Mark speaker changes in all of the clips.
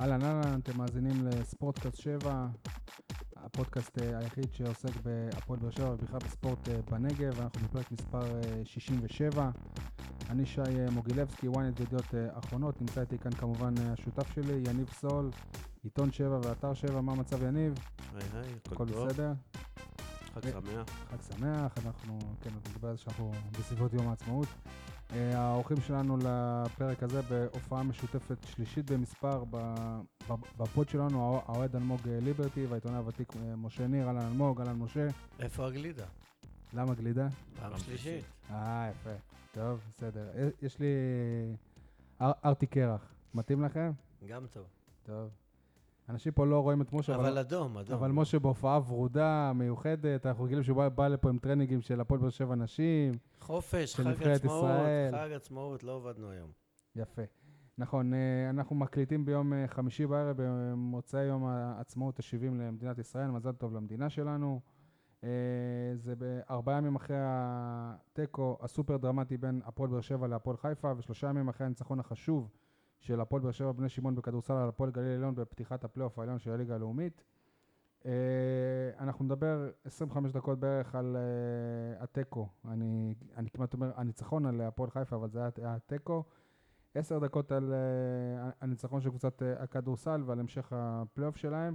Speaker 1: אהלן אהלן, אתם מאזינים לספורטקאסט 7, הפודקאסט אה, היחיד שעוסק בהפועל באר שבע ובכלל בספורט אה, בנגב, אנחנו בפרק מספר אה, 67. אני שי אה, מוגילבסקי, ynet וידיעות אה, אחרונות, נמצא איתי כאן כמובן אה, השותף שלי, יניב סול, עיתון 7 ואתר 7, מה המצב יניב?
Speaker 2: היי היי,
Speaker 1: הכל אה,
Speaker 2: הכל טוב,
Speaker 1: בסדר?
Speaker 2: חג שמח.
Speaker 1: חג שמח, אנחנו, כן, אנחנו נדבר על זה שאנחנו בסביבות יום העצמאות. אה, האורחים שלנו לפרק הזה בהופעה משותפת שלישית במספר ב- ב- בפוד שלנו, האו- האוהד אלמוג אה, ליברטי והעיתונאי הוותיק אה, משה ניר, אהלן אלמוג, אהלן משה.
Speaker 2: איפה הגלידה?
Speaker 1: למה גלידה?
Speaker 2: פעם שלישית.
Speaker 1: אה, יפה. טוב, בסדר. אה, יש לי אה, אר- ארטי קרח, מתאים לכם?
Speaker 2: גם טוב.
Speaker 1: טוב. אנשים פה לא רואים את משה, אבל...
Speaker 2: אבל אדום, אדום.
Speaker 1: אבל משה בהופעה ורודה, מיוחדת, אנחנו רגילים שהוא בא- בא לפה עם טרנינגים של הפועל באר שבע נשים.
Speaker 2: חופש,
Speaker 1: של
Speaker 2: חג
Speaker 1: נבחרת
Speaker 2: עצמאות,
Speaker 1: ישראל.
Speaker 2: חג עצמאות, לא עבדנו היום.
Speaker 1: יפה. נכון, אה, אנחנו מקליטים ביום אה, חמישי בערב, במוצאי יום העצמאות ה-70 למדינת ישראל, מזל טוב למדינה שלנו. אה, זה ארבעה ימים אחרי התיקו הסופר דרמטי בין הפועל באר שבע להפועל חיפה, ושלושה ימים אחרי הניצחון החשוב של הפועל באר שבע בני שמעון בכדורסל על הפועל גליל עליון בפתיחת הפלייאוף העליון של הליגה הלאומית. אה, אנחנו נדבר 25 דקות בערך על אה, התיקו, אני, אני כמעט אומר הניצחון על הפועל חיפה, אבל זה היה- היה התיקו. עשר דקות על אה, הניצחון של קבוצת אה, הכדורסל ועל המשך הפלייאוף שלהם.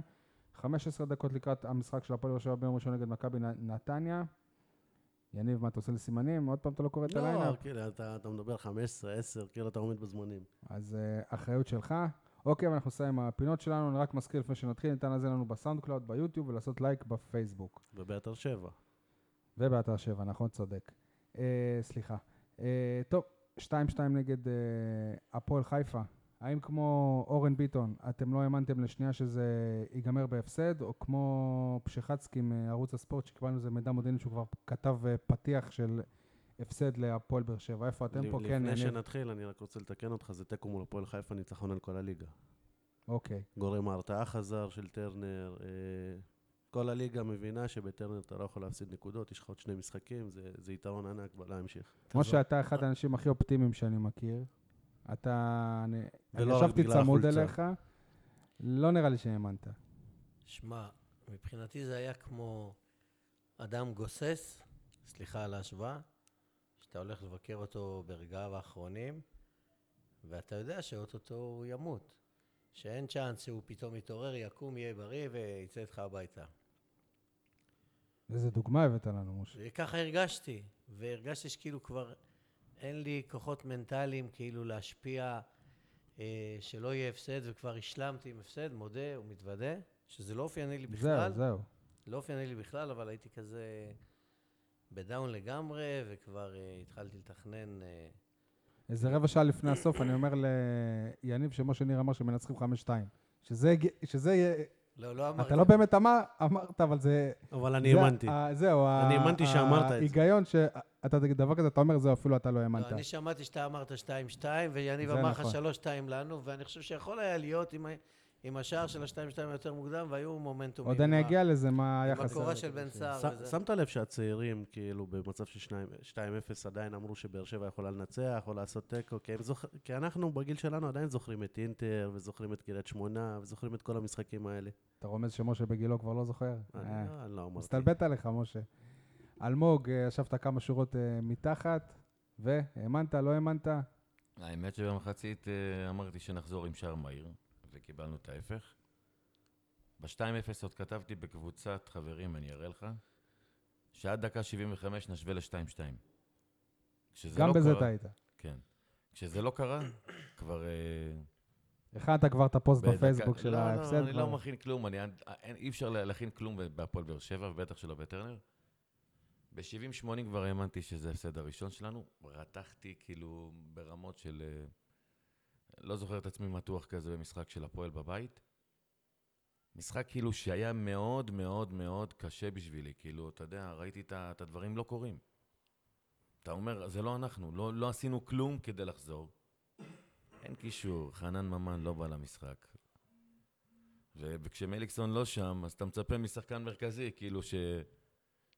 Speaker 1: 15 דקות לקראת המשחק של הפועל באר שבע ביום ראשון נגד מכבי נ- נתניה. יניב, מה אתה עושה לי סימנים? עוד פעם אתה לא קורא את הליינאפ?
Speaker 2: לא, כאילו, אתה אתה מדבר 15, 10, כאילו אתה עומד בזמנים.
Speaker 1: אז אה, אחריות שלך. אוקיי, ואנחנו נסיים עם הפינות שלנו. אני רק מזכיר לפני שנתחיל, ניתן לזה לנו בסאונד קלאוד, ביוטיוב, ולעשות לייק בפייסבוק.
Speaker 2: בבאתר שבע.
Speaker 1: ובאתר 7, נכון? צודק. אה, סליחה. אה, טוב, 2-2 נגד אה, הפועל חיפה. האם כמו אורן ביטון, אתם לא האמנתם לשנייה שזה ייגמר בהפסד, או כמו פשחצקי מערוץ הספורט, שקיבלנו איזה מידע מודיעיני שהוא כבר כתב אה, פתיח של הפסד להפועל באר שבע? איפה אתם פה?
Speaker 2: לפ-
Speaker 1: כן,
Speaker 2: לפני
Speaker 1: יניב.
Speaker 2: שנתחיל, אני רק רוצה לתקן אותך, זה תיקו מול הפועל חיפה, ניצחון על כל הליגה.
Speaker 1: אוקיי.
Speaker 2: גורם ההרתעה חזר של טרנר. אה, כל הליגה מבינה שבטרנר אתה לא יכול להפסיד נקודות, יש לך עוד שני משחקים, זה זה יתרון ענק, אבל להמשיך.
Speaker 1: כמו שאתה אחד האנשים הכי אופטימיים שאני מכיר. אתה... אני אני
Speaker 2: ולא רק
Speaker 1: ישבתי
Speaker 2: בגלל
Speaker 1: צמוד
Speaker 2: החולצה.
Speaker 1: אליך, לא נראה לי שהאמנת.
Speaker 3: שמע, מבחינתי זה היה כמו אדם גוסס, סליחה על ההשוואה, שאתה הולך לבקר אותו ברגעיו האחרונים, ואתה יודע שאו-טו-טו הוא ימות. שאין צ'אנס שהוא פתאום יתעורר, יקום, יהיה בריא ויצא איתך הביתה.
Speaker 1: איזה דוגמה הבאת לנו, משה.
Speaker 3: וככה הרגשתי, והרגשתי שכאילו כבר אין לי כוחות מנטליים כאילו להשפיע, אה, שלא יהיה הפסד, וכבר השלמתי עם הפסד, מודה ומתוודה, שזה לא אופייני לי בכלל.
Speaker 1: זהו, זהו.
Speaker 3: לא אופייני לי בכלל, אבל הייתי כזה בדאון לגמרי, וכבר אה, התחלתי לתכנן... אה,
Speaker 1: איזה רבע שעה לפני הסוף, אני אומר ליניב שמשה ניר אמר שמנצחים 5-2. שזה, הגיע- שזה יהיה...
Speaker 3: לא, לא אמרתי.
Speaker 1: אתה לא באמת אמר, אמרת, אבל זה...
Speaker 2: אבל אני
Speaker 1: זה
Speaker 2: האמנתי.
Speaker 1: ה- זהו. ה-
Speaker 2: אני האמנתי שאמרת את זה.
Speaker 1: ההיגיון שאתה תגיד דבר כזה, אתה אומר, זהו, אפילו אתה לא
Speaker 3: לא,
Speaker 1: האמנת.
Speaker 3: אני שמעתי שאתה אמרת 2-2, ויניב
Speaker 1: זה
Speaker 3: אמר לך
Speaker 1: נכון.
Speaker 3: 3-2 לנו, ואני חושב שיכול היה להיות עם, ה- עם השער של ה-2-2 היותר מוקדם, והיו מומנטומים.
Speaker 1: עוד אני
Speaker 3: עם ה-
Speaker 1: אגיע לזה, מה
Speaker 3: עם
Speaker 1: היחס.
Speaker 3: הקורה של בן סער.
Speaker 2: ש-
Speaker 3: וזה.
Speaker 2: שמת לב שהצעירים, כאילו, במצב של שניים- 2-0 עדיין אמרו שבאר שבע יכולה לנצח או לעשות תיקו, כי, הם זוכ... כי אנחנו בגיל שלנו עדיין זוכרים את אינטר, וזוכרים את קריית שמונה, וזוכרים את כל המשחקים האלה.
Speaker 1: אתה רומז שמשה בגילו כבר לא זוכר? אה.
Speaker 2: אני לא- אני לא אמרתי.
Speaker 1: הסתלבט עליך, משה. אלמוג, אה, ישבת כמה שורות אה, מתחת, והאמנת, לא האמנת?
Speaker 4: האמת שבמחצית אה, אמרתי שנחזור עם שער מהיר, וקיבלנו את ההפך. ב-2-0 עוד כתבתי בקבוצת חברים, אני אראה לך, שעד דקה 75 נשווה ל-2-2. כשזה
Speaker 1: גם
Speaker 4: לא
Speaker 1: בזה
Speaker 4: קרה-
Speaker 1: טעית.
Speaker 4: כן. כשזה לא קרה, כבר... אה,
Speaker 1: הכנת כבר את הפוסט
Speaker 4: בדקה-
Speaker 1: בפייסבוק של
Speaker 4: לא,
Speaker 1: ההפסד?
Speaker 4: לא, אני
Speaker 1: כבר?
Speaker 4: לא מכין כלום, אני עד- אין- אי אפשר לה- להכין כלום בהפועל באר שבע, ובטח שלא בטרנר. ב-70-80 כבר האמנתי שזה ההפסד הראשון שלנו, רתחתי כאילו ברמות של... אה, לא זוכר את עצמי מתוח כזה במשחק של הפועל בבית. משחק כאילו שהיה מאוד מאוד מאוד קשה בשבילי, כאילו, אתה יודע, ראיתי את ה- את הדברים לא קורים. אתה אומר, זה לא אנחנו, לא, לא עשינו כלום כדי לחזור. אין קישור, חנן ממן לא בא למשחק. ו- וכשמליקסון לא שם, אז אתה מצפה משחקן מרכזי, כאילו, ש...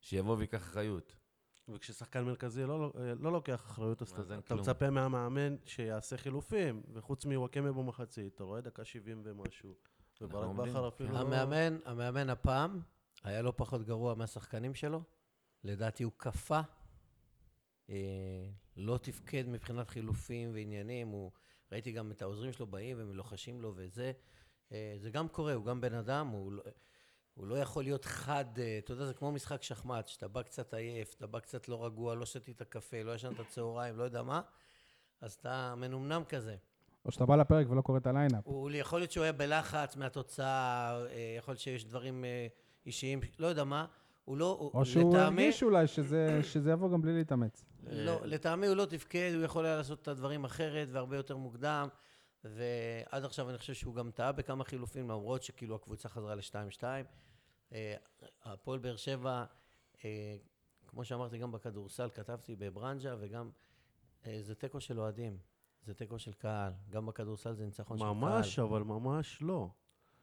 Speaker 4: שיבוא ויקח אחריות.
Speaker 2: וכששחקן מרכזי לא, לא, לא לוקח אחריות, אז
Speaker 4: מאזן
Speaker 2: אתה, אתה
Speaker 4: כלום.
Speaker 2: מצפה מהמאמן שיעשה חילופים, וחוץ מוואקמה במחצית, אתה רואה דקה 70 ומשהו, וברק
Speaker 4: עומדים,
Speaker 2: בכר
Speaker 4: כן.
Speaker 2: אפילו לא...
Speaker 3: המאמן, המאמן הפעם היה לא פחות גרוע מהשחקנים שלו. לדעתי הוא קפא, אה, לא תפקד מבחינת חילופים ועניינים. הוא, ראיתי גם את העוזרים שלו באים ומלוחשים לו וזה. אה, זה גם קורה, הוא גם בן אדם, הוא, לא- הוא לא יכול להיות חד. אה, אתה יודע, זה כמו משחק שחמט, שאתה בא קצת עייף, אתה בא קצת לא רגוע, לא שתית קפה, לא ישנת צהריים, לא יודע מה, אז אתה מנומנם כזה.
Speaker 1: או שאתה בא לפרק ולא קורא את הליינאפ.
Speaker 3: הוא, יכול להיות שהוא היה בלחץ מהתוצאה, אה, יכול להיות שיש דברים אה, אישיים, לא יודע מה. הוא לא, הוא-
Speaker 1: או שהוא
Speaker 3: לטעמי-
Speaker 1: הרגיש אולי שזה, שזה יבוא גם בלי להתאמץ.
Speaker 3: לא, לטעמי הוא לא תפקד, הוא יכול היה לעשות את הדברים אחרת והרבה יותר מוקדם. ועד עכשיו אני חושב שהוא גם טעה בכמה חילופים, למרות שכאילו הקבוצה חזרה ל-2-2. אה, הפועל באר שבע, אה, כמו שאמרתי, גם בכדורסל כתבתי בברנז'ה, וגם אה, זה תיקו של אוהדים, זה תיקו של קהל. גם בכדורסל זה ניצחון של קהל.
Speaker 2: ממש, אבל ממש לא.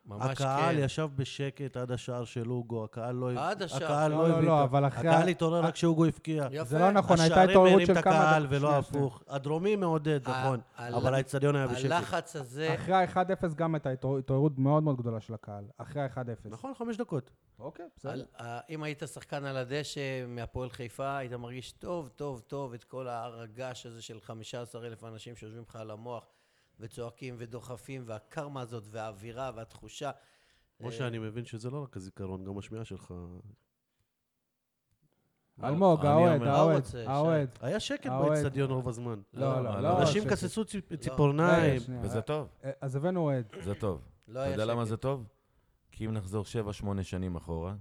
Speaker 3: ממש
Speaker 2: הקהל
Speaker 3: כן.
Speaker 2: ישב בשקט עד השער של אוגו, הקהל לא...
Speaker 3: עד השער.
Speaker 2: הקהל
Speaker 1: לא, לא,
Speaker 2: הביא
Speaker 1: לא,
Speaker 2: את ה-
Speaker 1: אבל אחרי ה-
Speaker 2: הקהל התעורר רק כשאוגו הבקיע.
Speaker 3: יפה.
Speaker 1: זה לא נכון, הייתה
Speaker 2: השערים
Speaker 1: התעוררות
Speaker 2: מרים
Speaker 1: של
Speaker 2: את
Speaker 1: כמה...
Speaker 2: הקהל
Speaker 1: דק-
Speaker 2: ולא
Speaker 1: שנייה, שנייה.
Speaker 2: הפוך. הדרומי מעודד,
Speaker 3: ה-
Speaker 2: נכון,
Speaker 3: ה-
Speaker 2: אבל האצטדיון היה בשקט.
Speaker 3: הלחץ
Speaker 4: אה.
Speaker 3: הזה,
Speaker 1: אחרי ה-1-0 גם הייתה התעור- התעוררות מאוד מאוד גדולה של הקהל. אחרי ה-1-0.
Speaker 2: נכון, חמש דקות.
Speaker 1: אוקיי,
Speaker 3: על-
Speaker 1: בסדר.
Speaker 3: ה- אם היית שחקן על הדשא מהפועל חיפה, היית מרגיש טוב, טוב, טוב את כל הרגש הזה של 15,000 אנשים שיושבים לך על המוח וצועקים ודוחפים, והקרמה הזאת, והאווירה, והתחושה.
Speaker 2: כמו
Speaker 3: אה,
Speaker 2: שאני מבין שזה לא רק הזיכרון, גם השמיעה שלך.
Speaker 1: אלמוג,
Speaker 4: לא,
Speaker 2: אני
Speaker 1: האוהד,
Speaker 2: אומר-
Speaker 3: מה הוא
Speaker 1: האוהד,
Speaker 3: רוצה,
Speaker 1: האוהד.
Speaker 2: היה שקט
Speaker 1: האוהד.
Speaker 2: באצטדיון רוב הזמן.
Speaker 1: אה, לא,
Speaker 4: לא,
Speaker 1: לא,
Speaker 4: לא,
Speaker 1: לא.
Speaker 2: אנשים
Speaker 1: שקט.
Speaker 2: כססו ציפ-
Speaker 3: לא.
Speaker 2: ציפורניים.
Speaker 1: רגע, שנייה.
Speaker 4: וזה טוב,
Speaker 1: אה, אז הבאנו אוהד.
Speaker 4: זה טוב.
Speaker 3: לא
Speaker 4: אתה
Speaker 3: היה
Speaker 4: יודע למה
Speaker 3: שקט.
Speaker 4: זה טוב? כי אם נחזור 7-8 שנים אחורה,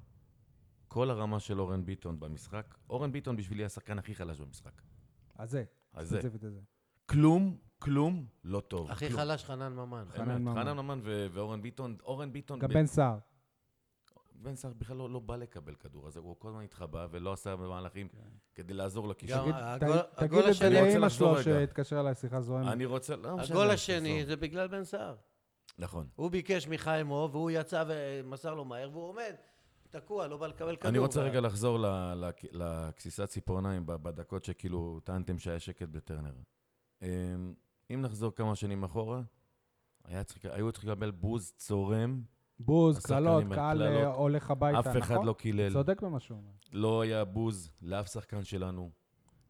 Speaker 4: כל הרמה של אורן ביטון במשחק, אורן ביטון בשבילי השחקן הכי חלש במשחק.
Speaker 1: אז זה.
Speaker 4: אז זה, נכון,
Speaker 1: ספציפית את זה.
Speaker 4: כלום, כלום, לא טוב.
Speaker 3: הכי
Speaker 4: כלום. אה,
Speaker 3: חלש חנן ממן.
Speaker 1: חנן
Speaker 4: באמת,
Speaker 1: ממן.
Speaker 4: חנן ממן ו- ואורן ביטון, אורן ביטון...
Speaker 1: גם
Speaker 4: ב-
Speaker 1: בן סער.
Speaker 4: בן סער בכלל לא, לא בא לקבל כדור, אז הוא כל הזמן התחבא ולא עשה מהלכים
Speaker 1: כן.
Speaker 4: כדי לעזור לקישור.
Speaker 1: תגיד-
Speaker 3: הגול-
Speaker 1: ת-
Speaker 3: הגול
Speaker 1: תגיד את זה
Speaker 3: השני-
Speaker 4: אני רוצה
Speaker 1: לאמא
Speaker 4: לחזור
Speaker 1: שלו
Speaker 4: רגע.
Speaker 1: שהתקשר אליי שיחה זוהמת.
Speaker 4: אני רוצה... לא, משנה,
Speaker 3: הגול
Speaker 4: אז
Speaker 3: השני
Speaker 4: תחזור.
Speaker 3: זה בגלל בן סער.
Speaker 4: נכון.
Speaker 3: הוא ביקש מחיימוב, והוא יצא ומסר לו מהר, והוא עומד, תקוע, לא בא לקבל כדור.
Speaker 4: אני רוצה
Speaker 3: וה-
Speaker 4: רגע לחזור ל- לק- לגסיסת ציפורניים ב- בדקות שכאילו טענתם שהיה שקט בטרנר. אמ, אם נחזור כמה שנים אחורה, היה צריך- היו צריכים לקבל בוז צורם,
Speaker 1: בוז,
Speaker 4: השחקנים
Speaker 1: קללות,
Speaker 4: על
Speaker 1: קהל
Speaker 4: קללות.
Speaker 1: אה, הולך הביתה,
Speaker 4: אף
Speaker 1: נכון?
Speaker 4: אחד לא קילל.
Speaker 1: צודק במה שהוא אומר.
Speaker 4: לא היה בוז לאף שחקן שלנו.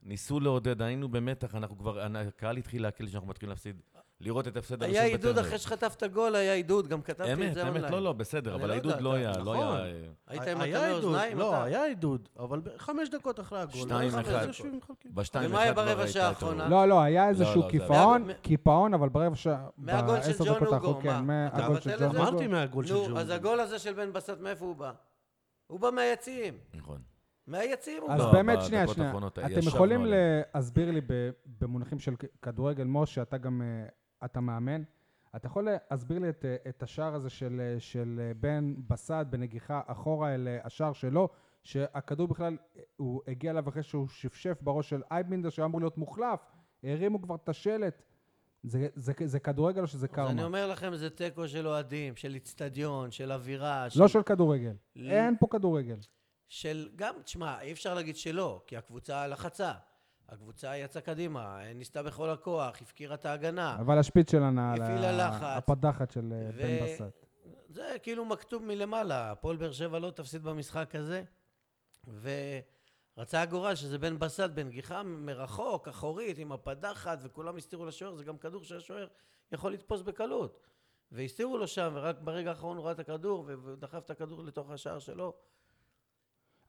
Speaker 4: ניסו לעודד, היינו במתח, אנחנו כבר, הקהל התחיל להקל שאנחנו מתחילים להפסיד, לראות את ההפסד הראשון
Speaker 3: היה
Speaker 4: בטרנר.
Speaker 3: עידוד אחרי שחטפת גול, היה עידוד, גם כתבתי את
Speaker 4: אמת,
Speaker 3: זה
Speaker 4: אמת,
Speaker 3: אונליין.
Speaker 4: לא, לא, בסדר,
Speaker 3: אני
Speaker 4: אבל
Speaker 3: לא
Speaker 4: העידוד
Speaker 3: יודע,
Speaker 4: לא
Speaker 3: אתה-
Speaker 4: היה, לא
Speaker 2: נכון.
Speaker 4: היה... אה,
Speaker 3: היית
Speaker 2: היה
Speaker 3: עם מטלה
Speaker 2: עידוד,
Speaker 3: אוזניים?
Speaker 2: לא,
Speaker 3: אתה?
Speaker 2: היה עידוד, אבל ב- חמש דקות אחרי הגול.
Speaker 4: שתיים,
Speaker 2: אחד,
Speaker 4: אחד.
Speaker 2: אז יושבים, מחכים.
Speaker 4: בשתיים
Speaker 3: ומה
Speaker 4: אחד
Speaker 3: היה
Speaker 4: כבר
Speaker 3: ברבע
Speaker 4: הייתה
Speaker 3: שעה
Speaker 4: התעוררות.
Speaker 3: האחרונה?
Speaker 1: לא, לא, היה
Speaker 4: לא,
Speaker 1: איזשהו
Speaker 4: זה-
Speaker 1: קיפאון,
Speaker 3: מה-
Speaker 1: קיפאון, אבל ברבע שעה,
Speaker 3: מהגול של
Speaker 1: בעשר
Speaker 3: ג'ון
Speaker 1: דקות
Speaker 3: אוגו,
Speaker 1: האחרונות,
Speaker 3: מה?
Speaker 1: כן,
Speaker 3: אתה
Speaker 1: מהגול של
Speaker 3: מבטל את
Speaker 1: ג'ון
Speaker 3: זה?
Speaker 1: אוגו.
Speaker 2: אמרתי מהגול של ג'ון.
Speaker 3: נו, אז הגול הזה של בן בסט, מאיפה הוא בא? הוא בא מהיציעים.
Speaker 4: נכון.
Speaker 3: מהיציעים הוא
Speaker 1: אז
Speaker 3: בא.
Speaker 4: לא,
Speaker 1: באמת,
Speaker 4: בדקות
Speaker 1: שנייה, שנייה.
Speaker 4: האחרונות
Speaker 1: אתם
Speaker 4: ישבנו
Speaker 1: יכולים
Speaker 4: עליהם.
Speaker 1: להסביר לי ב- במונחים של כ- כדורגל, משה, אתה גם, אה, אתה מאמן, אתה יכול להסביר לי את, אה, את השער הזה של, אה, של אה, בן בסט בנגיחה אחורה אל אה, השער שלו, שהכדור בכלל, אה, הוא הגיע אליו אחרי שהוא שפשף בראש של אייבינדר, שהיה אמור להיות מוחלף, הרימו כבר את השלט. זה, זה, זה כדורגל או שזה
Speaker 3: אז אני
Speaker 1: קרמה?
Speaker 3: אומר לכם, זה תיקו של אוהדים, של איצטדיון, של אווירה, של...
Speaker 1: לא של כדורגל.
Speaker 3: ל-
Speaker 1: אין פה כדורגל.
Speaker 3: של גם, תשמע, אי אפשר להגיד שלא, כי הקבוצה לחצה. הקבוצה יצאה קדימה, ניסתה בכל הכוח, הפקירה את ההגנה.
Speaker 1: אבל השפיץ של הנעל,
Speaker 3: הפעילה
Speaker 1: ה-
Speaker 3: לחץ.
Speaker 1: הפדחת של אה,
Speaker 3: ו-
Speaker 1: בן בסט.
Speaker 3: זה כאילו מכתוב מלמעלה, הפועל באר שבע לא תפסיד במשחק הזה, ורצה הגורל שזה בן בסט בנגיחה מרחוק, אחורית, עם הפדחת, וכולם הסתירו לשוער, זה גם כדור שהשוער יכול לתפוס בקלות. והסתירו לו שם, ורק ברגע האחרון הוא ראה את הכדור, ו- ודחף את הכדור לתוך השער שלו.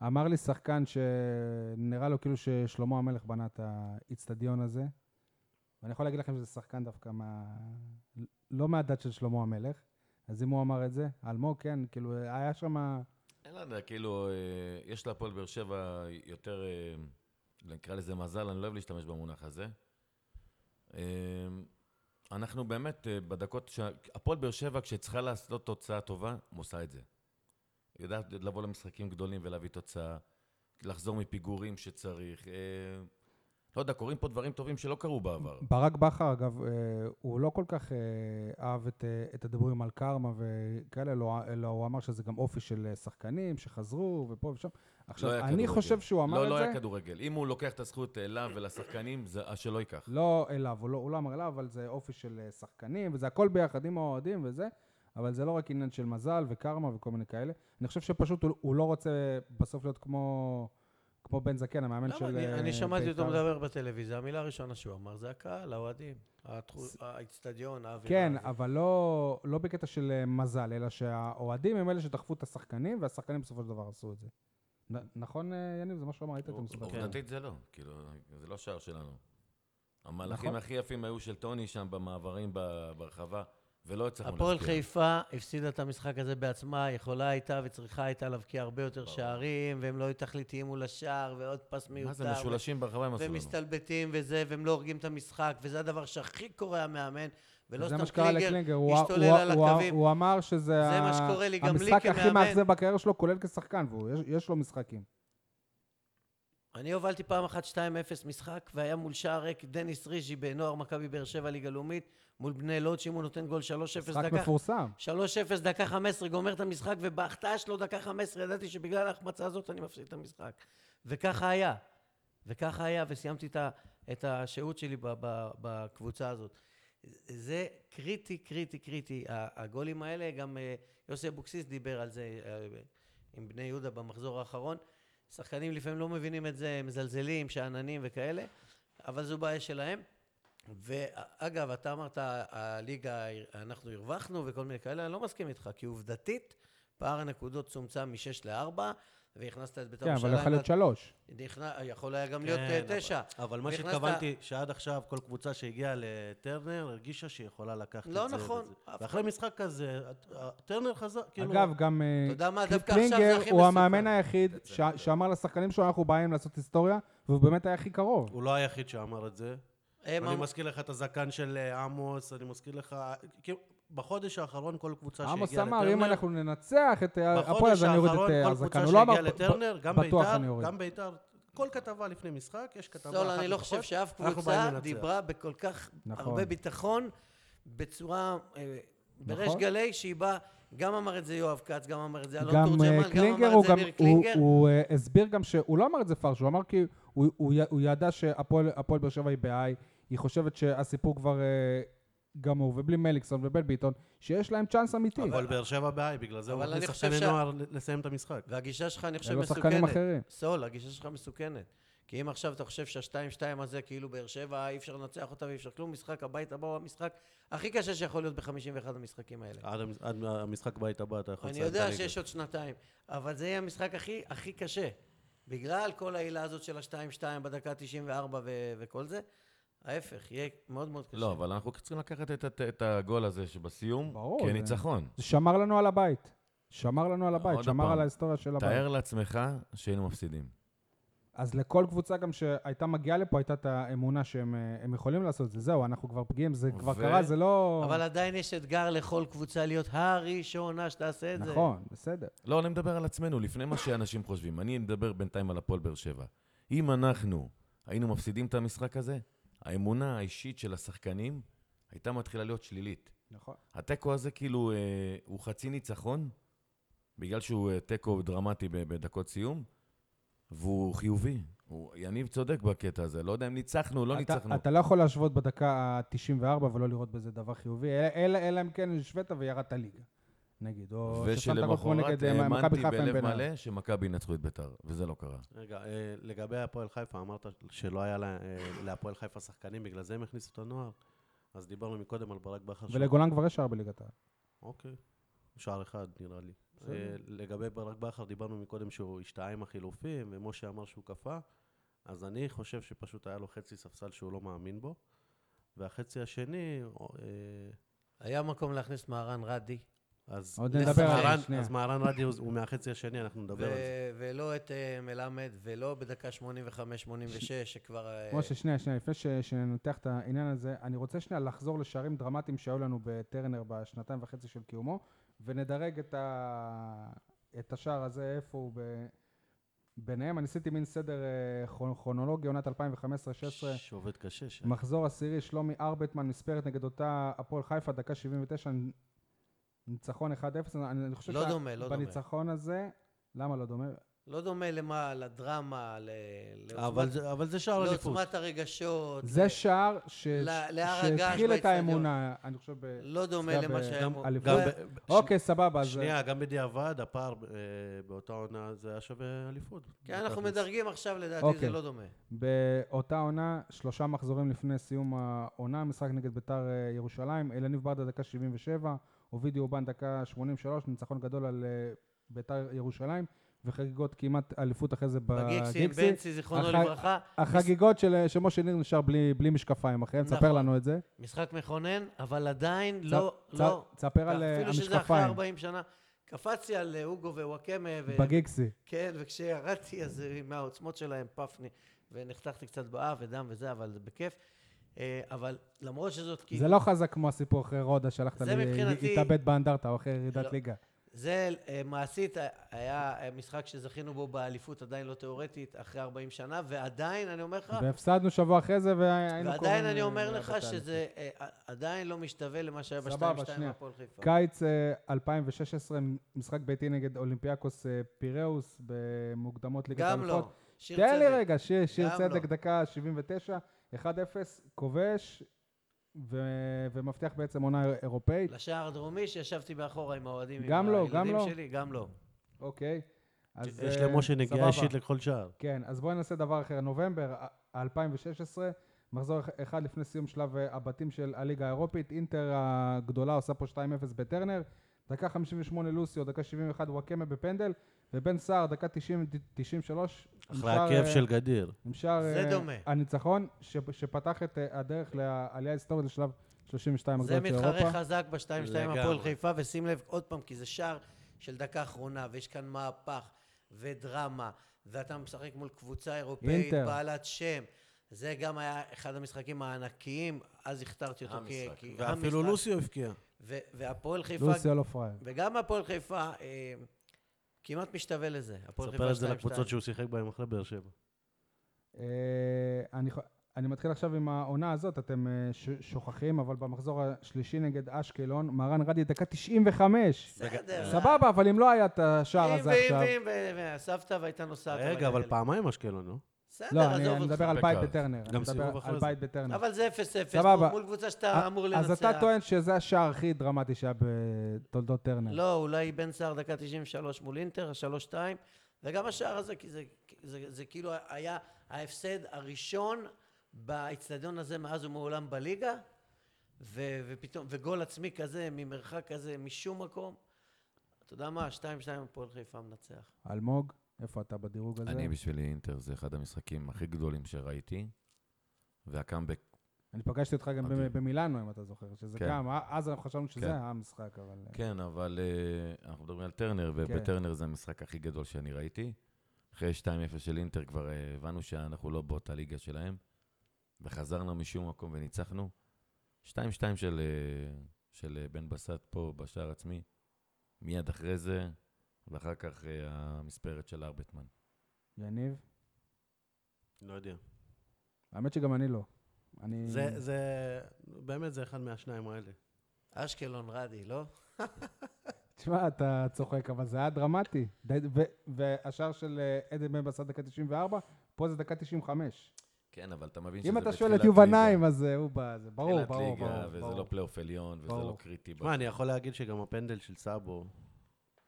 Speaker 1: אמר לי שחקן שנראה לו כאילו ששלמה המלך בנה את האיצטדיון הזה, ואני יכול להגיד לכם שזה שחקן דווקא מה... לא מהדת של שלמה המלך, אז אם הוא אמר את זה, אלמוג, כן, כאילו, היה שם...
Speaker 4: אני לא יודע, כאילו, אה, יש להפועל באר שבע יותר, אה, נקרא לזה מזל, אני לא אוהב להשתמש במונח הזה. אה, אנחנו באמת, אה, בדקות, שה- הפועל באר שבע, כשצריכה לעשות תוצאה טובה, עושה את זה. היא יודעת לבוא למשחקים גדולים ולהביא תוצאה, לחזור מפיגורים שצריך. אה, לא יודע, קורים פה דברים טובים שלא קרו בעבר.
Speaker 1: ברק בכר, אגב, אה, הוא לא כל כך אה, אהב את, אה, את הדיבורים על קרמה וכאלה, לא, אלא הוא אמר שזה גם אופי של אה, שחקנים שחזרו ופה ושם. עכשיו,
Speaker 4: לא היה
Speaker 1: אני
Speaker 4: כדורגל.
Speaker 1: חושב שהוא אמר
Speaker 4: לא,
Speaker 1: את
Speaker 4: לא
Speaker 1: זה...
Speaker 4: היה כדורגל. אם הוא לוקח את הזכות אליו ולשחקנים, זה אה, שלא ייקח.
Speaker 1: לא אליו, הוא לא, הוא לא אמר אליו, אבל זה אופי של אה, שחקנים, וזה הכל ביחד עם האוהדים וזה, אבל זה לא רק עניין של מזל וקרמה וכל מיני כאלה. אני חושב שפשוט הוא, הוא לא רוצה בסוף להיות כמו, כמו בן זקן, המאמן של...
Speaker 3: למה? לא, אני-
Speaker 1: אה,
Speaker 3: אני שמעתי אותו
Speaker 1: בית"ר.
Speaker 3: מדבר בטלוויזיה, המילה הראשונה שהוא אמר זה הקהל, האוהדים, התחו- האצטדיון, האווירה.
Speaker 1: כן,
Speaker 3: הזאת.
Speaker 1: אבל לא, לא בקטע של אה, מזל, אלא שהאוהדים הם אלה שדחפו את השחקנים, והשחקנים בסופו של דבר עשו את זה. נ- נכון, אה, יניב? זה מה שאמר, היית את המסובב.
Speaker 4: עובדתית זה לא, כאילו, זה לא שער שלנו. המהלכים
Speaker 1: נכון.
Speaker 4: הכי יפים היו של טוני שם במעברים ב- ברחבה, ולא הצלחנו
Speaker 3: הפועל
Speaker 4: להבקיע.
Speaker 3: חיפה הפסידה את המשחק הזה בעצמה, יכולה הייתה וצריכה הייתה להבקיע הרבה יותר
Speaker 4: ברור.
Speaker 3: שערים, והם לא היו תכליתיים מול השער, ועוד פס מיותר.
Speaker 4: מה זה, לא? משולשים ברחבה הם עשו לנו.
Speaker 3: ומסתלבטים וזה, והם לא הורגים את המשחק, וזה הדבר שהכי קורע מהמאמן, ולא
Speaker 1: זה
Speaker 3: סתם
Speaker 1: מה שקרה
Speaker 3: קליגר,
Speaker 1: לקלינגר, הוא-
Speaker 3: השתולל
Speaker 1: הוא-
Speaker 3: על
Speaker 1: הוא-
Speaker 3: הקווים.
Speaker 1: הוא אמר שזה
Speaker 3: זה מה
Speaker 1: ה-
Speaker 3: שקורה לי, גם לי
Speaker 1: המשחק הכי
Speaker 3: כמאמן.
Speaker 1: מאכזב בקריירה שלו, כולל כשחקן, ויש לו משחקים.
Speaker 3: אני הובלתי פעם אחת 2-0 משחק, והיה מול שער ריק דניס ריז'י בנוער מכבי באר שבע ליגה לאומית, מול בני לוד, שאם הוא נותן גול 3-0
Speaker 1: משחק
Speaker 3: דקה...
Speaker 1: מפורסם.
Speaker 3: 3-0 דקה 15, גומר את המשחק, ובהחטאה שלו דקה 15 ידעתי שבגלל ההחמצה הזאת אני מפסיד את המשחק. וככה היה. וככה היה, וסיימתי את, ה, את השהות שלי ב, ב, בקבוצה הזאת. זה קריטי, קריטי, קריטי. ה- הגולים האלה, גם אה, יוסי אבוקסיס דיבר על זה אה, עם בני יהודה במחזור האחרון. שחקנים לפעמים לא מבינים את זה, הם מזלזלים, שאננים וכאלה, אבל זו בעיה שלהם. ואגב, אתה אמרת, הליגה, אנחנו הרווחנו וכל מיני כאלה, אני לא מסכים איתך, כי עובדתית, פער הנקודות צומצם מ-6 ל-4, והכנסת את בית"ר
Speaker 1: כן, אבל יכול להיות
Speaker 3: לת-
Speaker 1: שלוש.
Speaker 3: נכנס- יכול היה גם להיות אה,
Speaker 2: כן, אבל-
Speaker 3: תשע.
Speaker 2: אבל מה
Speaker 3: נכנסת-
Speaker 2: שהתכוונתי, שעד עכשיו כל קבוצה שהגיעה לטרנר הרגישה שהיא יכולה לקחת
Speaker 3: לא
Speaker 2: את זה.
Speaker 3: נכון,
Speaker 2: ואת זה.
Speaker 3: אף
Speaker 2: ואחרי משחק כזה, הט- טרנר חזר, כאילו...
Speaker 1: אגב, גם אה,
Speaker 3: אתה יודע מה, דווקא עכשיו זה
Speaker 1: קלינגר
Speaker 3: הכי
Speaker 1: הוא
Speaker 3: מסוכן.
Speaker 1: המאמן היחיד ש- שאמר לשחקנים שלו, אנחנו באים לעשות היסטוריה, והוא באמת היה הכי קרוב.
Speaker 2: הוא לא היחיד שאמר את זה.
Speaker 3: הם
Speaker 2: אני
Speaker 3: אמ-
Speaker 2: מזכיר לך את הזקן של אה, עמוס, אני מזכיר לך... כאילו, בחודש האחרון כל קבוצה שהגיעה
Speaker 1: עמוס
Speaker 2: לטרנר...
Speaker 1: אמר, אם אנחנו ננצח את אה, הפועל,
Speaker 2: בחודש
Speaker 1: אז אני אוריד את
Speaker 2: האחרון
Speaker 1: אה,
Speaker 2: כל
Speaker 1: הזקן.
Speaker 2: קבוצה
Speaker 1: הוא לא אמר,
Speaker 2: שהגיעה לטרנר, גם
Speaker 1: "בטוח אני
Speaker 2: ביתר,
Speaker 1: אוריד".
Speaker 2: גם ביתר, כל כתבה לפני משחק, יש כתבה אחת
Speaker 3: סול, אני לא
Speaker 2: לפחות,
Speaker 3: חושב שאף
Speaker 2: אנחנו באים
Speaker 3: קבוצה
Speaker 2: לנצח.
Speaker 3: דיברה בכל כך
Speaker 1: נכון.
Speaker 3: הרבה ביטחון, בצורה, אה, בריש
Speaker 1: נכון.
Speaker 3: גלי, שהיא באה, גם אמר את זה יואב כץ, גם אמר את זה אלון
Speaker 1: גם אה,
Speaker 3: תורג'מן, לא גם
Speaker 1: קלינגר,
Speaker 3: אמר את
Speaker 1: הוא
Speaker 3: זה
Speaker 1: גם,
Speaker 3: ניר
Speaker 1: הוא-
Speaker 3: קלינגר.
Speaker 1: הוא אה, הסביר גם שהוא לא אמר את זה פרש, הוא אמר כי הוא- הוא י- הוא ידע שהפועל הפועל באר שבע היא ב-I, היא חושבת שהסיפור כבר אה, גמור, ובלי מליקסון ובן ביטון, שיש להם צ'אנס אמיתי.
Speaker 2: אבל באר שבע בעי, בגלל זה הוא
Speaker 3: אבל
Speaker 2: מכניס
Speaker 3: אני חושב
Speaker 2: שחקני
Speaker 3: שה-
Speaker 2: נוער לסיים את המשחק.
Speaker 3: והגישה שלך, אני חושב,
Speaker 1: לא
Speaker 3: מסוכנת.
Speaker 1: שחקנים אחרים.
Speaker 3: סול, הגישה שלך מסוכנת. כי אם עכשיו אתה חושב שהשתיים-שתיים הזה, כאילו באר שבע, אי אפשר לנצח אותה ואי אפשר כלום, משחק הביתה בו, המשחק הכי קשה שיכול להיות ב-51 המשחקים האלה.
Speaker 2: עד המ- עד המשחק בית הבא אתה יכול
Speaker 3: אני
Speaker 2: לסיים את
Speaker 3: יודע
Speaker 2: הליגה.
Speaker 3: שיש עוד שנתיים, אבל זה יהיה המשחק הכי, הכי קשה. בגלל כל העילה הזאת של ה-2-2 בדקה 94 ו- וכל זה, ההפך, יהיה מאוד מאוד קשה.
Speaker 4: לא, אבל אנחנו צריכים לקחת את, הת- את הגול הזה שבסיום,
Speaker 1: ברור, זה-
Speaker 4: כניצחון.
Speaker 1: זה שמר לנו על הבית. שמר לנו על הבית,
Speaker 4: עוד
Speaker 1: שמר
Speaker 4: פעם,
Speaker 1: על ההיסטוריה של הבית.
Speaker 4: תאר לעצמך שהיינו מפסידים.
Speaker 1: אז לכל קבוצה גם שהייתה מגיעה לפה, הייתה את האמונה שהם אה, הם יכולים לעשות את זה. זהו, אנחנו כבר פגיעים, זה כבר
Speaker 4: ו-
Speaker 1: קרה, זה לא...
Speaker 3: אבל עדיין יש אתגר לכל קבוצה להיות הראשונה שתעשה את זה.
Speaker 1: נכון, בסדר.
Speaker 4: לא, אני מדבר על עצמנו, לפני מה שאנשים חושבים. אני מדבר בינתיים על הפועל באר שבע. אם אנחנו היינו מפסידים את המשחק הזה, האמונה האישית של השחקנים הייתה מתחילה להיות שלילית.
Speaker 1: נכון.
Speaker 4: התיקו הזה כאילו, אה, הוא חצי ניצחון, בגלל שהוא אה, תיקו דרמטי ב- בדקות סיום, והוא חיובי. הוא, יניב צודק בקטע הזה, לא יודע אם ניצחנו, לא
Speaker 1: אתה-
Speaker 4: ניצחנו.
Speaker 1: אתה לא יכול להשוות בדקה ה-94 ולא לראות בזה דבר חיובי, אלא- אלא אלא אם כן השווית וירדת ליגה, נגיד. או ששמת גול כמו
Speaker 4: ושלמחרת
Speaker 1: נגד אה, מכבי
Speaker 4: האמנתי
Speaker 1: חיפה עם
Speaker 4: בלב
Speaker 1: בן
Speaker 4: מלא שמכבי ינצחו את ביתר, וזה לא קרה.
Speaker 2: רגע, אה, לגבי הפועל חיפה, אמרת שלא היה לה- אה, להפועל חיפה שחקנים, בגלל זה הם הכניסו את הנוער. אז דיברנו מקודם על ברק בכר. שהוא-
Speaker 1: ולגולן כבר יש שער בליגת העל.
Speaker 2: אוקיי. שער אחד, נראה לי.
Speaker 1: בסדר.
Speaker 2: אה, לגבי ברק בכר, דיברנו מקודם שהוא השתהה עם החילופים, ומשה אמר שהוא קפא, אז אני חושב שפשוט היה לו חצי ספסל שהוא לא מאמין בו, והחצי השני, אה,
Speaker 3: היה מקום להכניס מהרן רדי,
Speaker 2: אז...
Speaker 1: עוד
Speaker 2: אז
Speaker 1: נדבר על זה,
Speaker 2: מהרן-
Speaker 1: שנייה.
Speaker 2: אז מהרן רדיו הוא מהחצי השני, אנחנו נדבר על זה.
Speaker 3: ו- ולא את אה, מלמד, ולא בדקה 85-86, שכבר... אה,
Speaker 1: משה, שנייה, שנייה, לפני ש- שננתח את העניין הזה, אני רוצה שנייה לחזור לשערים דרמטיים שהיו לנו בטרנר בשנתיים וחצי של קיומו, ונדרג את, ה... את השער הזה, איפה הוא ב... ביניהם אני עשיתי מין סדר אה, כרונ- כרונולוגי, עונת 2015-2016.
Speaker 2: שעובד קשה
Speaker 3: כן.
Speaker 2: שם.
Speaker 1: מחזור עשירי, שלומי ארבטמן מספרת נגד אותה הפועל חיפה, דקה 79, ניצחון 1-0. אני אני חושב
Speaker 3: לא דומה, לא דומה.
Speaker 1: בניצחון הזה, למה לא דומה?
Speaker 3: לא דומה למה, לדרמה, ל... לעוצמת-
Speaker 2: אבל זה- אבל זה
Speaker 3: לא,
Speaker 2: שער אליפות.
Speaker 3: לעוצמת הרגשות. ל-
Speaker 1: זה שער ש-
Speaker 3: אוקיי. ל- להר הגעש
Speaker 1: שהתחיל את
Speaker 3: באצטדיון.
Speaker 1: האמונה, אני חושב, ב-
Speaker 3: לא דומה
Speaker 1: גם
Speaker 3: למה
Speaker 1: ב-
Speaker 3: שהיה...
Speaker 2: גם-
Speaker 3: מור-
Speaker 1: אליפות.
Speaker 2: גם
Speaker 3: ב-
Speaker 2: ב- ב-
Speaker 1: אוקיי, סבבה. אז-
Speaker 2: שנייה, גם בדיעבד, הפער אה, באותה עונה, זה היה שווה אליפות.
Speaker 3: כן, אנחנו
Speaker 2: בתכלס.
Speaker 3: מדרגים עכשיו, לדעתי
Speaker 1: אוקיי.
Speaker 3: זה לא דומה.
Speaker 1: באותה עונה, שלושה מחזורים לפני סיום העונה, משחק נגד ביתר אה, ירושלים, אלניב ברדה דקה 77, אובידי אובן דקה 83, ניצחון גדול על אה, ביתר ירושלים, וחגיגות כמעט אליפות אחרי זה
Speaker 3: בגיקסי, עם
Speaker 1: בגיקסי.
Speaker 3: בנצי, זיכרונו
Speaker 1: אחר-
Speaker 3: לברכה,
Speaker 1: החגיגות של אה, שמשה ניר נשאר בלי, בלי משקפיים, אחי, תספר
Speaker 3: נכון.
Speaker 1: לנו את זה.
Speaker 3: משחק מכונן, אבל עדיין
Speaker 1: צ-
Speaker 3: לא...
Speaker 1: צ-
Speaker 3: לא-
Speaker 1: תספר על אה,
Speaker 3: אפילו שזה אחרי
Speaker 1: המשקפיים,
Speaker 3: 40 שנה. קפצתי על אה, הוגו ווואקמה, ו-
Speaker 1: בגיקסי.
Speaker 3: כן, וכשירדתי אז אה, מהעוצמות שלהם פפני, ונחתכתי קצת באף ודם וזה, אבל זה בכיף. אה, אבל למרות שזאת כאילו...
Speaker 1: זה לא חזק כמו הסיפור אחרי רודה, שהלכת
Speaker 3: זה מבחינתי-
Speaker 1: להתאבד באנדרטה או אחרי ירידת
Speaker 3: לא.
Speaker 1: ליגה.
Speaker 3: זה אה, מעשית אה, היה אה, משחק שזכינו בו באליפות עדיין לא תיאורטית, אחרי 40 שנה, ועדיין, אני אומר לך,
Speaker 1: והפסדנו שבוע אחרי זה והיינו
Speaker 3: לא. ועדיין
Speaker 1: קרובים,
Speaker 3: אני אומר
Speaker 1: אה,
Speaker 3: לך
Speaker 1: לאבד את
Speaker 3: שזה אה, אה, עדיין לא משתווה למה שהיה
Speaker 1: סבבה,
Speaker 3: ב-2-2
Speaker 1: שנייה.
Speaker 3: בהפועל חיפה.
Speaker 1: קיץ אה, 2016, משחק ביתי נגד אולימפיאקוס אה, פיראוס במוקדמות ליגת
Speaker 3: גם לא.
Speaker 1: האלופות.
Speaker 3: שיר
Speaker 1: תן לי
Speaker 3: צדק.
Speaker 1: רגע, שיר, שיר
Speaker 3: גם
Speaker 1: צדק,
Speaker 3: לא.
Speaker 1: דקה 79, 1-0, כובש ו- ומבטיח בעצם עונה איר- אירופאית.
Speaker 3: לשער הדרומי שישבתי מאחורה עם האוהדים,
Speaker 1: גם
Speaker 3: עם
Speaker 1: לא, גם
Speaker 3: הילדים
Speaker 1: לא.
Speaker 3: שלי, גם לא.
Speaker 1: אוקיי. אז,
Speaker 2: יש
Speaker 1: אה,
Speaker 2: למשה נגיעה
Speaker 1: סבבה.
Speaker 2: אישית לכל שער.
Speaker 1: כן, אז בואו נעשה דבר אחר. נובמבר אה, ה- 2016, מחזור אח- אחד לפני סיום שלב אה, הבתים של הליגה האירופית, אינטר הגדולה עושה פה 2-0 בטרנר, דקה 58 לוסיו, דקה 71 וואקמה בפנדל, ובן סער, דקה 90, 93, עם
Speaker 2: אחרי
Speaker 1: שער,
Speaker 2: הכאב
Speaker 1: אה,
Speaker 2: של גדיר.
Speaker 1: עם שער
Speaker 3: זה
Speaker 1: אה,
Speaker 3: דומה.
Speaker 1: הניצחון, ש- שפתח את אה, הדרך לעלייה ההיסטורית לשלב 32
Speaker 3: זה
Speaker 1: הגדולות של אירופה.
Speaker 3: מתחרה חזק ב-2-2
Speaker 2: לגמרי.
Speaker 3: הפועל חיפה, ושים לב עוד פעם, כי זה שער של דקה אחרונה, ויש כאן מהפך ודרמה, ואתה משחק מול קבוצה אירופאית
Speaker 1: אינטר.
Speaker 3: בעלת שם. זה גם היה אחד המשחקים הענקיים, אז הכתרתי אותו כי...
Speaker 4: המשחק.
Speaker 3: כי-
Speaker 2: ואפילו
Speaker 3: המשחק.
Speaker 2: לוסיו הבקיע.
Speaker 3: ו- והפועל חיפה,
Speaker 1: לוסיו לא פראייר.
Speaker 3: וגם הפועל חיפה, אה, כמעט משתווה לזה. הפועל
Speaker 2: ספר את זה
Speaker 3: חיפה 2-2.
Speaker 2: לקבוצות שהוא שיחק בהן אחרי באר שבע.
Speaker 1: אה, אני, חו- אני מתחיל עכשיו עם העונה הזאת, אתם אה, ש, שוכחים, אבל במחזור השלישי נגד אשקלון, מהרן רדי דקה 95.
Speaker 3: בסדר.
Speaker 1: סבבה, אבל אם לא היה את השער
Speaker 3: אם
Speaker 1: הזה
Speaker 3: ואם
Speaker 1: עכשיו...
Speaker 3: ואם ואם, והסבתא והייתה נוסעת. על
Speaker 2: רגע, אבל
Speaker 3: הגלגל.
Speaker 2: פעמיים אשקלון, לא?
Speaker 3: בסדר,
Speaker 1: לא, אני
Speaker 3: עזוב
Speaker 1: אני
Speaker 3: אותך.
Speaker 1: מדבר על
Speaker 4: בקו.
Speaker 1: בית בטרנר. אני מדבר
Speaker 2: סיבוב אחרי
Speaker 1: על
Speaker 2: זה.
Speaker 1: בית בטרנר.
Speaker 3: אבל זה 0-0,
Speaker 1: סבבה. אה,
Speaker 3: מול- מול קבוצה שאתה אמור לנצח.
Speaker 1: אז אתה טוען שזה השער הכי דרמטי שהיה בתולדות טרנר.
Speaker 3: לא, אולי בן סער דקה 93 מול אינטר, 3-2, וגם השער הזה, כי זה, זה, זה כאילו היה ההפסד הראשון באצטדיון הזה מאז ומעולם בליגה, ו, ופתאום, וגול עצמי כזה, ממרחק כזה, משום מקום. אתה יודע מה? 2-2 הפועל חיפה מנצח.
Speaker 1: אלמוג, איפה אתה בדירוג הזה?
Speaker 4: אני בשבילי אינטר זה אחד המשחקים הכי גדולים שראיתי, והקאמבק,
Speaker 1: אני פגשתי אותך גם
Speaker 4: אוקיי.
Speaker 1: במ- במילאנו, אם אתה זוכר, שזה
Speaker 4: כן.
Speaker 1: גם, אז אנחנו חשבנו
Speaker 4: כן.
Speaker 1: שזה המשחק, אבל...
Speaker 4: כן, אבל אה, אנחנו מדברים על טרנר,
Speaker 1: כן.
Speaker 4: ובטרנר זה המשחק הכי גדול שאני ראיתי. אחרי 2-0 של אינטר כבר אה, הבנו שאנחנו לא באותה ליגה שלהם, וחזרנו משום מקום וניצחנו. 2-2 של, אה, של אה, בן בסט פה בשער עצמי, מיד אחרי זה, ואחר כך אה, המספרת של ארבטמן.
Speaker 1: יניב?
Speaker 2: לא יודע.
Speaker 1: האמת שגם אני לא. אני...
Speaker 2: זה, זה, באמת זה אחד מהשניים האלה.
Speaker 3: אשקלון רדי, לא?
Speaker 1: תשמע, אתה צוחק, אבל זה היה דרמטי. די- ו- והשער של אה, עדן בן בסט דקה 94, פה זה דקה 95.
Speaker 4: כן, אבל אתה מבין שזה
Speaker 1: אם
Speaker 4: בתחילת
Speaker 1: אתה
Speaker 4: ליגה.
Speaker 1: שואל את יובל נעים, אז אה, הוא בא, זה ברור,
Speaker 4: תחילת
Speaker 1: ברור,
Speaker 4: ליגה,
Speaker 1: ברור.
Speaker 4: וזה
Speaker 1: ברור.
Speaker 4: לא פלייאוף עליון, וזה לא
Speaker 1: ברור.
Speaker 4: קריטי.
Speaker 2: תשמע, אני יכול להגיד שגם הפנדל של סאבו,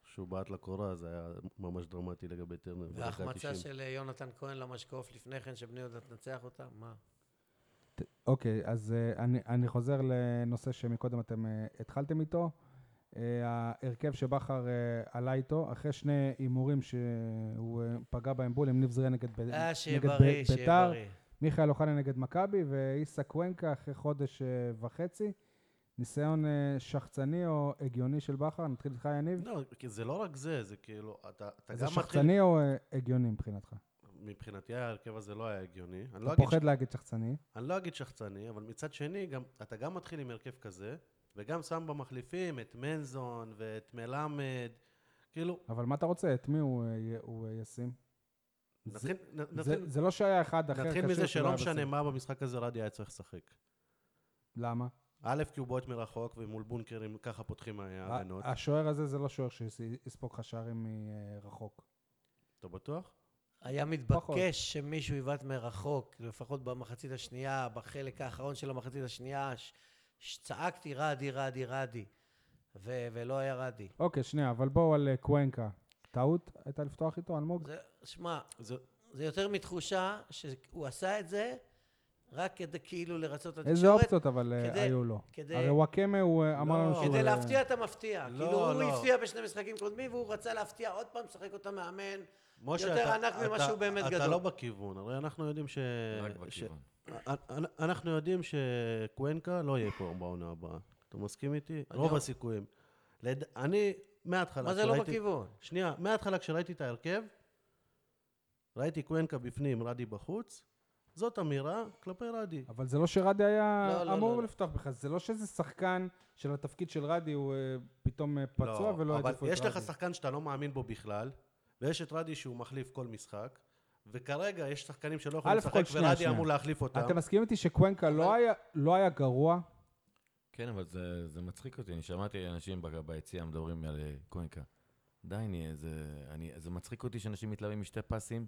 Speaker 2: שהוא בעט לקורה, זה היה ממש דרמטי לגבי טרנר. בדקה
Speaker 3: וההחמצה
Speaker 2: 90.
Speaker 3: של אה, יונתן כהן למשקוף לפני כן, שבני יהודה תנצח אותה? מה?
Speaker 1: אוקיי, אז אה, אני- אני חוזר לנושא שמקודם אתם אה, התחלתם איתו. אה, ההרכב שבכר אה, עלה איתו, אחרי שני הימורים שהוא אה, פגע בהם בול, עם ניב זריה נגד ב-
Speaker 3: אה, שיהיה
Speaker 1: נגד ב-
Speaker 3: בריא, שיהיה
Speaker 1: ביתר.
Speaker 3: בריא.
Speaker 1: מיכאל אוחנה נגד מכבי, ואיסה קוונקה אחרי חודש אה, וחצי. ניסיון אה, שחצני או הגיוני של בכר? נתחיל איתך, יניב?
Speaker 2: לא, כי זה לא רק זה, זה כאילו, אתה, אתה גם
Speaker 1: זה
Speaker 2: מתחיל...
Speaker 1: שחצני או אה, הגיוני מבחינתך?
Speaker 2: מבחינתי ההרכב הזה לא היה הגיוני. אני לא
Speaker 1: אתה
Speaker 2: אגיד
Speaker 1: פוחד להגיד שחצני.
Speaker 2: אני לא אגיד שחצני, אבל מצד שני, גם, אתה גם מתחיל עם הרכב כזה, וגם שם במחליפים את מנזון ואת מלמד, כאילו,
Speaker 1: אבל מה אתה רוצה? את מי הוא, אה, י- הוא אה, ישים? זה-
Speaker 2: נתחיל- נ-
Speaker 1: זה-
Speaker 2: נתחיל-
Speaker 1: זה לא שהיה אחד אחר
Speaker 2: נתחיל
Speaker 1: כשיר
Speaker 2: מזה
Speaker 1: שלא
Speaker 2: שלא
Speaker 1: היה
Speaker 2: משנה
Speaker 1: בסרט.
Speaker 2: מה במשחק הזה רדי היה צריך לשחק.
Speaker 1: למה?
Speaker 2: א', כי הוא בועט מרחוק, ומול בונקרים ככה פותחים אה,
Speaker 1: אה,
Speaker 2: ההגנות.
Speaker 1: ה- השוער הזה זה לא שוער שיספוג אה, לך שערים מרחוק.
Speaker 2: אתה בטוח?
Speaker 3: היה
Speaker 1: פחות.
Speaker 3: מתבקש שמישהו יבעט מרחוק, לפחות במחצית השנייה, בחלק האחרון של המחצית השנייה, ש- ש- צעקתי רדי, רדי, רדי, ו- ולא היה רדי.
Speaker 1: אוקיי, שנייה, אבל בואו על אה, קוונקה. טעות הייתה לפתוח איתו, אלמוג?
Speaker 3: זה- שמע,
Speaker 2: זה-
Speaker 3: זה יותר מתחושה שהוא עשה את זה רק כדי כאילו לרצות את התקשורת.
Speaker 1: איזה אופציות אבל אה,
Speaker 3: כדי-
Speaker 1: היו לו?
Speaker 3: כדי-
Speaker 1: הרי וואקמה הוא אה, אמר
Speaker 2: לא,
Speaker 1: לנו שהוא...
Speaker 3: כדי
Speaker 1: אה,
Speaker 3: להפתיע את המפתיע.
Speaker 2: לא,
Speaker 3: כאילו, הוא
Speaker 2: לא.
Speaker 3: הפתיע בשני משחקים קודמים, והוא רצה להפתיע עוד פעם, לשחק אותה מאמן.
Speaker 2: משה,
Speaker 3: יותר
Speaker 2: אתה-
Speaker 3: ענק ממה
Speaker 2: אתה-
Speaker 3: שהוא באמת
Speaker 2: אתה
Speaker 3: גדול.
Speaker 2: לא בכיוון, הרי אנחנו יודעים ש...
Speaker 4: רק
Speaker 2: אה, ש-
Speaker 4: בכיוון.
Speaker 2: אנ- אנ- אנחנו יודעים שקוונקה לא יהיה פה בעונה הבאה. אתה מסכים איתי?
Speaker 3: אני
Speaker 2: רוב
Speaker 3: לא-
Speaker 2: הסיכויים. לד- אני, מההתחלה...
Speaker 3: מה זה לא
Speaker 2: כשראיתי-
Speaker 3: בכיוון?
Speaker 2: שנייה, מההתחלה כשראיתי את ההרכב, ראיתי קוונקה בפנים, רדי בחוץ, זאת אמירה כלפי רדי.
Speaker 1: אבל זה לא שרדי היה
Speaker 3: לא, לא,
Speaker 1: אמור
Speaker 3: לא.
Speaker 1: לפתוח בכלל, זה לא שאיזה שחקן של התפקיד של רדי הוא אה, פתאום אה, פצוע ולא
Speaker 2: לא, אבל
Speaker 1: העדיפו את רדי.
Speaker 2: יש לך שחקן שאתה לא מאמין בו בכלל, ויש את רדי שהוא מחליף כל משחק, וכרגע יש שחקנים שלא יכולים
Speaker 1: א', כל
Speaker 2: לשחק,
Speaker 1: שנייה,
Speaker 2: ורדי
Speaker 1: שנייה.
Speaker 2: אמור להחליף אותם.
Speaker 1: אתם מסכימים איתי שקוונקה לא היה- לא היה גרוע?
Speaker 4: כן, אבל זה, זה מצחיק אותי. אני שמעתי אנשים בג- ביציע מדברים על אה, קוינקה. די, ני, זה, אני, זה מצחיק אותי שאנשים מתלהבים משתי פסים.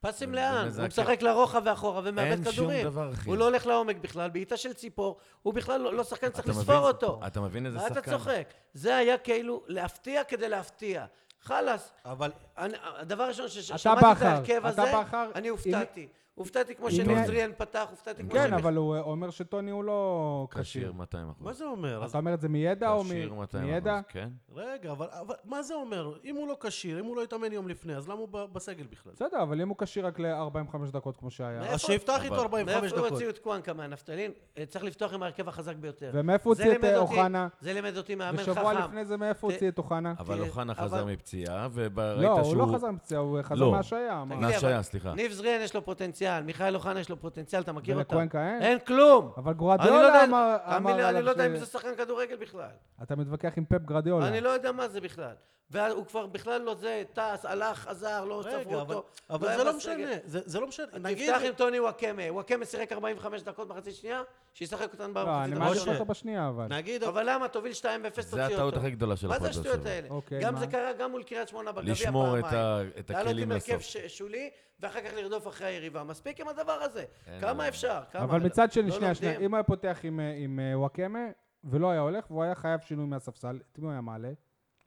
Speaker 3: פסים
Speaker 4: זה
Speaker 3: לאן?
Speaker 4: מזעזע,
Speaker 3: הוא משחק לרוחב ואחורה
Speaker 4: אין
Speaker 3: ומאבד
Speaker 4: שום
Speaker 3: כדורים.
Speaker 4: דבר, אחי.
Speaker 3: הוא לא הולך לעומק בכלל, בעיטה של ציפור, הוא בכלל לא לא שחקן שצריך
Speaker 4: אתה מבין-
Speaker 3: לספור אותו.
Speaker 4: אתה מבין איזה
Speaker 3: ואתה
Speaker 4: שחקן?
Speaker 3: צוחק. זה היה כאילו להפתיע כדי להפתיע. חלאס.
Speaker 2: אבל
Speaker 3: אני- הדבר הראשון
Speaker 1: אתה
Speaker 3: ששמעתי את
Speaker 1: בכר,
Speaker 3: ההרכב
Speaker 1: אתה
Speaker 3: הזה,
Speaker 1: בכר,
Speaker 3: אני
Speaker 1: אם-
Speaker 3: הופתעתי. הופתעתי כמו
Speaker 1: אם-
Speaker 3: שנוזריאן פתח, הופתעתי כמו
Speaker 1: כן,
Speaker 3: שבכלל-
Speaker 1: אבל הוא אה, אומר שטוני הוא לא
Speaker 4: כשיר
Speaker 1: כשיר.
Speaker 4: 200
Speaker 2: מה
Speaker 4: אחוז.
Speaker 2: זה אומר? אז-
Speaker 1: אתה אומר את זה מידע או מ-
Speaker 4: כשיר 200
Speaker 1: מידע?
Speaker 4: אחוז, כן.
Speaker 2: רגע, אבל, אבל מה זה אומר? אם הוא לא כשיר, אם הוא לא התאמן יום לפני, אז למה הוא ב- בסגל בכלל?
Speaker 1: בסדר, אבל אם הוא כשיר רק ל-45 דקות כמו שהיה.
Speaker 3: מאיפה-
Speaker 2: אז שיפתח
Speaker 4: אבל-
Speaker 2: איתו 45
Speaker 3: מאיפה הוא
Speaker 2: דקות.
Speaker 3: הוציאו את קוואנקה מהנפטלין? אה, צריך לפתוח עם ההרכב החזק ביותר.
Speaker 1: ומאיפה הוא
Speaker 3: זה
Speaker 1: הוציא את
Speaker 3: לימד
Speaker 1: אה,
Speaker 3: אותי-
Speaker 1: אוחנה?
Speaker 3: זה לימד אותי מאמן חכם.
Speaker 1: ושבוע לפני זה מאיפה הוא
Speaker 3: ת-
Speaker 1: הוציא את אוחנה?
Speaker 4: אבל
Speaker 3: תראה,
Speaker 4: אוחנה
Speaker 3: אבל-
Speaker 4: חזר מפציעה,
Speaker 1: לא,
Speaker 4: וראית
Speaker 1: הוא
Speaker 4: שהוא...
Speaker 1: לא חזר מפציעה, הוא חזר
Speaker 4: לא.
Speaker 1: מהשעיה. אמר.
Speaker 3: תגיד לי,
Speaker 4: מהשעיה,
Speaker 3: אבל-
Speaker 4: סליחה.
Speaker 3: ניב זריאן יש לו פוטנציאל, מיכאל אוחנה יש לו פוטנציאל, אתה מכיר אותם.
Speaker 1: ולקוונקה אין?
Speaker 3: אין כלום.
Speaker 1: אבל
Speaker 3: אני לא יודע-
Speaker 1: גורדיאלה אמר...
Speaker 3: תאמין לי,
Speaker 1: אמר
Speaker 3: אני
Speaker 1: עליו
Speaker 3: לא יודע
Speaker 1: ש-
Speaker 3: אם זה שחקן כדורגל בכלל.
Speaker 1: אתה מתווכח עם פפ גרדיאולה.
Speaker 3: אני לא יודע מה זה בכלל. והוא כבר בכלל לא זה, טס, הלך, חזר, לא צברו
Speaker 2: רגע, אבל,
Speaker 3: אותו.
Speaker 2: אבל
Speaker 3: היה
Speaker 2: זה לא
Speaker 3: בסגל.
Speaker 2: משנה, זה, זה לא משנה. נגיד,
Speaker 3: תפתח עם טוני וואקמה, וואקמה שיחק 45 דקות מחצית שנייה, שישחק אותן
Speaker 1: לא, אני
Speaker 3: במחצית
Speaker 1: מעדיף
Speaker 3: הראשונה.
Speaker 2: משה.
Speaker 1: אותו בשנייה, אבל.
Speaker 2: נגיד,
Speaker 3: אבל למה? תוביל 2-0,
Speaker 4: אוקיי. זה
Speaker 3: תוציא
Speaker 4: הטעות
Speaker 3: אותו.
Speaker 4: הכי גדולה של
Speaker 3: מה
Speaker 4: הפועל
Speaker 3: זה
Speaker 4: באר שבע.
Speaker 3: השטויות האלה?
Speaker 1: אוקיי,
Speaker 3: גם
Speaker 1: מה?
Speaker 3: זה קרה גם מול קריית שמונה בגביע פעמיים.
Speaker 4: לשמור את ה- את הכלים
Speaker 3: לעלות עם
Speaker 4: לסוף.
Speaker 3: הרכב ש- שולי, ואחר כך לרדוף אחרי היריבה. מספיק עם הדבר הזה.
Speaker 4: אין,
Speaker 3: כמה
Speaker 4: אין.
Speaker 3: אפשר? כמה?
Speaker 1: אבל
Speaker 3: לא-
Speaker 1: מצד שני,
Speaker 3: לא
Speaker 1: שנייה, שנייה,
Speaker 3: לומדים.
Speaker 1: אם הוא היה פותח עם, אה, עם אה, וואקמה, ולא היה הולך, והוא היה חייב שינוי מהספסל, את מי הוא היה מעלה?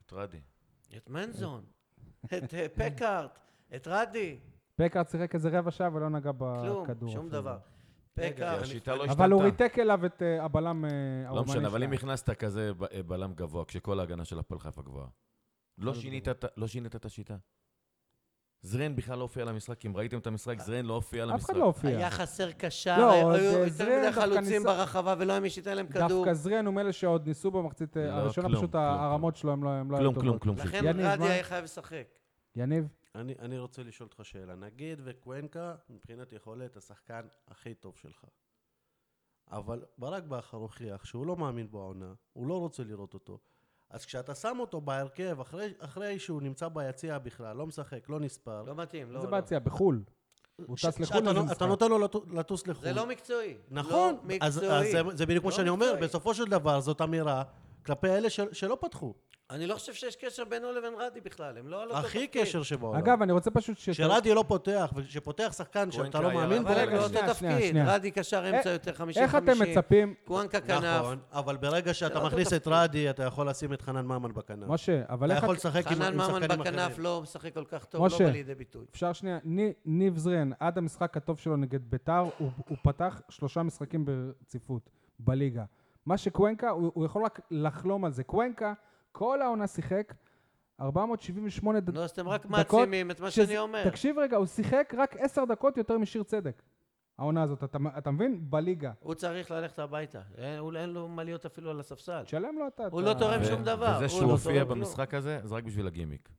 Speaker 4: טרדי.
Speaker 3: את מנזון, את אה, פקארט, את רדי,
Speaker 1: פקארט שיחק איזה רבע שעה ולא נגע בכדור.
Speaker 3: כלום, שום
Speaker 1: אפילו. לא
Speaker 3: דבר.
Speaker 4: כי
Speaker 3: פקארט,
Speaker 4: השיטה לא
Speaker 1: אבל הוא
Speaker 4: השתנתה.
Speaker 1: ריתק אליו את אה, הבלם אה,
Speaker 4: לא
Speaker 1: הרומני
Speaker 4: משנה, אבל
Speaker 1: שלהם.
Speaker 4: אם הכנסת כזה ב- אה, בלם גבוה, כשכל ההגנה של הפועל חיפה גבוהה, לא שינית את ה- לא שינית את השיטה. זרן בכלל לא הופיע למשחק, אם ראיתם את המשחק, זרן לא הופיע
Speaker 1: אף
Speaker 4: למשחק.
Speaker 1: אחד לא הופיע.
Speaker 3: היה חסר
Speaker 1: לא,
Speaker 3: קשר, היו
Speaker 1: אז, אה,
Speaker 3: היו יותר
Speaker 1: זריאן
Speaker 3: מדי
Speaker 1: דווקא
Speaker 3: חלוצים
Speaker 1: ניסה-
Speaker 3: ברחבה ולא היה מי שייתן להם כדור.
Speaker 1: דווקא זריאן הוא מאלה שעוד ניסו במחצית אה,
Speaker 4: לא,
Speaker 1: הראשונה,
Speaker 4: כלום,
Speaker 1: פשוט
Speaker 4: כלום,
Speaker 1: הרמות שלו הם לא הם לא היו
Speaker 4: כלום,
Speaker 1: טובות.
Speaker 4: כלום, כלום.
Speaker 3: לכן
Speaker 4: שיקי.
Speaker 1: יניב,
Speaker 3: רדי
Speaker 1: מה?
Speaker 3: היה חייב לשחק.
Speaker 1: יניב,
Speaker 2: אני, אני רוצה לשאול אותך שאלה. נגיד וקוונקה, מבחינת יכולת, השחקן הכי טוב שלך. אבל ברק בכר הוכיח שהוא לא מאמין בו העונה, הוא לא רוצה לראות אותו. אז כשאתה שם אותו בהרכב, אחרי, אחרי שהוא נמצא ביציע בכלל, לא משחק, לא נספר,
Speaker 3: לא מתאים, לא,
Speaker 1: זה
Speaker 3: לא.
Speaker 1: ביציע, בחו"ל. הוא
Speaker 2: ש-
Speaker 1: טס
Speaker 2: שאתה
Speaker 1: לחו"ל
Speaker 2: לא-
Speaker 1: איזה
Speaker 2: אתה
Speaker 1: משחק.
Speaker 2: נותן לו לטו- לטוס לחו"ל.
Speaker 3: זה לא מקצועי.
Speaker 2: נכון,
Speaker 3: לא
Speaker 2: אז,
Speaker 3: מקצועי.
Speaker 2: אז זה, זה בדיוק מה
Speaker 3: לא
Speaker 2: שאני אומר,
Speaker 3: מקצועי.
Speaker 2: בסופו של דבר זאת אמירה כלפי אלה של, שלא פתחו.
Speaker 3: אני לא חושב שיש קשר בינו לבין רדי בכלל, הם לא על אותו
Speaker 2: הכי
Speaker 3: תפקיד.
Speaker 2: קשר שבעולם.
Speaker 1: אגב, אני רוצה פשוט ש...
Speaker 2: כשרדי לא פותח, וכשפותח שחקן שאתה
Speaker 4: קוונקה
Speaker 2: לא
Speaker 4: היה
Speaker 2: מאמין בו,
Speaker 3: אבל הם
Speaker 4: רגע,
Speaker 3: לא אותו
Speaker 1: שנייה, שנייה,
Speaker 3: תפקיד,
Speaker 1: שנייה. אה,
Speaker 3: רדי קשר אמצע יותר 50-50.
Speaker 1: איך אתם מצפים...
Speaker 3: קוואנקה כנף.
Speaker 2: נכון, אבל ברגע
Speaker 3: זה
Speaker 2: שאתה
Speaker 3: לא
Speaker 2: מכניס
Speaker 3: אותו
Speaker 2: את
Speaker 3: תפקיד.
Speaker 2: רדי, אתה יכול לשים את חנן ממן בכנף.
Speaker 1: משה, אבל
Speaker 2: לא. אתה
Speaker 1: איך...
Speaker 2: יכול
Speaker 1: את-
Speaker 2: לשחק עם
Speaker 3: חנן
Speaker 2: עם
Speaker 3: ממן
Speaker 2: שחקנים
Speaker 3: בכנף
Speaker 2: אחרים.
Speaker 3: לא משחק כל כך טוב, לא
Speaker 1: משה.
Speaker 3: בא לידי ביטוי.
Speaker 1: אפשר שנייה, ני- ניב זרין, עד המשחק הטוב שלו נגד ביתר, הוא, הוא פתח שלושה משחקים ברציפות בליגה. מה שקוונקה, הוא, הוא יכול רק לחלום על זה. קוונקה, כל העונה שיחק 478 ד...
Speaker 2: לא
Speaker 3: נו, אז אתם רק
Speaker 1: דקות
Speaker 3: מעצימים את מה
Speaker 1: שזה-
Speaker 3: שאני אומר.
Speaker 1: תקשיב רגע, הוא שיחק רק עשר דקות יותר משיר צדק. העונה הזאת, אתה, אתה מבין? בליגה.
Speaker 3: הוא צריך ללכת הביתה. אין- הוא- אין לו מה להיות אפילו על הספסל.
Speaker 1: תשלם לו אתה.
Speaker 3: הוא לא תורם
Speaker 4: ו-
Speaker 3: שום דבר,
Speaker 4: וזה
Speaker 3: הוא
Speaker 4: שהוא
Speaker 3: לא
Speaker 4: הופיע
Speaker 3: תורם
Speaker 4: במשחק הזה, זה רק בשביל הגימיק.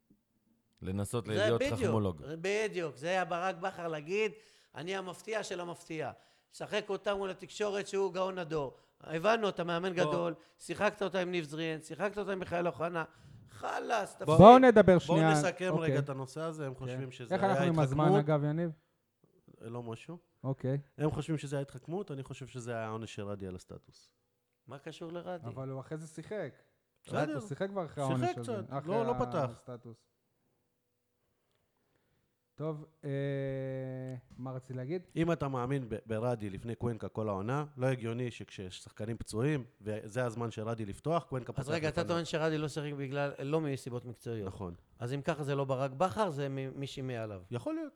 Speaker 4: לנסות
Speaker 3: זה
Speaker 4: להיות
Speaker 3: בדיוק,
Speaker 4: חכמולוג.
Speaker 3: זה בדיוק, זה היה ברק בכר להגיד, אני המפתיע של המפתיע. שחק אותה מול התקשורת שהוא גאון הדור. הבנו, אתה מאמן גדול, שיחקת אותה עם ניב זריאן, שיחקת אותה עם מיכאל אוחנה, חלאס, תפסיק.
Speaker 1: בואו נדבר
Speaker 3: לא.
Speaker 2: בואו
Speaker 1: שנייה.
Speaker 2: נסכם
Speaker 1: אוקיי. כן.
Speaker 2: רגע את הנושא הזה, הם חושבים שזה
Speaker 1: איך
Speaker 2: היה
Speaker 1: אנחנו עם הזמן,
Speaker 2: התחכמות,
Speaker 1: אגב, יניב?
Speaker 2: לא משהו.
Speaker 1: אוקיי.
Speaker 2: הם חושבים שזה היה התחכמות, אני חושב שזה היה העונש של רדי על הסטטוס.
Speaker 3: מה קשור לרדי?
Speaker 1: אבל הוא אחרי זה שיחק.
Speaker 2: בסדר.
Speaker 1: הוא שיחק כבר אחרי
Speaker 2: שיחק
Speaker 1: העונש הזה.
Speaker 2: קצת,
Speaker 1: אחרי
Speaker 2: לא- לא פתח.
Speaker 1: הסטטוס. טוב, אה, מה רציתי להגיד?
Speaker 2: אם אתה מאמין ב- ברדי לפני קוונקה כל העונה, לא הגיוני שכששחקנים פצועים, וזה הזמן של רדי לפתוח, קוונקה פותח
Speaker 3: אז רגע, אתה
Speaker 2: לפניו.
Speaker 3: טוען שרדי לא שיחק בגלל, לא מסיבות מקצועיות.
Speaker 2: נכון.
Speaker 3: אז אם ככה זה לא ברק בכר, זה מ- מישהי מעליו.
Speaker 2: יכול להיות.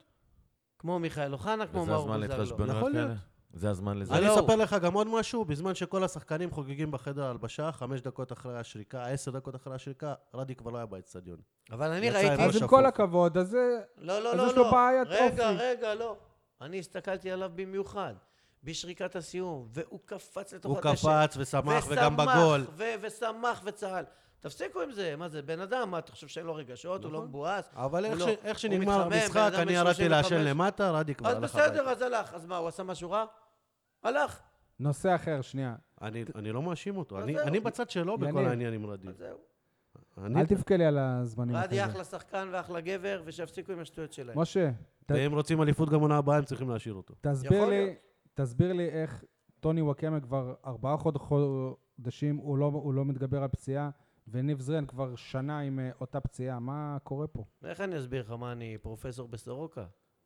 Speaker 2: כמו...
Speaker 3: כמו מיכאל אוחנה, כמו לא.
Speaker 4: וזה
Speaker 3: מאור
Speaker 4: הזמן
Speaker 3: בוזגלו.
Speaker 4: להתחשבנויות
Speaker 2: יכול
Speaker 4: כאלה?
Speaker 2: להיות.
Speaker 4: זה הזמן לזה.
Speaker 2: אני
Speaker 3: הלו.
Speaker 2: אספר לך גם עוד משהו, בזמן שכל השחקנים חוגגים בחדר ההלבשה, חמש דקות אחרי השריקה, עשר דקות אחרי השריקה, רדי כבר לא היה באצטדיון.
Speaker 3: אבל אני
Speaker 2: יצא
Speaker 3: ראיתי...
Speaker 1: אז
Speaker 2: עם
Speaker 1: עם
Speaker 2: אה, לא שפוף.
Speaker 1: כל הכבוד, אז זה...
Speaker 3: לא, לא,
Speaker 1: אז
Speaker 3: לא,
Speaker 1: יש לו
Speaker 3: לא.
Speaker 1: בעיית
Speaker 3: רגע,
Speaker 1: אופי.
Speaker 3: רגע, לא. אני הסתכלתי עליו במיוחד, בשריקת הסיום, והוא קפץ לתוך
Speaker 2: הוא
Speaker 3: הדשא.
Speaker 2: קפץ ושמח וגם בגול.
Speaker 3: ו- ושמח וצהל. תפסיקו עם זה, מה זה, בן אדם, מה, אתה חושב שאין לו רגשות, הוא לא
Speaker 2: נכון.
Speaker 3: מבואס?
Speaker 2: אבל
Speaker 3: הוא
Speaker 2: איך
Speaker 3: לא-
Speaker 2: ש- איך
Speaker 3: הוא
Speaker 2: שנגמר
Speaker 3: מתחמם,
Speaker 2: המשחק,
Speaker 3: בן אדם
Speaker 2: אני
Speaker 3: בן
Speaker 2: ירדתי לעשן
Speaker 3: 35.
Speaker 2: למטה, רדי כבר
Speaker 3: אז
Speaker 2: הלך
Speaker 3: בסדר,
Speaker 2: הביתה.
Speaker 3: אז הלך. אז מה, הוא עשה משהו רע? הלך.
Speaker 1: נושא אחר, שנייה.
Speaker 2: אני- אני לא מאשים אותו,
Speaker 3: אז
Speaker 2: אני-
Speaker 3: זהו.
Speaker 2: אני בצד שלו בכל
Speaker 1: יניב.
Speaker 2: העניין עם רדי.
Speaker 3: אז זהו.
Speaker 2: אני-
Speaker 1: אל תבכה לי על הזמנים.
Speaker 3: רדי
Speaker 1: אחרי זה.
Speaker 3: אחלה שחקן ואחלה גבר, ושיפסיקו עם השטויות שלהם.
Speaker 1: משה, ת-
Speaker 2: ואם רוצים אליפות גם עונה הבאה, הם צריכים להשאיר אותו.
Speaker 1: תסביר
Speaker 3: יכול
Speaker 1: לי,
Speaker 3: להיות.
Speaker 1: תסביר לי איך טוני וואקמה כבר ארבעה חוד- חודשים, הוא לא, הוא לא מתגבר על פציעה, וניב זרן כבר שנה עם אה, אותה פציעה. מה קורה פה?
Speaker 3: איך אני אסביר לך מה, אני פרופסור בסורוקה?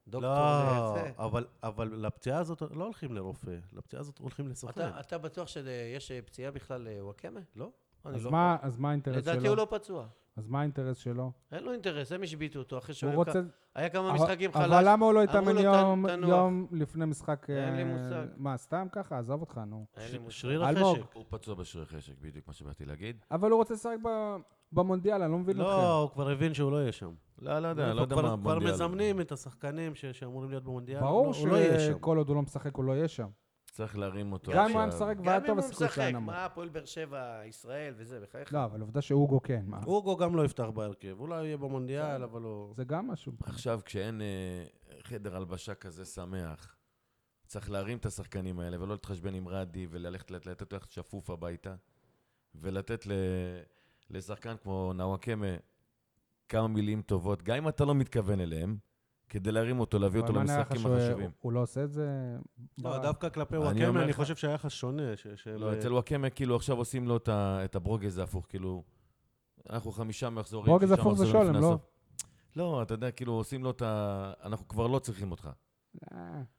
Speaker 3: דוקטור
Speaker 2: לא,
Speaker 3: לזה?
Speaker 2: אבל- אבל לפציעה הזאת לא הולכים לרופא, לפציעה הזאת הולכים לסוכן.
Speaker 3: אתה, אתה בטוח שיש אה, פציעה בכלל לוואקמה?
Speaker 2: לא.
Speaker 3: אני
Speaker 1: אז
Speaker 3: לא.
Speaker 1: מה, אז מה האינטרס
Speaker 3: לדעתי
Speaker 1: שלו?
Speaker 3: הוא לא פצוע.
Speaker 1: אז מה האינטרס שלו?
Speaker 3: אין לו אינטרס, הם השביתו אותו אחרי שהוא
Speaker 1: הוא
Speaker 3: היה,
Speaker 1: רוצה...
Speaker 3: היה כמה
Speaker 1: אבל-
Speaker 3: משחקים חלש.
Speaker 1: אבל למה הוא לא
Speaker 3: אמרו
Speaker 1: התאמן
Speaker 3: לו,
Speaker 1: יום-
Speaker 3: "תנוח".
Speaker 1: יום לפני משחק...
Speaker 3: אין לי
Speaker 1: אה,
Speaker 3: מושג.
Speaker 1: מה, סתם ככה? עזוב אותך, נו.
Speaker 3: אין לי
Speaker 2: ש-
Speaker 3: מושג.
Speaker 2: שריר
Speaker 1: אלמוג.
Speaker 2: החשק.
Speaker 4: הוא פצוע בשרי חשק, בדיוק מה שבאתי להגיד.
Speaker 1: אבל הוא רוצה לשחק ב- במונדיאל, אני לא מבין אתכם.
Speaker 2: לא, הוא כבר הבין שהוא לא יהיה שם.
Speaker 4: לא, לא יודע, לא
Speaker 2: הוא
Speaker 4: יודע
Speaker 2: כבר-
Speaker 4: מה
Speaker 2: כבר
Speaker 4: המונדיאל.
Speaker 2: מזמנים את השחקנים ש- שאמורים להיות במונדיאל.
Speaker 1: ברור
Speaker 2: הוא לא יהיה שם.
Speaker 1: שכל עוד הוא לא משחק, הוא לא יהיה שם.
Speaker 4: צריך להרים אותו
Speaker 1: גם אם הוא היה משחק
Speaker 3: גם
Speaker 1: והיה
Speaker 3: אם
Speaker 1: טוב,
Speaker 3: הוא
Speaker 1: הסיכוי שהיה
Speaker 3: משחק,
Speaker 1: נמוך.
Speaker 3: מה, הפועל באר שבע, ישראל וזה, בחייך.
Speaker 1: לא, אבל עובדה שהוגו כן, מה?
Speaker 2: אוגו גם לא יפתח בהרכב, אולי הוא יהיה במונדיאל, אבל הוא...
Speaker 1: זה גם משהו.
Speaker 4: עכשיו, כשאין אה, חדר הלבשה כזה שמח, צריך להרים את השחקנים האלה ולא להתחשבן עם רדי וללכת לת- לתת ללכת שפוף הביתה ולתת ל- לשחקן כמו נוואקמה כמה מילים טובות, גם אם אתה לא מתכוון אליהם, כדי להרים אותו, להביא אותו
Speaker 1: אבל מה נראה לך
Speaker 4: למשחקים
Speaker 1: שהוא-
Speaker 4: החשובים.
Speaker 1: הוא לא עושה את זה?
Speaker 2: לא,
Speaker 1: ברק.
Speaker 2: דווקא כלפי
Speaker 4: אני אומר
Speaker 2: וואקמה, אני
Speaker 4: לך-
Speaker 2: חושב שהיחס שונה. ש- שהם,
Speaker 4: לא,
Speaker 2: אה,
Speaker 4: אצל וואקמה כאילו עכשיו עושים לו את ה- את הברוגז ההפוך, כאילו... אנחנו חמישה מחזורים,
Speaker 1: ברוגז
Speaker 4: שישה
Speaker 1: הפוך זה
Speaker 4: מחזורים
Speaker 1: שולם,
Speaker 4: לפני
Speaker 1: לא?
Speaker 4: הסוף. לא, אתה יודע, כאילו עושים לו את ה... אנחנו כבר לא צריכים אותך.
Speaker 1: אה,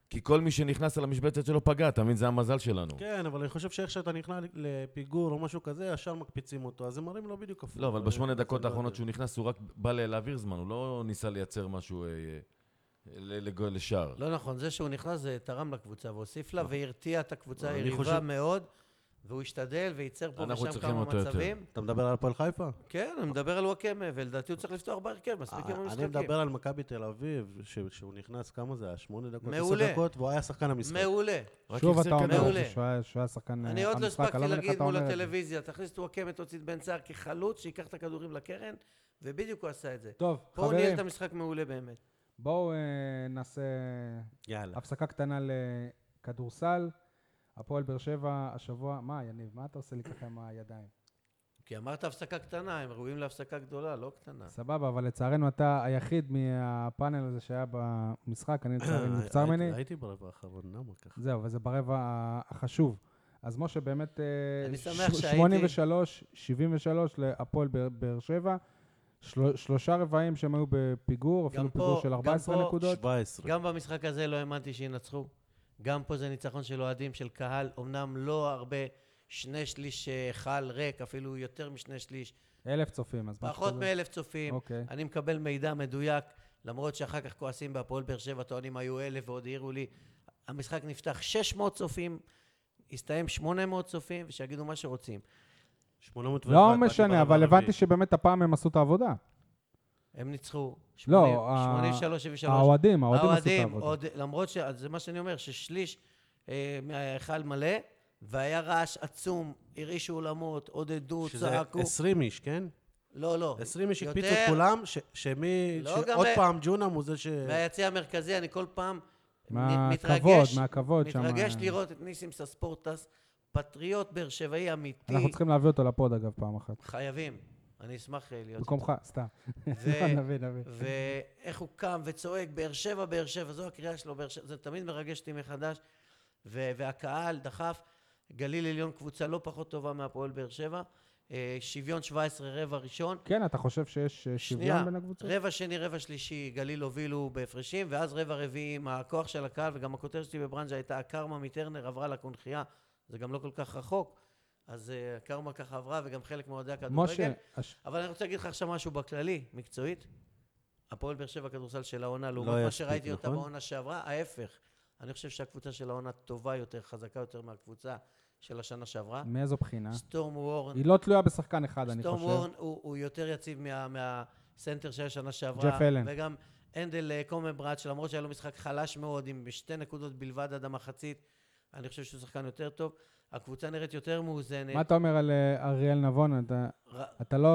Speaker 4: כי כל מי שנכנס על המשבצת שלו פגע, אתה מבין? זה המזל שלנו.
Speaker 2: כן, אבל אני חושב שאיך שאתה נכנע לפיגור או משהו כזה, ישר מקפיצים אותו, אז הם מראים לו בדיוק הפוך.
Speaker 4: לא, אבל בשמונה
Speaker 2: זה
Speaker 4: דקות
Speaker 2: לא
Speaker 4: האחרונות
Speaker 2: זה.
Speaker 4: שהוא נכנס, הוא רק בא ל- להעביר זמן, הוא לא ניסה לייצר משהו אה, אה, ל- לגול- לשער.
Speaker 3: לא נכון, זה שהוא נכנס זה תרם לקבוצה והוסיף לה והרתיע את הקבוצה
Speaker 2: לא. אני
Speaker 3: היריבה
Speaker 2: חושב-
Speaker 3: מאוד, והוא השתדל וייצר פה
Speaker 4: אנחנו
Speaker 3: ושם
Speaker 4: צריכים
Speaker 3: כמה
Speaker 4: אותו יותר.
Speaker 3: מצבים.
Speaker 2: אתה מדבר על הפועל חיפה? אה,
Speaker 3: כן, אני מדבר על וואקמה, ולדעתי הוא צריך לפתוח בהרכב, מספיק עם
Speaker 2: אני
Speaker 3: המשחקים.
Speaker 2: מדבר על מכבי תל אביב, ש- שהוא נכנס, כמה זה היה? שמונה דקות?
Speaker 3: מעולה.
Speaker 2: עשר דקות, והוא היה שחקן המשחק.
Speaker 3: מעולה.
Speaker 4: רק
Speaker 1: שוב
Speaker 4: החזיר
Speaker 1: אתה אומר
Speaker 4: כדור.
Speaker 1: את
Speaker 3: מעולה.
Speaker 1: זה, שהוא היה- שהוא היה שחקן אה,
Speaker 3: אני עוד לא
Speaker 1: המשחק,
Speaker 3: הספקתי
Speaker 1: אני לא מבין איך
Speaker 3: להגיד
Speaker 1: אתה
Speaker 3: מול
Speaker 1: אומר את זה.
Speaker 3: הטלוויזיה, תכניס את וואקמה, תוציא את בן סער כחלוץ, שייקח את הכדורים לקרן, ובדיוק הוא עשה את זה.
Speaker 1: טוב,
Speaker 3: פה הוא ניהל
Speaker 1: חברים,
Speaker 3: את המשחק מעולה באמת.
Speaker 1: בואו אה, נעשה
Speaker 2: יאללה.
Speaker 1: הפסקה קטנה לכדורסל. הפועל באר שבע השבוע, מה יניב, מה אתה עושה לי ככה עם הידיים?
Speaker 3: כי אמרת הפסקה קטנה, הם ראויים להפסקה גדולה, לא קטנה.
Speaker 1: סבבה, אבל לצערנו אתה היחיד מהפאנל הזה שהיה במשחק, אני
Speaker 4: אה,
Speaker 2: אה,
Speaker 1: לצערי נבצר
Speaker 2: הייתי-
Speaker 1: ממני.
Speaker 2: הייתי ברבע האחרון, למה ככה?
Speaker 1: זהו, וזה ברבע ה- החשוב. אז משה, באמת, אה,
Speaker 3: אני
Speaker 1: ש-
Speaker 3: שמח שהייתי-
Speaker 1: 83, 73 להפועל באר- באר שבע. של- שלושה רבעים שהם היו בפיגור, אפילו
Speaker 3: גם
Speaker 1: פיגור
Speaker 3: פה-
Speaker 1: של
Speaker 3: גם
Speaker 1: 14
Speaker 3: פה-
Speaker 1: נקודות.
Speaker 2: 17.
Speaker 3: גם במשחק הזה לא האמנתי שינצחו. גם פה זה ניצחון של אוהדים, של קהל, אמנם לא הרבה, שני שליש אה, חל ריק, אפילו יותר משני שליש,
Speaker 1: אלף צופים, אז משהו
Speaker 3: פחות
Speaker 1: כזה.
Speaker 3: מאלף צופים.
Speaker 1: אוקיי.
Speaker 3: אני מקבל מידע מדויק, למרות שאחר כך כועסים בהפועל באר שבע, טוענים היו אלף ועוד העירו לי. המשחק נפתח 600 צופים, הסתיים 800 צופים, ושיגידו מה שרוצים.
Speaker 2: 801.
Speaker 1: לא
Speaker 2: באתי
Speaker 1: משנה,
Speaker 2: ברבע
Speaker 1: אבל
Speaker 2: הרביעי.
Speaker 1: הבנתי שבאמת הפעם הם עשו את העבודה.
Speaker 3: הם ניצחו.
Speaker 1: לא, ה-
Speaker 3: 83, 73.
Speaker 1: האוהדים, האוהדים עשו את העבודה.
Speaker 3: עוד, למרות ש... אז זה מה שאני אומר, ששליש אה, מההיכל מלא, והיה רעש עצום, הרעישו אולמות, עודדו,
Speaker 2: שזה
Speaker 3: צעקו.
Speaker 2: 20 איש, כן?
Speaker 3: לא, לא.
Speaker 2: 20 איש
Speaker 3: יותר.
Speaker 2: הקפיצו את כולם, ש- שמי...
Speaker 3: לא, גם
Speaker 2: עוד
Speaker 3: ב-
Speaker 2: פעם ג'ונם הוא זה ש...
Speaker 3: מהיציע המרכזי, אני כל פעם מת-
Speaker 1: מהכבוד,
Speaker 3: מתרגש,
Speaker 1: מהכבוד שם. אה.
Speaker 3: מתרגש לראות את ניסים סספורטס, פטריוט באר שבעי אמיתי.
Speaker 1: אנחנו צריכים להביא אותו לפוד, אגב, פעם אחת.
Speaker 3: חייבים. אני אשמח אה, להיות...
Speaker 1: במקומך, סתם. לא, נבין, נבין.
Speaker 3: ואיך הוא קם וצועק, באר שבע, באר שבע, זו הקריאה שלו, באר שבע, זה תמיד מרגש אותי מחדש, ו- והקהל דחף, גליל עליון קבוצה לא פחות טובה מהפועל באר שבע, אה, שוויון 17 רבע ראשון,
Speaker 1: כן, אתה חושב שיש אה, שוויון בין הקבוצות?
Speaker 3: רבע שני, רבע שלישי, גליל הובילו בהפרשים, ואז רבע רביעי עם הכוח של הקהל, וגם הכותרת שלי בברנז'ה הייתה הקרמה מטרנר עברה לקונכייה, זה גם לא כל כך רחוק, אז אה, הקרמה ככה עברה, וגם חלק מאוהדי
Speaker 1: משה, אה,
Speaker 3: הכדורגל.
Speaker 1: הש-
Speaker 3: אבל אני רוצה להגיד לך עכשיו משהו בכללי, מקצועית. הפועל באר שבע כדורסל של העונה,
Speaker 1: לא
Speaker 3: לעומת
Speaker 2: היה
Speaker 3: מה
Speaker 2: מספיק,
Speaker 3: שראיתי אותה
Speaker 2: נכון?
Speaker 3: בעונה שעברה, ההפך. אני חושב שהקבוצה של העונה טובה יותר, חזקה יותר מהקבוצה של השנה שעברה.
Speaker 1: מאיזו בחינה?
Speaker 3: סטורם וורן,
Speaker 1: היא לא תלויה בשחקן אחד, אני
Speaker 3: סטורם
Speaker 1: חושב.
Speaker 3: וורן הוא הוא יותר יציב מה- מהסנטר שהיה שנה שעברה.
Speaker 1: ג'ף אלן.
Speaker 3: וגם הנדל אה, קומן בראט, שלמרות שהיה לו משחק חלש מאוד, עם שתי נקודות בלבד עד המחצית, אני חושב שהוא שחקן יותר טוב. הקבוצה נראית יותר מאוזנת.
Speaker 1: מה אתה אומר על אה, אריאל נבון? אתה-
Speaker 3: ר-
Speaker 1: אתה לא...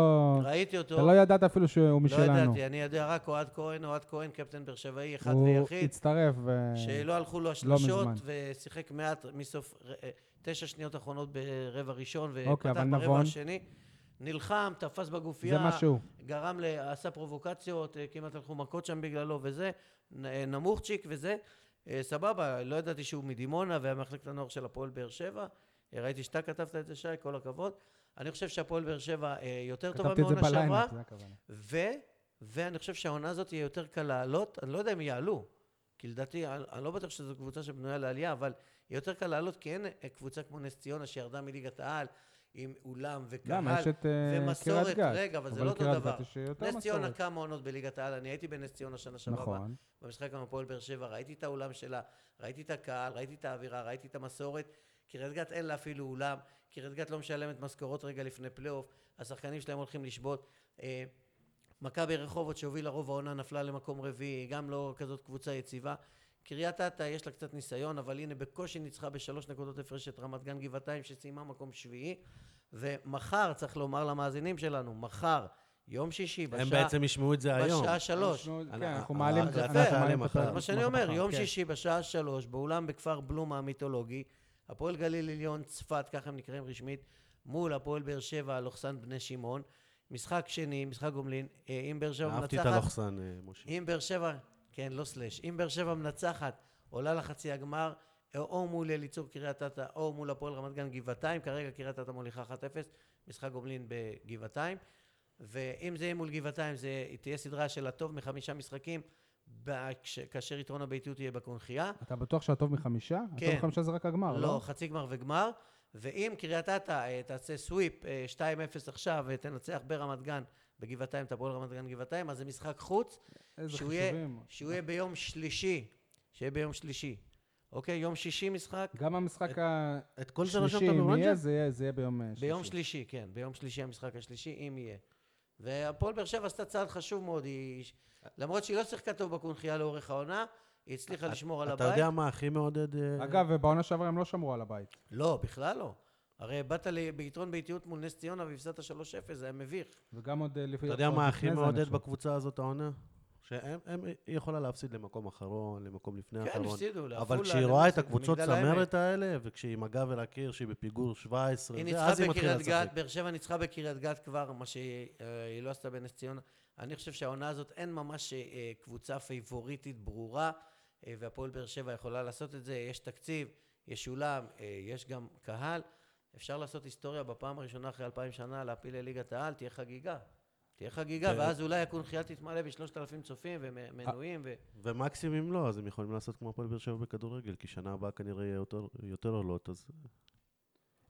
Speaker 3: ראיתי אותו.
Speaker 1: אתה לא ידעת אפילו שהוא משלנו.
Speaker 3: לא ידעתי, אני יודע רק אוהד כהן, אוהד כהן, קפטן באר שבעי, אחד
Speaker 1: הוא
Speaker 3: ויחיד,
Speaker 1: הצטרף, אה, ו-
Speaker 3: שלא הלכו לו השלשות,
Speaker 1: מזמן.
Speaker 3: ושיחק מעט מסוף ר- אה, תשע שניות אחרונות ברבע ראשון,
Speaker 1: אוקיי,
Speaker 3: ופתח
Speaker 1: אבל
Speaker 3: ברבע
Speaker 1: נבון?
Speaker 3: השני. נלחם, תפס
Speaker 1: זה
Speaker 3: בגופייה,
Speaker 1: מה שהוא.
Speaker 3: גרם, ל- עשה פרובוקציות, אה, כמעט הלכו מכות שם בגללו וזה, נ- אה, נמוכצ'יק וזה, אה, סבבה, לא ידעתי שהוא מדימונה והמחלקת הנוער של הפועל באר שבע, אה, ראיתי שאתה כתבת את זה שי, כל הכבוד. אני חושב שהפועל באר שבע אה, יותר טובה
Speaker 1: כתבתי את זה לא?
Speaker 3: מעונה
Speaker 1: בלילה,
Speaker 3: שעברה.
Speaker 1: זה הכוונה.
Speaker 3: ו, ואני חושב שהעונה הזאת תהיה יותר קל לעלות, אני לא יודע אם יעלו, כי לדעתי, אני, אני לא בטוח שזו קבוצה שבנויה לעלייה, אבל יהיה יותר קל לעלות, כי אין אה, קבוצה כמו נס ציונה שירדה מליגת העל, עם אולם וקהל.
Speaker 1: למה? יש את אה,
Speaker 3: ומסורת,
Speaker 1: קריית גת.
Speaker 3: רגע, אבל זה לא אותו
Speaker 1: קריית
Speaker 3: דבר.
Speaker 1: גת יש יותר
Speaker 3: נס ציונה
Speaker 1: מסורת.
Speaker 3: כמה עונות בליגת העל, אני הייתי בנס ציונה שנה שעברה,
Speaker 1: נכון.
Speaker 3: במשחק עם הפועל באר שבע, ראיתי את האולם שלה, ראיתי את הקהל, ראיתי את האווירה, ראיתי את המסורת. קריית גת אין לה אפילו אולם, קריית גת לא משלמת משכורות רגע לפני פלייאוף, השחקנים שלהם הולכים לשבות. אה, מכבי רחובות שהובילה רוב העונה נפלה למקום רביעי, גם לא כזאת קבוצה יציבה. קריית אתא יש לה קצת ניסיון, אבל הנה בקושי ניצחה בשלוש נקודות הפרש את רמת גן גבעתיים שסיימה מקום שביעי. ומחר, צריך לומר למאזינים שלנו, מחר, יום שישי, בשעה...
Speaker 2: הם בעצם ישמעו את זה היום.
Speaker 3: בשעה שלוש.
Speaker 1: אנחנו- כן,
Speaker 2: אנחנו-
Speaker 1: אנחנו
Speaker 2: אה,
Speaker 1: מעלים
Speaker 3: זה
Speaker 1: אנחנו
Speaker 3: יפה.
Speaker 1: מעלים את
Speaker 2: מחר.
Speaker 1: הפרק
Speaker 3: זה מה
Speaker 1: מחר,
Speaker 3: שאני אומר, יום
Speaker 1: כן.
Speaker 3: שישי בשעה שלוש, באולם בכפר בלום המיתולוגי, הפועל גליל עליון צפת, ככה הם נקראים רשמית, מול הפועל באר שבע, לוחסן בני שמעון. משחק שני, משחק גומלין, אה, אם באר שבע
Speaker 2: אהבתי את
Speaker 3: מנצחת,
Speaker 2: הלוחסן, אה, משה.
Speaker 3: אם באר שבע, כן, לא סלאש, אם באר שבע מנצחת, עולה לחצי הגמר, או מול אליצור קריית אתא, או מול הפועל רמת גן גבעתיים, כרגע קריית אתא מוליכה 1-0, משחק גומלין בגבעתיים, ואם זה יהיה מול גבעתיים, זה תהיה סדרה של הטוב מחמישה משחקים, ב- כש- כאשר יתרון הביתיות יהיה בקונכייה.
Speaker 1: אתה בטוח שהטוב מחמישה?
Speaker 3: כן.
Speaker 1: הטוב מחמישה זה רק הגמר, לא?
Speaker 3: לא, חצי גמר וגמר. ואם קריית אתא אה, תעשה סוויפ אה, 2-0 עכשיו ותנצח ברמת גן, בגבעתיים, את הפועל רמת גן גבעתיים, אז זה משחק חוץ,
Speaker 1: איזה
Speaker 3: שהוא יהיה-
Speaker 1: חישובים.
Speaker 3: שהוא יהיה ביום שלישי, שיהיה ביום שלישי. אוקיי? יום שישי משחק?
Speaker 1: גם המשחק השלישי,
Speaker 3: אה,
Speaker 2: את כל זה
Speaker 3: לא
Speaker 2: רשמת
Speaker 1: אם יהיה,
Speaker 2: בוונג'ה?
Speaker 1: זה יהיה- זה יהיה ביום אה, שלישי.
Speaker 3: ביום שלישי, כן. ביום שלישי המשחק השלישי, אם יהיה. והפועל באר שבע עשתה צעד חשוב מאוד. היא... למרות שהיא לא שיחקה טוב בקונכייה לאורך העונה, היא הצליחה לשמור על
Speaker 2: אה, אתה
Speaker 3: הבית.
Speaker 2: יודע מה הכי מעודד? אה,
Speaker 1: אגב, בעונה שעברה הם לא שמרו על הבית.
Speaker 3: לא, בכלל לא. הרי באת ל- ביתרון ביתיות מול נס ציונה והפסדת 3-0, זה היה מביך.
Speaker 1: וגם עוד אה, לפי...
Speaker 2: אתה יודע מה הכי
Speaker 1: לפני זה, אני
Speaker 2: מעודד
Speaker 1: חושב.
Speaker 2: בקבוצה הזאת העונה? שהם, הם- היא יכולה להפסיד למקום אחרון, למקום לפני
Speaker 3: כן,
Speaker 2: האחרון.
Speaker 3: הפסידו,
Speaker 2: נכון. אבל
Speaker 3: לעפולה,
Speaker 2: כשהיא רואה את
Speaker 3: למגדל
Speaker 2: הקבוצות
Speaker 3: העמק.
Speaker 2: צמרת האלה, וכשהיא עם הגב אל הקיר, שהיא בפיגור 17,
Speaker 3: היא
Speaker 2: זה,
Speaker 3: ניצחה
Speaker 2: אז היא מתחילה
Speaker 3: בקריית גת,
Speaker 2: לשחק.
Speaker 3: באר שבע ניצחה בקריית גת כבר, מה שהיא אה, היא לא עשתה בנס ציונה. אני חושב שהעונה הזאת אין ממש אה, קבוצה פייבוריטית ברורה, אה, והפועל באר שבע יכולה לעשות את זה. יש תקציב, יש אולם, אה, יש גם קהל. אפשר לעשות היסטוריה בפעם הראשונה אחרי אלפיים שנה, להפיל לליגת העל, תהיה חגיגה. תהיה חגיגה,
Speaker 2: כן.
Speaker 3: ואז אולי הקונכייה תתמלא בשלושת אלפים צופים ומנויים.
Speaker 2: אה,
Speaker 3: ו...
Speaker 2: ומקסימום אם לא, אז הם יכולים לעשות כמו הפועל באר שבע בכדורגל, כי שנה הבאה כנראה יהיה יותר- יותר עולות, אז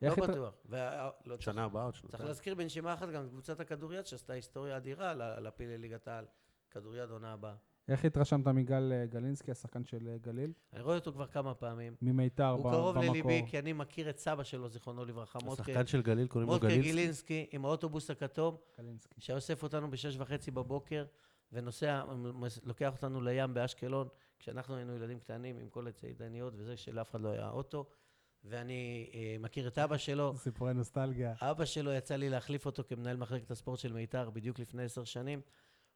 Speaker 3: לא
Speaker 1: איך הת-
Speaker 3: בטוח. וה... לא, צריך-
Speaker 2: שנה הבאה עוד
Speaker 3: צריך
Speaker 2: שנתיים.
Speaker 3: להזכיר בנשימה אחת גם את קבוצת הכדוריד שעשתה היסטוריה אדירה לה- להפיל לליגת העל. כדוריד עונה הבאה.
Speaker 1: איך התרשמת מגל אה, גלינסקי, השחקן של אה, גליל?
Speaker 3: אני רואה אותו כבר כמה פעמים.
Speaker 1: ממיתר ב-
Speaker 3: הוא
Speaker 1: במקור.
Speaker 3: קרוב לליבי, כן. כי אני מכיר את סבא שלו, זיכרונו לברכה, מוטקה
Speaker 2: השחקן של גליל קוראים לו
Speaker 3: מוטקה
Speaker 2: גליל.
Speaker 3: גילינסקי, עם האוטובוס הכתום,
Speaker 1: גלינסקי.
Speaker 3: שהיה אוסף אותנו בשש וחצי בבוקר, ונוסע, מ- מ- לוקח אותנו לים באשקלון, כשאנחנו היינו ילדים קטנים, עם כל הצעידניות וזה, שלאף אחד לא היה אוטו. ואני אה, מכיר את אבא שלו,
Speaker 1: סיפורי
Speaker 3: אה,
Speaker 1: נוסטלגיה.
Speaker 3: אבא שלו יצא לי להחליף אותו כמנהל מחלקת הספורט של מיתר בדיוק לפני עשר שנים,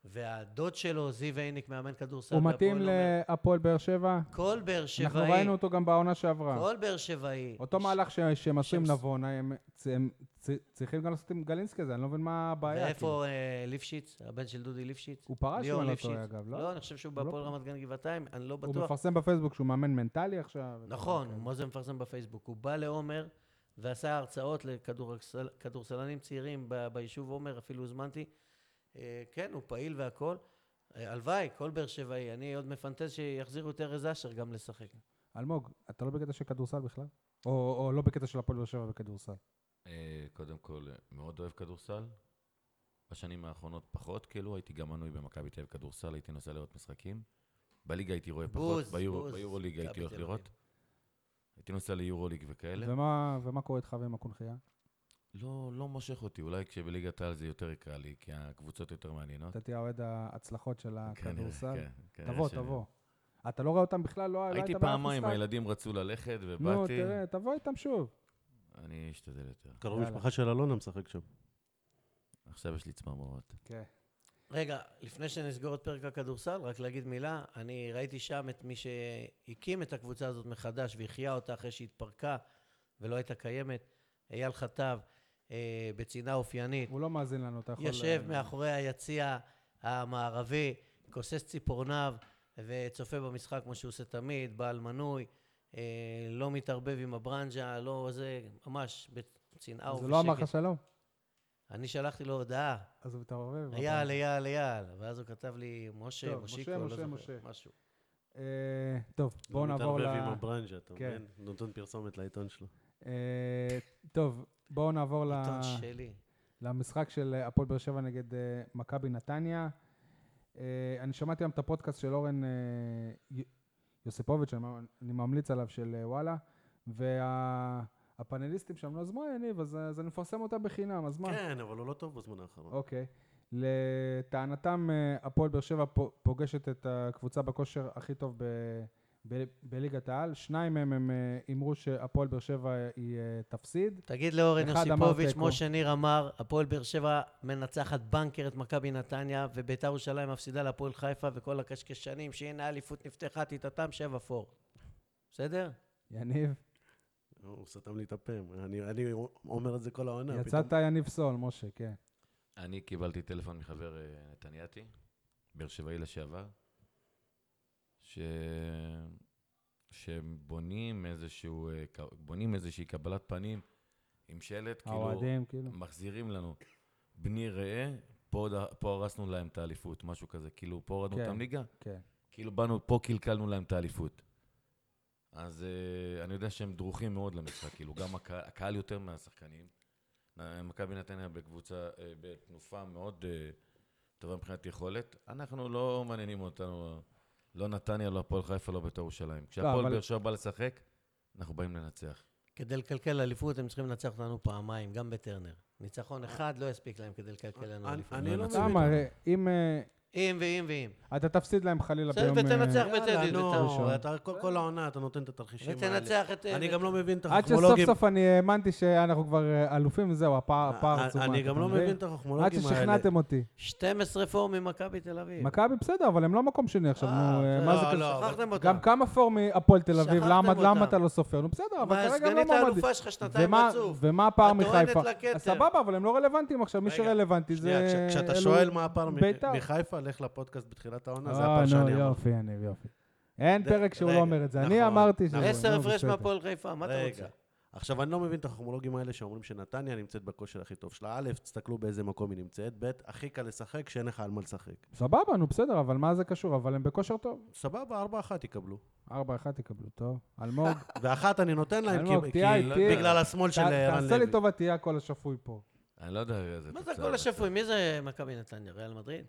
Speaker 3: והדוד שלו, זיו עיניק, מאמן כדורסל,
Speaker 1: הוא
Speaker 3: בהפועל,
Speaker 1: מתאים
Speaker 3: אומר,
Speaker 1: להפועל באר שבע.
Speaker 3: כל באר
Speaker 1: אנחנו
Speaker 3: שבעי,
Speaker 1: ראינו אותו גם בעונה שעברה.
Speaker 3: כל באר שבעי,
Speaker 1: אותו מהלך ש- שהם עשו עם
Speaker 3: שהם-
Speaker 1: נבון, הם צ- הם צ- צריכים גם לעשות עם גלינסקי הזה, אני לא מבין מה הבעיה. כאילו.
Speaker 3: ואיפה אה, ליפשיץ, הבן של דודי ליפשיץ?
Speaker 1: הוא פרש, אם
Speaker 3: ליאור
Speaker 1: אני לא
Speaker 3: ליפשיץ.
Speaker 1: טועה, אגב, לא?
Speaker 3: לא, אני חושב שהוא
Speaker 1: הוא לא
Speaker 3: בהפועל רמת גן גבעתיים, אני לא
Speaker 1: הוא
Speaker 3: בטוח.
Speaker 1: מפרסם בפייסבוק שהוא מאמן מנטלי עכשיו. כן.
Speaker 3: נכון, מה זה מפרסם בפייסבוק? הוא בא לעומר ועשה הרצאות לכדורסלנים צעירים ב- ביישוב עומר, אפילו הוזמנתי. אה, כן, הוא פעיל והכול. אה, הלוואי, כל באר שבעי. אני עוד מפנטז שיחזירו את ארז אשר גם לשחק.
Speaker 1: אלמוג, אתה לא בקטע של כדורסל בכלל? או או לא בקטע של הפועל באר שבע בכדורסל?
Speaker 4: אה, קודם כל, אה, מאוד אוהב כדורסל. בשנים האחרונות פחות, כאילו, הייתי גם מנוי במכבי תל אביב כדורסל, הייתי נוסע לראות משחקים. בליגה הייתי רואה פחות,
Speaker 3: בוז,
Speaker 4: ביורו-
Speaker 3: בוז,
Speaker 4: ביורוליג
Speaker 3: מכבי
Speaker 4: הייתי הולך
Speaker 3: תל אביב.
Speaker 4: לראות. הייתי נוסע ליורוליג וכאלה.
Speaker 1: ומה ומה קורה איתך ועם הקונכייה?
Speaker 4: לא, לא מושך אותי, אולי כשבליגת העל זה יותר יקרה לי, כי הקבוצות יותר מעניינות.
Speaker 1: אתה תהיה אוהד ההצלחות של
Speaker 4: כנראה,
Speaker 1: הכדורסל?
Speaker 4: כן, כנראה
Speaker 1: תבוא,
Speaker 4: שאני-
Speaker 1: תבוא. אתה לא רואה אותם בכלל? לא לא היית
Speaker 4: הייתי
Speaker 1: באף
Speaker 4: פעמיים,
Speaker 1: משחק?
Speaker 4: הילדים רצו ללכת
Speaker 1: נו,
Speaker 4: ובאתי.
Speaker 1: תראה, תבוא איתם שוב.
Speaker 4: אני אשתדל יותר.
Speaker 2: קרוב
Speaker 1: יאללה.
Speaker 2: משפחה של אלונה משחק שם.
Speaker 4: עכשיו יש לי צמרמורות.
Speaker 1: כן.
Speaker 3: רגע, לפני שנסגור את פרק הכדורסל, רק להגיד מילה. אני ראיתי שם את מי שהקים את הקבוצה הזאת מחדש והחיה אותה אחרי שהתפרקה ולא הייתה קיימת, אייל חטב, אה, בצנעה אופיינית.
Speaker 1: הוא לא מאזין לנו, אתה יכול...
Speaker 3: יושב
Speaker 1: אה,
Speaker 3: מאחורי היציע המערבי, כוסס ציפורניו וצופה במשחק כמו שהוא עושה תמיד, בעל מנוי, אה, לא מתערבב עם הברנז'ה, לא זה, ממש בצנעה
Speaker 1: זה לא אמר לך
Speaker 3: ובשקט.
Speaker 1: שלום?
Speaker 3: אני שלחתי לו הודעה,
Speaker 1: אז הוא מתערבב.
Speaker 3: אייל, אייל, אייל, ואז הוא כתב לי, משה,
Speaker 1: טוב,
Speaker 3: מושיקו,
Speaker 1: משה,
Speaker 3: לא
Speaker 1: משה,
Speaker 3: זוכר,
Speaker 1: משה.
Speaker 3: משהו.
Speaker 1: אה, טוב, בואו
Speaker 2: הוא
Speaker 1: נעבור ל...
Speaker 2: לא מתערבב עם הברנז'ה, אתה
Speaker 1: כן.
Speaker 2: מבין? נותן פרסומת לעיתון שלו.
Speaker 1: אה, טוב, בואו נעבור ל...
Speaker 3: עיתון שלי.
Speaker 1: למשחק של אה, הפועל באר שבע נגד אה, מכבי נתניה. אה, אני שמעתי היום את הפודקאסט של אורן אה, י- יוסיפוביץ', אני ממ- אני ממליץ עליו, של אה, וואלה, והפאנליסטים שם לא, אז מה יניב, אז אה, אז אני מפרסם אותם בחינם, אז מה?
Speaker 2: כן, אבל הוא לא טוב בזמן האחרון.
Speaker 1: אוקיי. לטענתם, אה, הפועל באר שבע פו- פוגשת את הקבוצה בכושר הכי טוב ב... ב- בליגת העל, שניים מהם הם אה, הימרו שהפועל באר שבע היא אה, תפסיד.
Speaker 3: תגיד לאורן
Speaker 1: אחד אמר
Speaker 3: יוסיפוביץ',
Speaker 1: תיקו.
Speaker 3: כמו שניר אמר, הפועל באר שבע מנצחת בנקר את מכבי נתניה, וביתר ירושלים מפסידה להפועל חיפה, וכל הקשקשנים, שהנה האליפות נפתחה, תתעתם שבע פור. בסדר?
Speaker 1: יניב,
Speaker 2: הוא סתם לי את הפה. אני אני אומר את זה כל העונה.
Speaker 1: יצאת
Speaker 2: פתאום-
Speaker 1: יניב סול, משה, כן.
Speaker 4: אני קיבלתי טלפון מחבר אה, נתנייתי, באר שבעי לשעבר, ש... שבונים איזשהו, אה, ק- בונים איזושהי קבלת פנים עם שלט, כאילו,
Speaker 1: האוהדים, כאילו.
Speaker 4: מחזירים לנו, בני ראה, פה, ד- פה הרסנו להם את האליפות, משהו כזה, כאילו, פה הורדנו
Speaker 1: כן.
Speaker 4: אותם ליגה,
Speaker 1: כן.
Speaker 4: כאילו באנו, פה קלקלנו להם את האליפות. אז אה, אני יודע שהם דרוכים מאוד למשחק, כאילו, גם הקה, הקהל יותר מהשחקנים. נ- מכבי נתניה בקבוצה, אה, בתנופה מאוד אה, טובה מבחינת יכולת. אנחנו לא מעניינים אותנו, לא נתניה, לא הפועל חיפה, לא בית"ר ירושלים. כשהפועל
Speaker 1: אבל-
Speaker 4: באר שבע בא לשחק, אנחנו באים לנצח.
Speaker 3: כדי לקלקל אליפות, הם צריכים לנצח אותנו פעמיים, גם בטרנר. ניצחון אחד לא יספיק להם כדי לקלקל לנו
Speaker 2: אני-
Speaker 3: אליפות.
Speaker 2: אני
Speaker 4: לא
Speaker 2: לא
Speaker 4: ינצחו.
Speaker 2: מבין.
Speaker 1: למה? הרי אם... אה,
Speaker 3: אם ואם ואם.
Speaker 1: אתה תפסיד להם חלילה
Speaker 3: בסדר,
Speaker 1: ביום... אה,
Speaker 3: ותנצח. בצדק,
Speaker 2: יאללה,
Speaker 1: בצדק.
Speaker 2: נו, אתה- כל- כל העונה אתה נותן את התרחישים האלה.
Speaker 3: ותנצח את... אה,
Speaker 2: אני גם לא מבין את
Speaker 1: עד שסוף
Speaker 2: החכמולוגים.
Speaker 1: סוף אני האמנתי שאנחנו כבר אה, אלופים, זהו, הפער הפער עצום.
Speaker 2: אני
Speaker 1: אתה
Speaker 2: גם לא
Speaker 1: מבין?
Speaker 2: מבין את
Speaker 1: עד
Speaker 2: החכמולוגים האלה.
Speaker 1: ששכנעתם אותי.
Speaker 3: 12 פור ממכבי תל אביב.
Speaker 1: מכבי בסדר, אבל הם לא מקום שני עכשיו, נו, אה, מה זה
Speaker 3: לא,
Speaker 1: כזה?
Speaker 3: לא,
Speaker 2: אבל-
Speaker 3: שכחתם אותם.
Speaker 1: גם כמה פור מהפועל תל אביב,
Speaker 3: שכחתם
Speaker 1: למה- למה
Speaker 3: אותם.
Speaker 1: אתה לא סופר? נו, בסדר, אבל
Speaker 3: מה,
Speaker 1: כרגע הם לא
Speaker 3: סגנית
Speaker 1: מועמדים.
Speaker 3: האלופה שלך שנתיים
Speaker 1: ומה-
Speaker 3: רצוף.
Speaker 1: ומה הפער
Speaker 3: את טוענת
Speaker 1: מחיפה?
Speaker 3: לכתר.
Speaker 1: אז סבבה, אבל הם לא רלוונטיים עכשיו, מי
Speaker 2: רגע,
Speaker 1: שרלוונטי זה...
Speaker 2: שנייה, כש- כשאתה
Speaker 1: אלו-
Speaker 2: שואל מה הפער מ-
Speaker 1: בית"ר.
Speaker 2: מחיפה, לך לפודקאסט בתחילת העונה, זה
Speaker 1: אה,
Speaker 2: הפער
Speaker 1: נו,
Speaker 2: שאני אמרתי.
Speaker 1: יופי, יניב, יופי. אין
Speaker 2: ד-
Speaker 1: פרק שהוא לא
Speaker 2: רגע,
Speaker 1: אומר את זה. אני
Speaker 2: נכון.
Speaker 1: אמרתי שזה...
Speaker 3: עשר
Speaker 1: נו,
Speaker 3: הפרש
Speaker 1: בסדר.
Speaker 3: מהפועל חיפה, מה אתה
Speaker 2: רגע.
Speaker 3: רוצה?
Speaker 2: עכשיו, אני לא מבין את החכמולוגים האלה שאומרים שנתניה נמצאת בכושר הכי טוב שלה. א', תסתכלו באיזה מקום היא נמצאת, ב', הכי קל לשחק כשאין לך על מה לשחק.
Speaker 1: סבבה, נו בסדר, אבל מה זה קשור? אבל הם בכושר טוב.
Speaker 2: סבבה, ארבע אחת יקבלו.
Speaker 1: 4-1 יקבלו, טוב. אלמוג,
Speaker 2: ואחת אני נותן להם,
Speaker 1: אלמוג,
Speaker 2: כי- כי
Speaker 1: תהיה
Speaker 4: לא
Speaker 1: איתי.
Speaker 4: יודע.
Speaker 2: בגלל השמאל של
Speaker 1: ת-
Speaker 2: אה, רן
Speaker 1: תעשה לי
Speaker 2: לוי.
Speaker 1: טובה, תהיה הקול השפוי פה.
Speaker 4: אני לא יודע איזה
Speaker 3: מה זה
Speaker 4: תוצאה,
Speaker 3: הכל השפוי? מי זה מכבי נתניה? ריאל מדריד?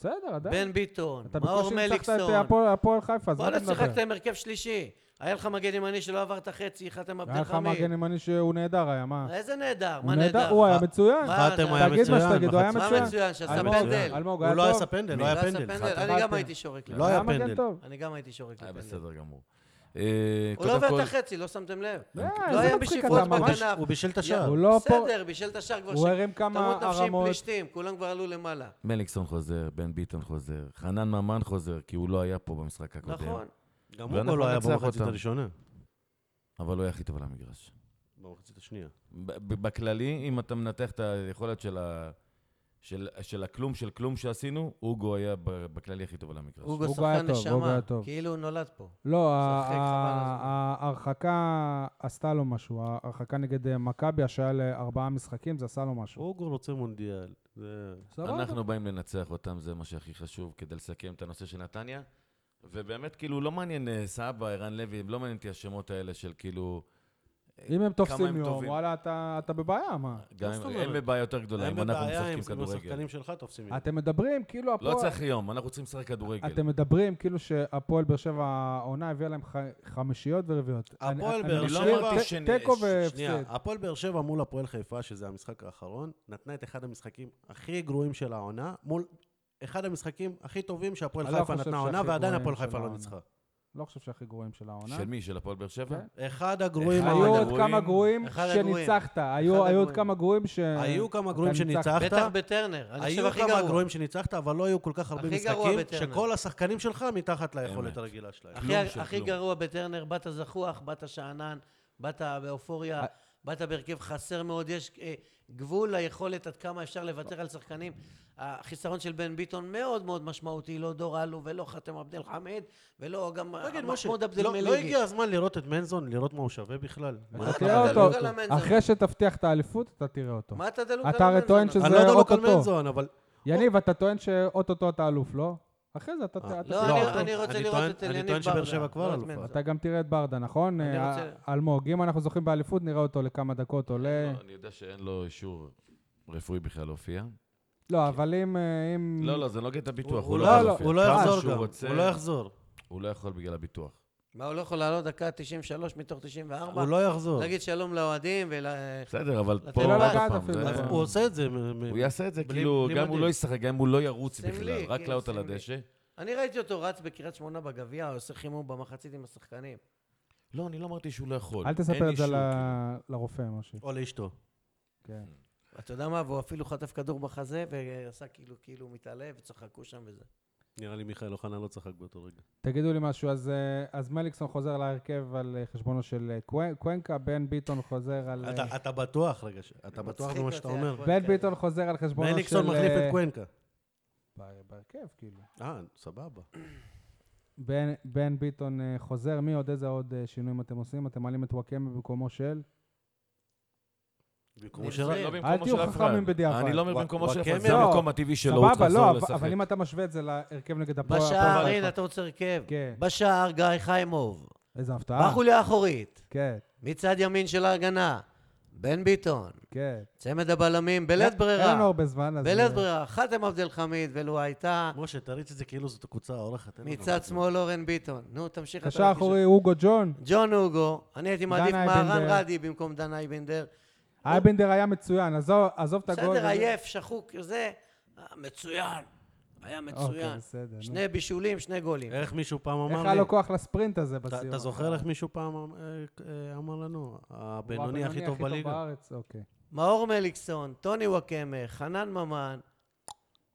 Speaker 1: בסדר, עדיין.
Speaker 3: בן ביטון,
Speaker 1: אתה
Speaker 3: מאור
Speaker 1: בקושי ניצחת את
Speaker 3: מליקסון. לא
Speaker 1: הפועל- הפועל חיפה, אז מה
Speaker 3: וואלה,
Speaker 1: אתה מדבר?
Speaker 3: שיחקת עם הרכב שלישי. היה לך מגן ימני שלא עבר את החצי, חתם עבד
Speaker 1: היה
Speaker 3: אל
Speaker 1: לך
Speaker 3: חמיד.
Speaker 1: מגן ימני שהוא נהדר היה, מה?
Speaker 3: איזה נהדר,
Speaker 1: הוא
Speaker 3: מה
Speaker 1: נהדר,
Speaker 3: נהדר?
Speaker 1: הוא היה
Speaker 2: אה,
Speaker 1: מצוין.
Speaker 3: מה,
Speaker 2: חתם
Speaker 3: מה
Speaker 2: היה
Speaker 1: תגיד מה
Speaker 2: מצוין,
Speaker 1: שתגיד, הוא היה
Speaker 2: מחצית-
Speaker 3: מה
Speaker 1: מצוין.
Speaker 3: מצוין, שעשה
Speaker 1: אלמוג,
Speaker 3: פנדל?
Speaker 1: אלמוג,
Speaker 2: הוא
Speaker 1: היה
Speaker 2: לא
Speaker 1: טוב.
Speaker 2: עשה פנדל, לא
Speaker 3: לא
Speaker 2: היה
Speaker 3: עשה
Speaker 2: פנדל.
Speaker 3: פנדל, אני
Speaker 1: חתם.
Speaker 3: גם הייתי שורק
Speaker 2: לא
Speaker 3: לו.
Speaker 2: היה
Speaker 1: מגן
Speaker 2: פנדל.
Speaker 1: טוב.
Speaker 2: אה,
Speaker 3: אני גם הייתי שורק
Speaker 4: היה
Speaker 3: לפנדל.
Speaker 4: אה, בסדר גמור. אה,
Speaker 3: הוא לא
Speaker 4: קודם
Speaker 3: עובר
Speaker 4: כל,
Speaker 3: את החצי, לא שמתם לב.
Speaker 1: לא,
Speaker 3: לא
Speaker 1: זה
Speaker 3: היה
Speaker 1: מצחיק,
Speaker 3: בשכרות
Speaker 1: אתה ממש-
Speaker 3: בגנב.
Speaker 2: הוא בישל את
Speaker 1: הוא
Speaker 2: השער.
Speaker 1: לא פה,
Speaker 3: בסדר, בישל את השער כבר
Speaker 1: הוא הרים כמה
Speaker 3: תמות נפשי
Speaker 1: הרמות.
Speaker 3: פלישתים, כולם כבר עלו למעלה.
Speaker 4: מליקסון חוזר, בן ביטון חוזר, חנן ממן חוזר, כי הוא לא היה פה במשחק הקודם.
Speaker 3: נכון.
Speaker 2: גם
Speaker 4: ואנחנו
Speaker 2: הוא לא היה
Speaker 4: ננצח
Speaker 2: במחצית
Speaker 4: אותם.
Speaker 2: הראשונה.
Speaker 4: אבל הוא היה הכי טוב על המגרש.
Speaker 2: במחצית השנייה.
Speaker 4: ב- ב- בכללי, אם אתה מנתח את היכולת של ה... של, של הכלום של כלום שעשינו, אוגו היה ב- בכללי הכי טוב על המגרש.
Speaker 3: אוגו
Speaker 1: אוגו היה
Speaker 3: שחקן
Speaker 1: טוב, אוגו
Speaker 3: נשמה,
Speaker 1: היה טוב.
Speaker 3: כאילו הוא נולד פה.
Speaker 1: לא, ה-
Speaker 3: משחק, חבל על הזמן.
Speaker 1: ה- ההרחקה עשתה לו משהו. ההרחקה נגד אה, מכבי, שהיה לארבעה משחקים, זה עשה לו משהו.
Speaker 2: אוגו רוצה מונדיאל. זה... לא
Speaker 1: סבבה.
Speaker 4: אנחנו באים לנצח אותם, זה מה שהכי חשוב כדי לסכם את הנושא של נתניה. ובאמת, כאילו, לא מעניין אה, סבא, ערן לוי, לא מעניין אותי השמות האלה של כאילו... אה,
Speaker 1: אם הם
Speaker 4: כמה
Speaker 1: תופסים
Speaker 4: הם
Speaker 1: יום,
Speaker 4: טובים. אה,
Speaker 1: וואלה, אתה אתה בבעיה, מה?
Speaker 4: גם
Speaker 2: מה זאת
Speaker 4: אם-
Speaker 2: אומרת?
Speaker 4: הם בבעיה יותר
Speaker 1: לא,
Speaker 4: גדולה,
Speaker 2: אין
Speaker 4: אם אנחנו
Speaker 2: בבעיה
Speaker 4: משחקים
Speaker 2: אם
Speaker 4: כדורגל.
Speaker 2: השחקנים שלך תופסים את
Speaker 1: אתם מדברים כאילו
Speaker 4: לא
Speaker 1: הפועל...
Speaker 4: צריך יום, אנחנו צריכים לשחק כדורגל.
Speaker 1: אתם מדברים כאילו שהפועל באר שבע העונה הביאה להם ח- חמישיות ורביעיות. אני-
Speaker 2: הפועל
Speaker 1: אני
Speaker 2: באר
Speaker 1: מזכיר,
Speaker 2: שבע-
Speaker 1: ת-
Speaker 4: אמרתי שאני-
Speaker 1: תיקו
Speaker 4: ש-
Speaker 1: והפסד.
Speaker 2: שנייה, הפועל באר שבע מול הפועל חיפה, שזה המשחק האחרון, נתנה את אחד המשחקים הכי גרועים של העונה, מול אחד המשחקים הכי טובים שהפועל
Speaker 1: אני לא
Speaker 2: חיפה
Speaker 1: חושב
Speaker 2: נתנה
Speaker 1: שהכי
Speaker 2: עונה, ועדיין
Speaker 1: גרועים
Speaker 2: הפועל
Speaker 1: של
Speaker 2: חיפה לא
Speaker 1: העונה.
Speaker 2: ניצחה.
Speaker 1: לא חושב שהכי גרועים של העונה.
Speaker 4: של מי? של הפועל באר שבע?
Speaker 1: כן.
Speaker 2: אחד הגרועים
Speaker 4: אחד
Speaker 1: היו
Speaker 2: העונה.
Speaker 1: עוד
Speaker 4: הגרועים.
Speaker 1: כמה גרועים
Speaker 3: אחד הגרועים.
Speaker 1: שניצחת.
Speaker 3: אחד
Speaker 1: היו היו עוד
Speaker 3: הגרועים.
Speaker 1: כמה גרועים ש...
Speaker 2: היו כמה גרועים
Speaker 1: אתה ניצחת.
Speaker 2: שניצחת,
Speaker 3: בטח בטרנר, אני חושב
Speaker 2: היו
Speaker 3: הכי
Speaker 2: כמה
Speaker 3: גרוע.
Speaker 2: גרועים שניצחת, אבל לא היו כל כך הרבה
Speaker 3: הכי גרוע
Speaker 2: משחקים,
Speaker 3: בטרנר.
Speaker 2: שכל השחקנים שלך מתחת
Speaker 4: אמת.
Speaker 2: ליכולת הרגילה שלהם.
Speaker 3: הכי-
Speaker 4: כלום של
Speaker 3: הכי
Speaker 4: כלום.
Speaker 3: גרוע בטרנר, באת זחוח, באת שאנן, באת באופוריה,
Speaker 1: אה.
Speaker 3: באת בהרכב חסר מאוד, יש אה, גבול ליכולת עד כמה אפשר לוותר על שחקנים. החיסרון של בן ביטון מאוד מאוד משמעותי, לא דור אלו ולא חתם עבד אל חמיד, ולא גם
Speaker 2: תגיד, משה,
Speaker 3: מחמוד עבד אל
Speaker 2: לא- לא
Speaker 3: מליגי.
Speaker 2: הגיע הזמן לראות את מנזון, לראות מה הוא שווה בכלל?
Speaker 1: אתה
Speaker 2: לראות
Speaker 1: תראה
Speaker 2: מה-
Speaker 3: אתה
Speaker 1: אותו.
Speaker 3: דלוג על המנזון.
Speaker 1: אחרי שתבטיח את האליפות, אתה תראה אותו.
Speaker 3: מה אתה דלוק
Speaker 1: אתה הרי
Speaker 3: המנזון?
Speaker 1: טוען שזה
Speaker 2: אני לא דלוק על
Speaker 1: אוטוטו.
Speaker 2: מנזון, אבל
Speaker 1: יניב, אתה טוען שאו-טו-טו אתה אלוף, לא? אחרי זה אתה...
Speaker 2: אה,
Speaker 1: אתה-
Speaker 3: לא,
Speaker 2: לא,
Speaker 3: אני- אני
Speaker 2: אני
Speaker 3: רוצה לראות
Speaker 2: טוען-
Speaker 3: את
Speaker 2: אני
Speaker 3: אליניב ברדה.
Speaker 2: טוען שבאר שבע כבר
Speaker 3: לא את
Speaker 2: אלופה.
Speaker 3: מנזון.
Speaker 1: אתה גם תראה את ברדה, נכון?
Speaker 3: אני
Speaker 1: אה,
Speaker 3: רוצה-
Speaker 1: אלמוג, אם אנחנו זוכים באליפות, נראה אותו לכמה דקות
Speaker 2: כן.
Speaker 1: עולה.
Speaker 4: לא, אני יודע שאין לו אישור רפואי בכלל להופיע.
Speaker 1: לא, אבל אם... אה, אם-
Speaker 4: לא, לא, זה לא קטע ביטוח,
Speaker 2: הוא
Speaker 4: הוא לא
Speaker 1: לא-
Speaker 4: יכול
Speaker 1: לא,
Speaker 4: להופיע.
Speaker 2: הוא לא
Speaker 4: כמה
Speaker 2: יחזור
Speaker 4: שהוא
Speaker 2: גם,
Speaker 4: רוצה,
Speaker 2: הוא לא יחזור.
Speaker 4: הוא לא יכול בגלל הביטוח.
Speaker 3: מה, הוא לא יכול לעלות דקה 93 מתוך 94?
Speaker 2: הוא לא יחזור.
Speaker 3: להגיד שלום לאוהדים ול...
Speaker 4: בסדר, אבל
Speaker 3: לתת
Speaker 4: פה...
Speaker 3: לו
Speaker 4: עוד
Speaker 1: לגעת
Speaker 4: פעם,
Speaker 1: אפילו,
Speaker 4: זה-
Speaker 1: אבל-
Speaker 2: הוא עושה את זה. מ- מ-
Speaker 4: הוא יעשה את זה,
Speaker 2: בלי-
Speaker 4: כאילו,
Speaker 2: בלי
Speaker 4: גם אם הוא
Speaker 2: מדים.
Speaker 4: לא ישחק, גם אם הוא לא ירוץ
Speaker 3: סמלי,
Speaker 4: בכלל, רק
Speaker 3: כאילו,
Speaker 4: לעלות על
Speaker 3: סמלי.
Speaker 4: הדשא.
Speaker 3: אני ראיתי אותו רץ בקריית שמונה בגביע, עושה חימום במחצית עם השחקנים.
Speaker 4: לא, אני לא אמרתי שהוא לא יכול.
Speaker 1: אל
Speaker 4: אין
Speaker 1: תספר את זה
Speaker 4: אישור,
Speaker 1: ל-
Speaker 4: כאילו.
Speaker 1: לרופא, משהו.
Speaker 2: או לאשתו.
Speaker 1: כן.
Speaker 3: אתה יודע מה, והוא אפילו חטף כדור בחזה, ועשה כאילו, כאילו הוא מתעלה, וצחקו שם וזה.
Speaker 2: נראה לי מיכאל אוחנה לא צחק באותו רגע.
Speaker 1: תגידו לי משהו, אז, אה, אז מליקסון חוזר להרכב על אה, חשבונו של אה, קוו- קוונקה, בן ביטון חוזר על... אה,
Speaker 2: אתה- אתה בטוח, רגע, ש- אתה בטוח
Speaker 3: מצחיק
Speaker 2: במה שאתה
Speaker 3: אותי,
Speaker 2: אומר?
Speaker 3: הכל.
Speaker 1: בן ביטון חוזר על חשבונו של...
Speaker 2: מליקסון מחליף
Speaker 1: אה,
Speaker 2: את קוונקה.
Speaker 1: בה- בהרכב, כאילו.
Speaker 2: אה, סבבה.
Speaker 1: בן, בן ביטון אה, חוזר, מי עוד, איזה עוד אה, שינויים אתם עושים? אתם מעלים את וואקמה במקומו של?
Speaker 2: במקום
Speaker 3: נפרד.
Speaker 2: שרק-
Speaker 4: לא במקומו
Speaker 1: אל תהיו
Speaker 4: של אף
Speaker 1: חכמים
Speaker 4: אחד.
Speaker 1: בדיעבד.
Speaker 4: אני לא אומר
Speaker 2: וואק-
Speaker 4: במקומו של אף אחד,
Speaker 2: וואקמה-
Speaker 4: זה
Speaker 1: לא.
Speaker 4: המקום הטבעי שלו, הוא
Speaker 1: סבבה,
Speaker 4: חזור
Speaker 1: לא,
Speaker 4: לשחק.
Speaker 1: אבל, אבל אם אתה משווה את זה להרכב נגד הפועל...
Speaker 3: בשער,
Speaker 1: הפועל-
Speaker 3: הנה, אתה רוצה הרכב.
Speaker 1: כן. אה?
Speaker 3: בשער, גיא חיימוב.
Speaker 1: איזה הפתעה.
Speaker 3: בחוליה האחורית.
Speaker 1: כן,
Speaker 3: מצד ימין של ההגנה, בן ביטון.
Speaker 1: כן.
Speaker 3: צמד הבלמים, בלית
Speaker 1: אין- אין לנו
Speaker 3: ברירה.
Speaker 1: הרבה זמן, אז...
Speaker 3: בלית
Speaker 1: אה,
Speaker 3: ברירה. חתם עבד אל חמיד, ולו הייתה.
Speaker 2: משה, תריץ את זה כאילו זאת הקבוצה האורחת. אין לנו
Speaker 3: מצד
Speaker 2: את זה.
Speaker 3: שמאל אורן ביטון. נו, תמשיך. אתה
Speaker 1: קשר
Speaker 3: לא
Speaker 1: אחורי, אוגו ג'ון.
Speaker 3: קישר. ג'ון אוגו. אני הייתי מעדיף
Speaker 1: דן
Speaker 3: מהרן
Speaker 1: אייבנדר.
Speaker 3: רדי במקום דן אייבנדר.
Speaker 1: אייבנדר היה מצוין, עזוב עזוב את הגול. אוקיי,
Speaker 3: בסדר, עייף, שחוק, זה. אה, מצוין. היה
Speaker 1: אוקיי,
Speaker 3: מצוין.
Speaker 1: בסדר. נו.
Speaker 3: שני בישולים, שני גולים.
Speaker 2: איך מישהו פעם
Speaker 1: איך
Speaker 2: אמר
Speaker 1: היה
Speaker 2: לי?
Speaker 1: לו כוח לספרינט הזה
Speaker 2: אתה-
Speaker 1: בסיום?
Speaker 2: אתה זוכר איך מישהו פעם אה, אה, אמר לנו?
Speaker 1: הוא
Speaker 2: הבינוני הכי טוב בליגה.
Speaker 1: בארץ, אוקיי.
Speaker 3: מאור מליקסון, טוני וואקמה, חנן ממן,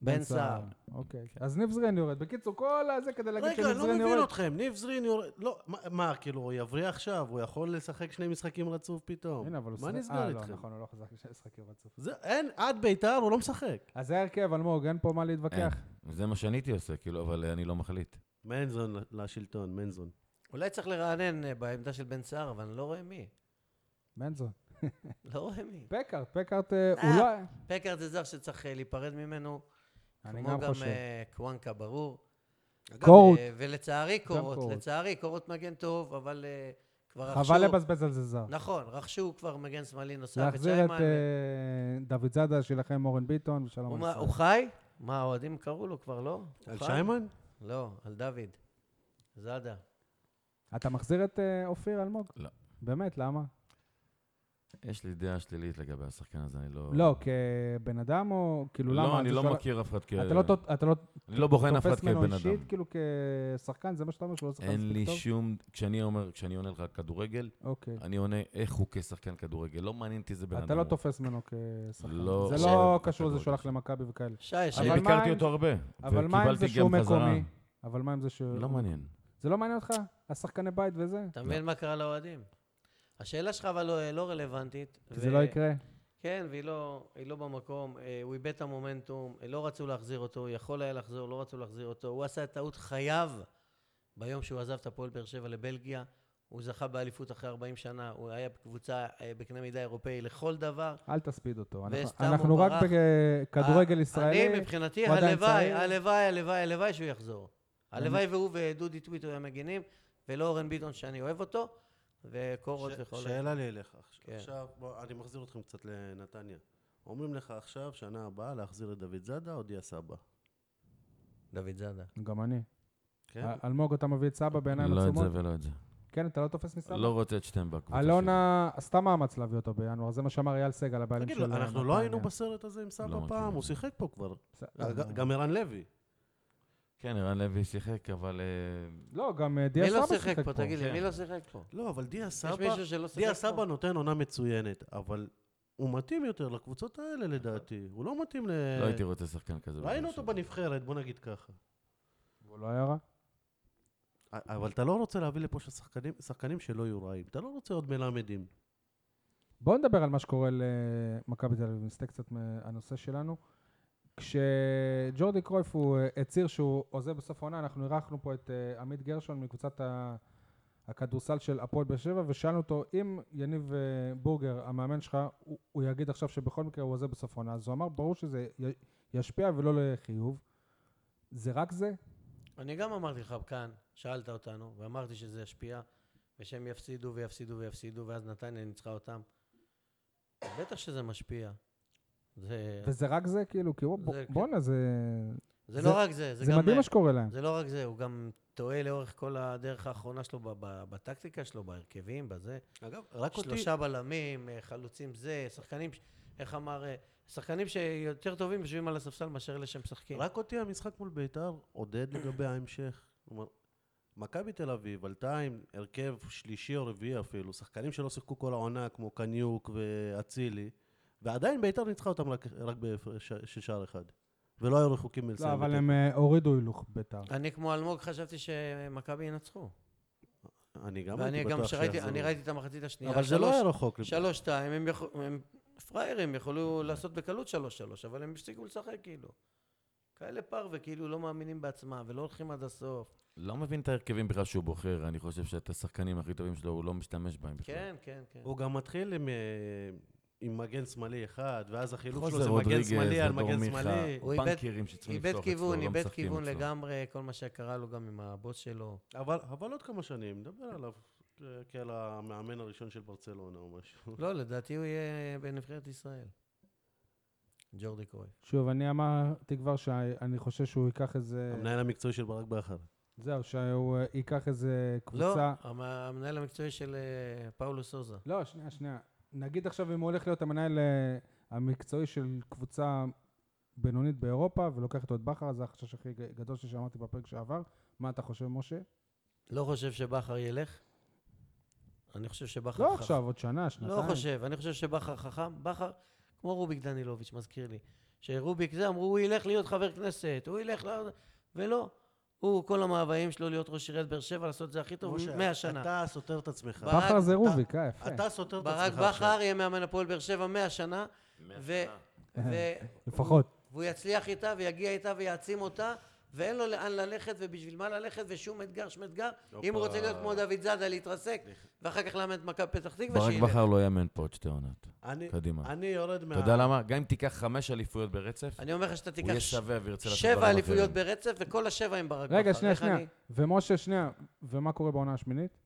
Speaker 3: בן סער.
Speaker 1: אוקיי. אז ניב זרין יורד. בקיצור, כל הזה כדי להגיד
Speaker 2: רגע,
Speaker 1: שניב
Speaker 2: לא
Speaker 1: זרין
Speaker 2: מבין
Speaker 1: יורד.
Speaker 2: אתכם. ניב זרין יורד... לא, מה- מה, כאילו, הוא יבריא עכשיו? הוא יכול לשחק שני משחקים רצוף פתאום.
Speaker 1: הנה, אבל הוא...
Speaker 2: מה
Speaker 1: שיחק-
Speaker 2: נסגר
Speaker 1: אה, לא,
Speaker 2: איתכם?
Speaker 1: נכון, הוא לא חזק משחקים רצוף.
Speaker 2: זה, אין, עד ביתר הוא לא משחק.
Speaker 1: אז זה ההרכב, אלמוג, אין פה מה
Speaker 4: אין.
Speaker 1: להתווכח.
Speaker 4: זה מה שאני הייתי עושה, כאילו, אבל אני לא מחליט.
Speaker 2: מנזון לשלטון, מנזון.
Speaker 3: אולי צריך לרענן אה, בעמדה של בן סער, אבל אני לא רואה מי.
Speaker 1: בנזון.
Speaker 3: לא רואה מי.
Speaker 1: פקארט, פקארט אה,
Speaker 3: אה.
Speaker 1: הוא לא...
Speaker 3: פקארד זה זר שצריך אה, להיפרד ממנו.
Speaker 1: אני גם
Speaker 3: כמו גם
Speaker 1: חושב.
Speaker 3: אה, קוואנקה, ברור.
Speaker 1: קורות.
Speaker 3: אה, ולצערי קורות,
Speaker 1: קורות.
Speaker 3: לצערי קורות מגן טוב, אבל אה, כבר רכשו...
Speaker 1: חבל לבזבז על זה זר.
Speaker 3: נכון, רכשו כבר מגן שמאלי נוסף. את
Speaker 1: להחזיר את
Speaker 3: שיימן,
Speaker 1: אה, דוד זאדה, שילחם עם אורן ביטון,
Speaker 3: הוא
Speaker 1: ושלום
Speaker 3: מה-
Speaker 1: על ישראל.
Speaker 3: הוא חי? מה, האוהדים קראו לו כבר, לא?
Speaker 2: על
Speaker 3: הוא חי?
Speaker 2: שיימן?
Speaker 3: לא, על דוד. זאדה.
Speaker 1: אתה מחזיר את אה, אופיר אלמוג?
Speaker 4: לא.
Speaker 1: באמת, למה?
Speaker 4: יש לי דעה שלילית לגבי השחקן הזה, אני לא...
Speaker 1: לא, כבן אדם או כאילו למה?
Speaker 4: לא, אני
Speaker 1: אתה
Speaker 4: לא
Speaker 1: שואל-
Speaker 4: מכיר אף אחד כ...
Speaker 1: אתה לא ת- אתה לא
Speaker 4: אני לא בוחן אף אחד
Speaker 1: תופס ממנו
Speaker 4: כבן אדם.
Speaker 1: אישית, כאילו כשחקן, זה מה שאתה אומר, שהוא לא שחקן
Speaker 4: אין לי
Speaker 1: מספיק טוב?
Speaker 4: שום... כשאני אומר, כשאני עונה לך כדורגל,
Speaker 1: אוקיי.
Speaker 4: אני עונה איך הוא כשחקן כדורגל. לא מעניין אותי איזה בן אדם.
Speaker 1: אתה לא
Speaker 4: הוא.
Speaker 1: תופס ממנו כשחקן.
Speaker 4: לא
Speaker 1: זה
Speaker 4: חושב
Speaker 1: לא
Speaker 4: בכדורגל.
Speaker 1: קשור, זה שולח למכבי וכאלה.
Speaker 3: שי, שי,
Speaker 1: אבל
Speaker 4: אני
Speaker 1: מה
Speaker 4: ביקרתי
Speaker 1: עם-
Speaker 4: אותו הרבה,
Speaker 1: אבל מה עם זה
Speaker 4: וקיבלתי
Speaker 1: שהוא
Speaker 4: גם חזרה.
Speaker 1: מקומי? אבל מה עם זה ש...
Speaker 4: לא מעניין.
Speaker 1: זה לא מעניין אותך? השחקני בית וזה?
Speaker 3: אתה מבין מה קרה לאוהדים? השאלה שלך אבל לא- לא רלוונטית.
Speaker 1: כי
Speaker 3: ו-
Speaker 1: זה לא יקרה?
Speaker 3: כן, והיא לא, היא לא במקום, אה, הוא איבד את המומנטום, אה, לא רצו להחזיר אותו, הוא יכול היה לחזור, לא רצו להחזיר אותו. הוא עשה את טעות חייו ביום שהוא עזב את הפועל באר שבע לבלגיה. הוא זכה באליפות אחרי 40 שנה, הוא היה בקבוצה אה, בקנה מידה אירופאי לכל דבר.
Speaker 1: אל תספיד אותו. אנחנו-
Speaker 3: וסתם
Speaker 1: אנחנו
Speaker 3: הוא
Speaker 1: רק
Speaker 3: ברח.
Speaker 1: בכדורגל
Speaker 3: אה,
Speaker 1: ישראלי.
Speaker 3: אני מבחינתי,
Speaker 1: הוא עדיין
Speaker 3: הלוואי,
Speaker 1: צעיר.
Speaker 3: הלוואי, הלוואי, הלוואי שהוא יחזור.
Speaker 1: אני-
Speaker 3: הלוואי והוא ודודי טוויטו הם מגינים, ולא אורן ביטון שאני אוהב אותו, וקורות
Speaker 2: ש-
Speaker 3: וכל... ה-
Speaker 2: שאלה לי אליך. עכש-
Speaker 3: כן.
Speaker 2: עכשיו, בוא, אני מחזיר אתכם קצת לנתניה. אומרים לך עכשיו, שנה הבאה, להחזיר את דוד זאדה או דיה סבא?
Speaker 3: דוד זאדה.
Speaker 1: גם אני.
Speaker 2: כן?
Speaker 1: אל- אלמוג, אתה מביא את סבא בעיניים
Speaker 4: לא את
Speaker 1: עצומות?
Speaker 4: זה ולא את זה.
Speaker 1: כן, אתה לא תופס מסבא?
Speaker 4: לא רוצה את שתיהם בקבוצה שלי.
Speaker 1: אלונה עשתה מאמץ להביא אותו בינואר, זה מה שאמר אייל סגל, הבעלים
Speaker 2: תגיד,
Speaker 1: של... אה,
Speaker 2: אנחנו לא
Speaker 1: נתניה.
Speaker 2: היינו בסרט הזה עם
Speaker 4: לא
Speaker 2: סבא
Speaker 4: מכיר
Speaker 2: פעם,
Speaker 4: את
Speaker 2: הוא
Speaker 4: זה.
Speaker 2: שיחק פה כבר.
Speaker 3: אה,
Speaker 2: אה,
Speaker 1: בסדר.
Speaker 2: ג- גם ערן לוי.
Speaker 4: כן, ערן לוי שיחק, אבל... אה,
Speaker 1: לא, גם אה, דיה
Speaker 3: מי לא
Speaker 1: סבא
Speaker 3: שיחק פה? תגיד לי,
Speaker 4: כן.
Speaker 3: מי לא שיחק פה?
Speaker 2: לא, אבל דיה
Speaker 3: יש
Speaker 2: סבא,
Speaker 3: מישהו שלא שיחק
Speaker 2: דיה
Speaker 3: פה?
Speaker 2: סבא נותן עונה מצוינת, אבל הוא מתאים יותר לקבוצות האלה לדעתי. הוא לא מתאים ל...
Speaker 4: לא הייתי רוצה שחקן כזה.
Speaker 2: ראינו
Speaker 4: בבאר
Speaker 2: אותו
Speaker 4: שבע.
Speaker 2: בנבחרת, בוא נגיד ככה.
Speaker 1: הוא לא היה רע?
Speaker 2: א- אבל אתה לא רוצה להביא לפה ששחקנים- שחקנים שלא יהיו רעים. אתה לא רוצה עוד מלמדים.
Speaker 1: בואו נדבר על מה שקורה למכבי תל אביב, נסטה קצת מהנושא שלנו. כשג'ורדי קרויף הוא אה, הצהיר שהוא עוזב בסוף העונה, אנחנו אירחנו פה את אה, עמית גרשון מקבוצת ה- הכדורסל של הפועל באר שבע, ושאלנו אותו, אם יניב אה, בורגר, המאמן שלך, הוא, הוא יגיד עכשיו שבכל מקרה הוא עוזב בסוף העונה, אז הוא אמר, ברור שזה י- ישפיע ולא לחיוב. זה רק זה?
Speaker 3: אני גם אמרתי לך כאן, שאלת אותנו, ואמרתי שזה ישפיע, ושהם יפסידו ויפסידו ויפסידו, ואז נתניה ניצחה אותם. בטח שזה משפיע. זה,
Speaker 1: וזה רק זה, כאילו, כי הוא-
Speaker 3: כן. זה
Speaker 1: בוא-
Speaker 3: כן.
Speaker 1: בואנה, זה...
Speaker 3: זה
Speaker 1: זה-
Speaker 3: לא רק זה, זה,
Speaker 1: זה
Speaker 3: גם...
Speaker 1: מדהים מה שקורה להם.
Speaker 3: זה לא רק זה, הוא גם טועה לאורך כל הדרך האחרונה שלו, ב- ב- בטקטיקה שלו, בהרכבים, בזה.
Speaker 2: אגב, רק אותי...
Speaker 3: שלושה בלמים, אה, חלוצים זה, שחקנים, ש- איך אמר, אה, שחקנים שיותר טובים יושבים על הספסל מאשר אלה שמשחקים.
Speaker 2: רק אותי המשחק מול ביתר עודד לגבי ההמשך. כלומר, מכבי תל אביב עלתה עם הרכב שלישי או רביעי אפילו, שחקנים שלא שיחקו כל העונה כמו קניוק ואצילי, ועדיין ביתר ניצחה אותם רק, רק בהפרש של שער אחד. ולא היו רחוקים מלסיים.
Speaker 1: לא, אבל
Speaker 2: את
Speaker 1: הם אה, הורידו הילוך בית"ר.
Speaker 3: אני כמו אלמוג חשבתי שמכבי ינצחו.
Speaker 2: זה. אני גם
Speaker 3: ואני
Speaker 2: הייתי
Speaker 3: גם
Speaker 2: בטוח
Speaker 3: שראיתי,
Speaker 2: שיחזרו.
Speaker 3: אני ראיתי את המחצית השנייה.
Speaker 2: אבל זה לא
Speaker 3: שלוש-
Speaker 2: היה רחוק.
Speaker 3: שלוש, שתיים, הם יכול- הם פראיירים, יכולו לעשות בקלות שלוש, שלוש, אבל הם הפסיקו לשחק כאילו. כאלה פרווה, כאילו לא מאמינים בעצמם ולא הולכים עד הסוף.
Speaker 4: לא מבין את ההרכבים בכלל שהוא בוחר, אני חושב שאת השחקנים הכי טובים שלו, הוא לא משתמש בהם בכלל.
Speaker 3: כן, כן, כן.
Speaker 2: הוא גם מתחיל עם, אה, עם מגן שמאלי אחד, ואז החילוף כאילו שלו
Speaker 4: חוזר
Speaker 2: זה מגן
Speaker 4: רודריגז,
Speaker 2: שמאלי על
Speaker 4: ודור
Speaker 2: מגן
Speaker 4: מיכה.
Speaker 2: שמאלי.
Speaker 3: הוא איבד-
Speaker 4: בנקרים שצריכים
Speaker 3: איבד
Speaker 4: לפתוח אצלו,
Speaker 3: כיוון,
Speaker 4: לא
Speaker 3: איבד
Speaker 4: משחקים
Speaker 3: כיוון
Speaker 4: אצלו.
Speaker 3: לגמרי, כל מה שקרה לו גם עם הבוס שלו.
Speaker 2: אבל, אבל עוד כמה שנים, נדבר עליו אה, כעל המאמן הראשון של ברצלונה או משהו.
Speaker 3: לא, לדעתי הוא יהיה בנבחרת ישראל. ג'ורדי קרויף.
Speaker 1: שוב, אני אמרתי כבר שאני חושב שהוא ייקח איזה...
Speaker 2: המנהל המקצועי של ברק בכר.
Speaker 1: זהו, שהוא אה, ייקח איזה
Speaker 3: לא,
Speaker 1: קבוצה...
Speaker 3: המ- המנהל המקצועי של אה, פאולו סוזה.
Speaker 1: לא, שנייה, שנייה. נגיד עכשיו אם הוא הולך להיות המנהל אה, המקצועי של קבוצה בינונית באירופה, ולוקח איתו את בכר, זה החשש הכי ג- גדול שלי שאמרתי בפרק שעבר. מה אתה חושב, משה?
Speaker 3: לא חושב שבכר ילך? אני חושב שבכר...
Speaker 1: לא
Speaker 3: חכם.
Speaker 1: עכשיו, עוד שנה, שנתיים.
Speaker 3: לא חושב, אני חושב שבכר חכם, בכר, כמו רוביק דנילוביץ', מזכיר לי. שרוביק זה, אמרו, הוא ילך להיות חבר כנסת, הוא ילך ל... ולא. הוא, כל המאוויים שלו להיות ראש עיריית באר שבע, לעשות את זה הכי טוב,
Speaker 2: משה,
Speaker 3: 100 שנה.
Speaker 2: אתה סותר את עצמך.
Speaker 3: ברק-
Speaker 1: בכר זה
Speaker 2: אתה-
Speaker 1: רוביק, אה, יפה.
Speaker 2: אתה סותר את
Speaker 3: ברק
Speaker 2: עצמך
Speaker 3: בכר
Speaker 2: עכשיו.
Speaker 3: יהיה מאמן הפועל באר שבע 100 שנה, ו- ו-
Speaker 1: לפחות.
Speaker 3: והוא יצליח איתה ויגיע איתה ויעצים אותה, ואין לו לאן ללכת ובשביל מה ללכת ושום אתגר, שום אתגר.
Speaker 2: לא
Speaker 3: אם הוא רוצה להיות כמו דוד זאדה, להתרסק, ואחר כך לאמן את מכבי פתח תקווה,
Speaker 4: ברק
Speaker 3: שילך.
Speaker 4: בכר לא יאמן פה עוד שתי עונות.
Speaker 2: אני-
Speaker 4: קדימה.
Speaker 2: אני יורד מה...
Speaker 4: אתה יודע למה? גם אם תיקח חמש אליפויות ברצף,
Speaker 3: אני אומר לך שאתה
Speaker 4: הוא
Speaker 3: תיקח
Speaker 4: יהיה
Speaker 3: ש-
Speaker 4: שווה וירצה לעשות דברים
Speaker 3: שבע
Speaker 4: אחרים.
Speaker 3: אליפויות ברצף, וכל השבע עם ברק בכר.
Speaker 1: רגע, שנייה,
Speaker 3: איך
Speaker 1: שנייה.
Speaker 3: אני-
Speaker 1: ומשה, שנייה, ומה קורה בעונה השמינית?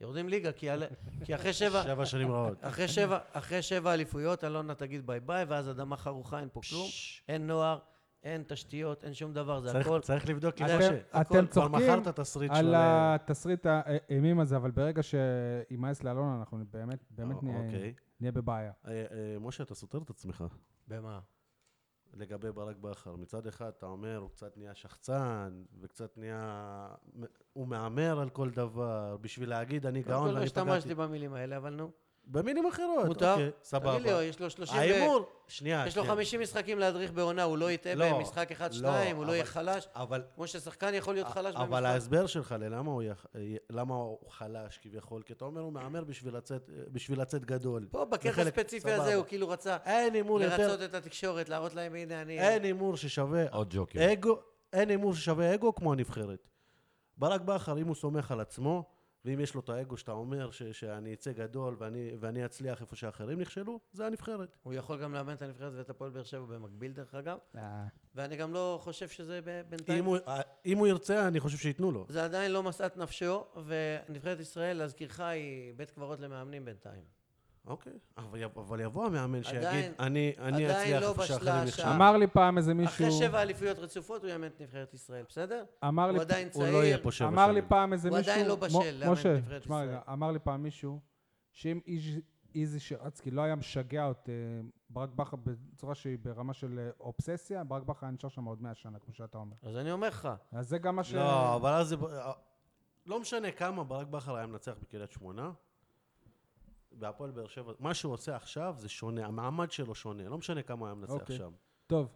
Speaker 3: יורדים ליגה, כי על- כי אחרי שבע...
Speaker 2: שבע שנים רעות.
Speaker 3: אחרי שבע, אחרי שבע אליפויות, אלונה תגיד ביי ביי, ואז אדמה חרוכה, אין פה כלום, אין נוער, אין תשתיות, אין שום דבר, זה
Speaker 2: צריך-
Speaker 3: הכל.
Speaker 2: צריך לבדוק
Speaker 1: אתם-
Speaker 2: לי, משה.
Speaker 1: אתם
Speaker 2: הכל- כבר
Speaker 1: צוחקים
Speaker 2: מכרת תסריט של...
Speaker 1: על
Speaker 3: אה-
Speaker 2: ה-
Speaker 1: התסריט האימים הזה, אבל ברגע שיימאס לאלונה, אנחנו באמת, באמת
Speaker 2: אה,
Speaker 1: נהיה-
Speaker 2: אוקיי.
Speaker 1: נהיה בבעיה.
Speaker 2: אה, אה, משה, אתה סותר את עצמך.
Speaker 3: במה?
Speaker 2: לגבי ברק בכר. מצד אחד, אתה אומר, הוא קצת נהיה שחצן, וקצת נהיה... הוא מהמר על כל דבר, בשביל להגיד, אני
Speaker 3: קודם
Speaker 2: גאון
Speaker 3: כל לא
Speaker 2: ואני
Speaker 3: השתמשתי
Speaker 2: פגעתי.
Speaker 3: במילים האלה, אבל נו.
Speaker 2: במילים אחרות.
Speaker 3: מותר?
Speaker 2: אוקיי, סבבה.
Speaker 3: תגיד לי, או, יש לו 30... ו-
Speaker 2: ההימור, שנייה.
Speaker 3: יש לו
Speaker 2: שנייה.
Speaker 3: 50 משחקים להדריך בעונה, הוא לא יטעה
Speaker 2: לא,
Speaker 3: במשחק
Speaker 2: לא,
Speaker 3: 1-2, הוא לא יהיה
Speaker 2: אבל-
Speaker 3: חלש.
Speaker 2: אבל
Speaker 3: כמו ששחקן יכול להיות חלש במשחק.
Speaker 2: אבל ההסבר שלך ללמה הוא, יח... למה הוא חלש כביכול, כי אתה אומר הוא מהמר בשביל לצאת, אה, בשביל לצאת גדול.
Speaker 3: פה, בקטע
Speaker 2: בחלק,
Speaker 3: הספציפי
Speaker 2: סבבה.
Speaker 3: הזה, הוא כאילו רצה
Speaker 2: אין הימור יותר,
Speaker 3: לרצות את התקשורת, להראות להם, הנה, אני...
Speaker 2: אין הימור ששווה
Speaker 4: עוד ג'וקר.
Speaker 2: אגו, אין הימור ששווה אגו כמו הנבחרת. ברק בכר, אם הוא סומך על עצמו, ואם יש לו את האגו שאתה אומר ש, שאני אצא גדול ואני, ואני אצליח איפה שאחרים נכשלו, זה הנבחרת.
Speaker 3: הוא יכול גם לאמן את הנבחרת ואת הפועל באר שבע במקביל, דרך אגב.
Speaker 1: אה,
Speaker 3: ואני גם לא חושב שזה ב-
Speaker 2: אם
Speaker 3: בינתיים...
Speaker 2: הוא, אה, אם הוא ירצה, אני חושב שייתנו לו.
Speaker 3: זה עדיין לא משאת נפשו, ונבחרת ישראל, להזכירך, היא בית קברות למאמנים בינתיים.
Speaker 2: אוקיי, אבל, יב- אבל יבוא המאמן שיגיד,
Speaker 3: עדיין-
Speaker 2: אני, אני
Speaker 3: עדיין
Speaker 2: אצליח
Speaker 3: לא
Speaker 2: איפה
Speaker 3: בשלה
Speaker 2: שאחרים נכשלו.
Speaker 3: השעה.
Speaker 1: אה. אמר לי פעם איזה מישהו,
Speaker 3: אחרי שבע אליפויות רצופות, הוא יאמן את נבחרת ישראל, בסדר?
Speaker 1: אמר לי
Speaker 3: הוא עדיין
Speaker 2: הוא לא יהיה
Speaker 3: צעיר,
Speaker 2: פה שבע
Speaker 1: אמר לי
Speaker 2: שנים.
Speaker 1: פעם איזה
Speaker 3: הוא
Speaker 1: מישהו...
Speaker 3: עדיין לא
Speaker 1: מ-
Speaker 3: בשל לאמן
Speaker 1: משה,
Speaker 3: נבחרת
Speaker 1: תשמע רגע,
Speaker 3: ישראל.
Speaker 1: אמר לי פעם מישהו, שאם איז- איזי שרצקי לא היה משגע את אה, ברק בכר בצורה שהיא ברמה של אה, אובססיה, ברק בכר היה נשאר שם עוד 100 שנה, כמו שאתה אומר.
Speaker 3: אז אני אומר לך,
Speaker 1: אז זה גם מה ש...
Speaker 2: לא, אבל אז זה...
Speaker 3: אה,
Speaker 2: לא משנה כמה ברק בכר היה מנצח בקריית שמונה, בהפועל באר שבע, מה שהוא עושה עכשיו זה שונה, המעמד שלו שונה, לא משנה כמה היה מנצח
Speaker 1: אוקיי.
Speaker 2: שם.
Speaker 1: טוב,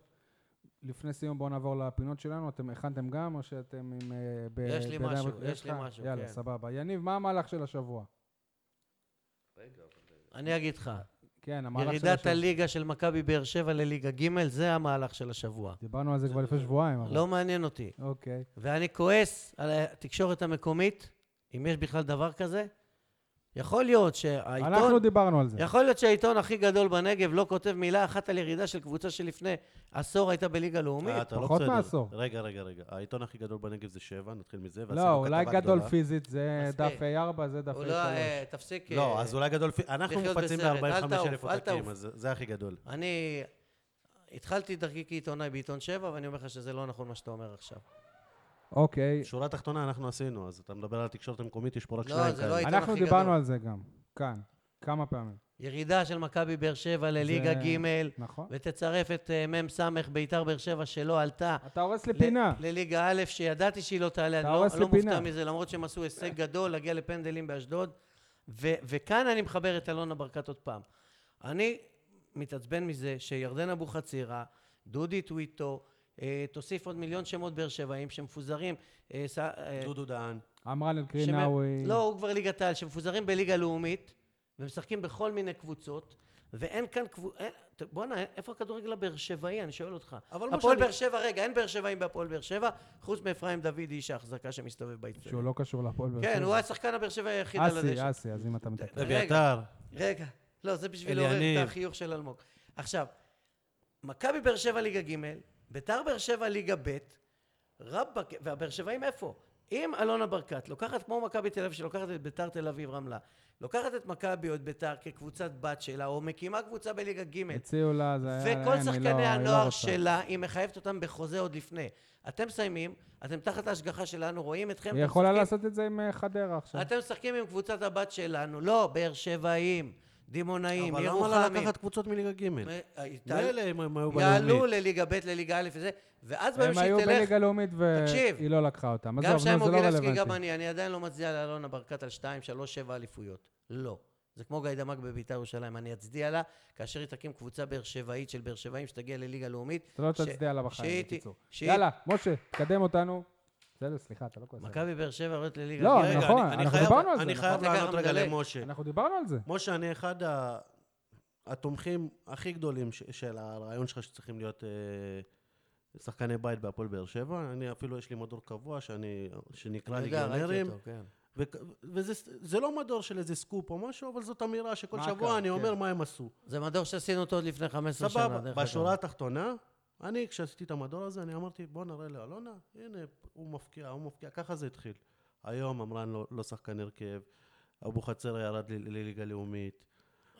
Speaker 1: לפני סיום בואו נעבור לפינות שלנו. אתם הכנתם גם, או שאתם עם... אה, ב-
Speaker 3: יש לי
Speaker 1: בידיים-
Speaker 3: משהו, יש לי
Speaker 1: לך?
Speaker 3: משהו,
Speaker 1: יאללה,
Speaker 3: כן.
Speaker 1: סבבה. יניב, מה המהלך של השבוע?
Speaker 3: אני אגיד לך,
Speaker 1: כן, המהלך של השבוע.
Speaker 3: ירידת הליגה של מכבי באר שבע לליגה ג' זה המהלך של השבוע.
Speaker 1: דיברנו על זה כבר לפני שבועיים. אבל-
Speaker 3: לא מעניין אותי.
Speaker 1: אוקיי.
Speaker 3: ואני כועס על התקשורת המקומית, אם יש בכלל דבר כזה. יכול להיות שהעיתון...
Speaker 1: אנחנו דיברנו על זה.
Speaker 3: יכול להיות שהעיתון הכי גדול בנגב לא כותב מילה אחת על ירידה של קבוצה שלפני עשור הייתה בליגה לאומית.
Speaker 2: אה, אתה לא
Speaker 1: פחות
Speaker 2: בסדר.
Speaker 1: מעשור.
Speaker 2: רגע, רגע, רגע. העיתון הכי גדול בנגב זה שבע, נתחיל מזה.
Speaker 1: לא,
Speaker 2: ועשינו
Speaker 1: אולי
Speaker 2: כתבה
Speaker 1: גדול
Speaker 2: גדולה.
Speaker 1: פיזית זה
Speaker 3: מספיק.
Speaker 1: דף A4, זה דף
Speaker 3: הוא לא...
Speaker 1: A3.
Speaker 3: אה, תפסיק...
Speaker 2: לא,
Speaker 3: אה,
Speaker 2: אז אולי גדול פיזית. אנחנו
Speaker 3: לחיות
Speaker 2: מפצים
Speaker 3: בסרט, אל
Speaker 2: ב-45 אלף
Speaker 3: תעוף, אל
Speaker 2: עותקים,
Speaker 3: תעוף.
Speaker 2: אז זה- זה הכי גדול.
Speaker 1: אוקיי.
Speaker 3: אני התחלתי את דרכי כעיתונאי בעיתון שבע, ואני אומר לך שזה לא נכון מה שאתה אומר עכשיו.
Speaker 1: אוקיי.
Speaker 2: שורה תחתונה אנחנו עשינו, אז אתה מדבר על התקשורת המקומית, יש פה רק
Speaker 3: לא,
Speaker 2: שניים
Speaker 3: זה לא
Speaker 2: כאלה.
Speaker 3: העיתון
Speaker 1: אנחנו
Speaker 3: הכי
Speaker 1: דיברנו
Speaker 3: גדול.
Speaker 1: על זה גם, כאן, כמה פעמים.
Speaker 3: ירידה של מכבי באר שבע לליגה
Speaker 1: זה-
Speaker 3: ג'
Speaker 1: נכון.
Speaker 3: ותצרף את אה, מ"ס ביתר באר שבע שלא עלתה.
Speaker 1: אתה הורס לי
Speaker 3: ל-
Speaker 1: פינה.
Speaker 3: לליגה א', שידעתי שהיא לא תעלה,
Speaker 1: אתה
Speaker 3: אני לא,
Speaker 1: הורס לי
Speaker 3: לא מופתע
Speaker 1: פינה.
Speaker 3: מזה, למרות שהם עשו הישג גדול, להגיע לפנדלים באשדוד. ו- וכאן אני מחבר את אלונה ברקת עוד פעם. אני מתעצבן מזה שירדן אבוחצירא, דודי טוויטו, אה, תוסיף עוד מיליון שמות באר שבעים שמפוזרים. אה, ס- אה,
Speaker 2: דודו דהן.
Speaker 1: אמרן
Speaker 3: שמ-
Speaker 1: אלקרינאווי.
Speaker 3: לא, הוא כבר ליגת העל, שמפוזרים בליגה לאומית, ומשחקים בכל מיני קבוצות, ואין כאן קבוצה... בואנה, איפה הכדורגל הבאר שבעי? אני שואל אותך.
Speaker 2: אבל משה,
Speaker 3: הפועל
Speaker 2: אני-
Speaker 3: באר שבע, רגע, אין באר שבעים בהפועל באר שבע, חוץ מאפרים דוידי, איש ההחזקה שמסתובב
Speaker 1: שהוא
Speaker 3: באיצטדיון.
Speaker 1: לא קשור להפועל באר שבע.
Speaker 3: כן, הוא השחקן הבאר שבעי היחיד על
Speaker 1: אסי,
Speaker 3: הדשא.
Speaker 1: אסי, אז אם אתה מתקן.
Speaker 3: רגע.
Speaker 2: אביתר.
Speaker 3: רגע, לא, זה בשביל לעורר
Speaker 2: אליניב.
Speaker 3: את החיוך של אלמוג. עכשיו, מכבי באר שבע ליגה ג', ביתר באר שבע ליגה ב', רבאק, והבאר שבעים איפה? אם אלונה ברקת לוקחת כמו מכבי תל אביב, שלוקחת את ביתר תל אביב רמלה, לוקחת את מכבי או את ביתר כקבוצת בת שלה, או מקימה קבוצה בליגה ג',
Speaker 1: הציעו לה, זה היה...
Speaker 3: וכל
Speaker 1: אין, היא לא-
Speaker 3: שחקני
Speaker 1: היא לא
Speaker 3: הנוער
Speaker 1: רוצה.
Speaker 3: שלה, היא מחייבת אותם בחוזה עוד לפני. אתם מסיימים, אתם תחת ההשגחה שלנו, רואים אתכם,
Speaker 1: היא
Speaker 3: אתם
Speaker 1: יכולה
Speaker 3: משחקים-
Speaker 1: לעשות את זה עם אה, חדרה עכשיו.
Speaker 3: אתם משחקים עם קבוצת הבת שלנו, לא, באר שבעים, דימונאים,
Speaker 2: אבל
Speaker 1: לא
Speaker 2: למה לה
Speaker 3: ירוחמים.
Speaker 2: לקחת קבוצות מליגה ג'?
Speaker 3: מ- היא תעל-
Speaker 2: מילא אם הם היו
Speaker 3: יעלו
Speaker 2: בלאומית.
Speaker 3: לליגה ב', לליגה א' וזה, ואז ביום
Speaker 1: הם היו
Speaker 3: שהיא תלך,
Speaker 1: בליגה לאומית
Speaker 3: תקשיב,
Speaker 1: והיא לא לקחה אותם.
Speaker 3: גם
Speaker 1: עזוב,
Speaker 3: שי
Speaker 1: נו, זה לא
Speaker 3: מוגילבסקי, גם
Speaker 1: רלוונטי.
Speaker 3: אני, אני עדיין לא מצדיע לאלונה ברקת על 2, 3, 7 אליפויות. לא. זה כמו גיא דמק בביתר ירושלים, אני אצדיע לה כאשר היא תקים קבוצה באר שבעית של באר שבעים שתגיע לליגה לאומית.
Speaker 1: אתה לא
Speaker 3: ש-
Speaker 1: תצדיע לה בחיים,
Speaker 3: שהיא ת-
Speaker 1: בקיצור.
Speaker 3: שהיא-
Speaker 1: יאללה, משה, תקדם אותנו. בסדר, סליחה, אתה לא כועס. עליי.
Speaker 3: מכבי באר שבע עולות לליגה
Speaker 1: לא,
Speaker 3: ג'.
Speaker 2: רגע,
Speaker 1: נכון,
Speaker 2: אני- אני
Speaker 1: אנחנו
Speaker 2: חייב-
Speaker 1: דיברנו על זה,
Speaker 2: אני
Speaker 1: נכון?
Speaker 2: חייב
Speaker 3: אתה ככה
Speaker 2: לענות רגע
Speaker 3: מדלג.
Speaker 2: למשה.
Speaker 1: אנחנו דיברנו על זה.
Speaker 2: משה, אני אחד ה- התומכים הכי גדולים ש- של הרעיון שלך שצריכים להיות אה, שחקני בית בהפועל באר שבע. אני אפילו, יש לי מדור קבוע שאני, שנקרא
Speaker 3: אני יודע, ראיתי
Speaker 2: ליגיונרים.
Speaker 3: אותו, כן.
Speaker 2: ו- וזה זה לא מדור של איזה סקופ או משהו, אבל זאת אמירה שכל
Speaker 1: מה
Speaker 2: שבוע
Speaker 1: הקו,
Speaker 2: אני אומר
Speaker 1: כן.
Speaker 2: מה הם עשו.
Speaker 3: זה מדור שעשינו אותו עוד לפני 15 שנה.
Speaker 2: סבבה,
Speaker 3: דרך
Speaker 2: בשורה
Speaker 3: אגב.
Speaker 2: התחתונה, אני כשעשיתי את המדור הזה, אני אמרתי, בוא נראה לאלונה, הנה, הוא מפקיע, הוא מפקיע, ככה זה התחיל. היום אמרן לא, לא שחקן הרכב, אבוחצירא ירד ל- לליגה לאומית.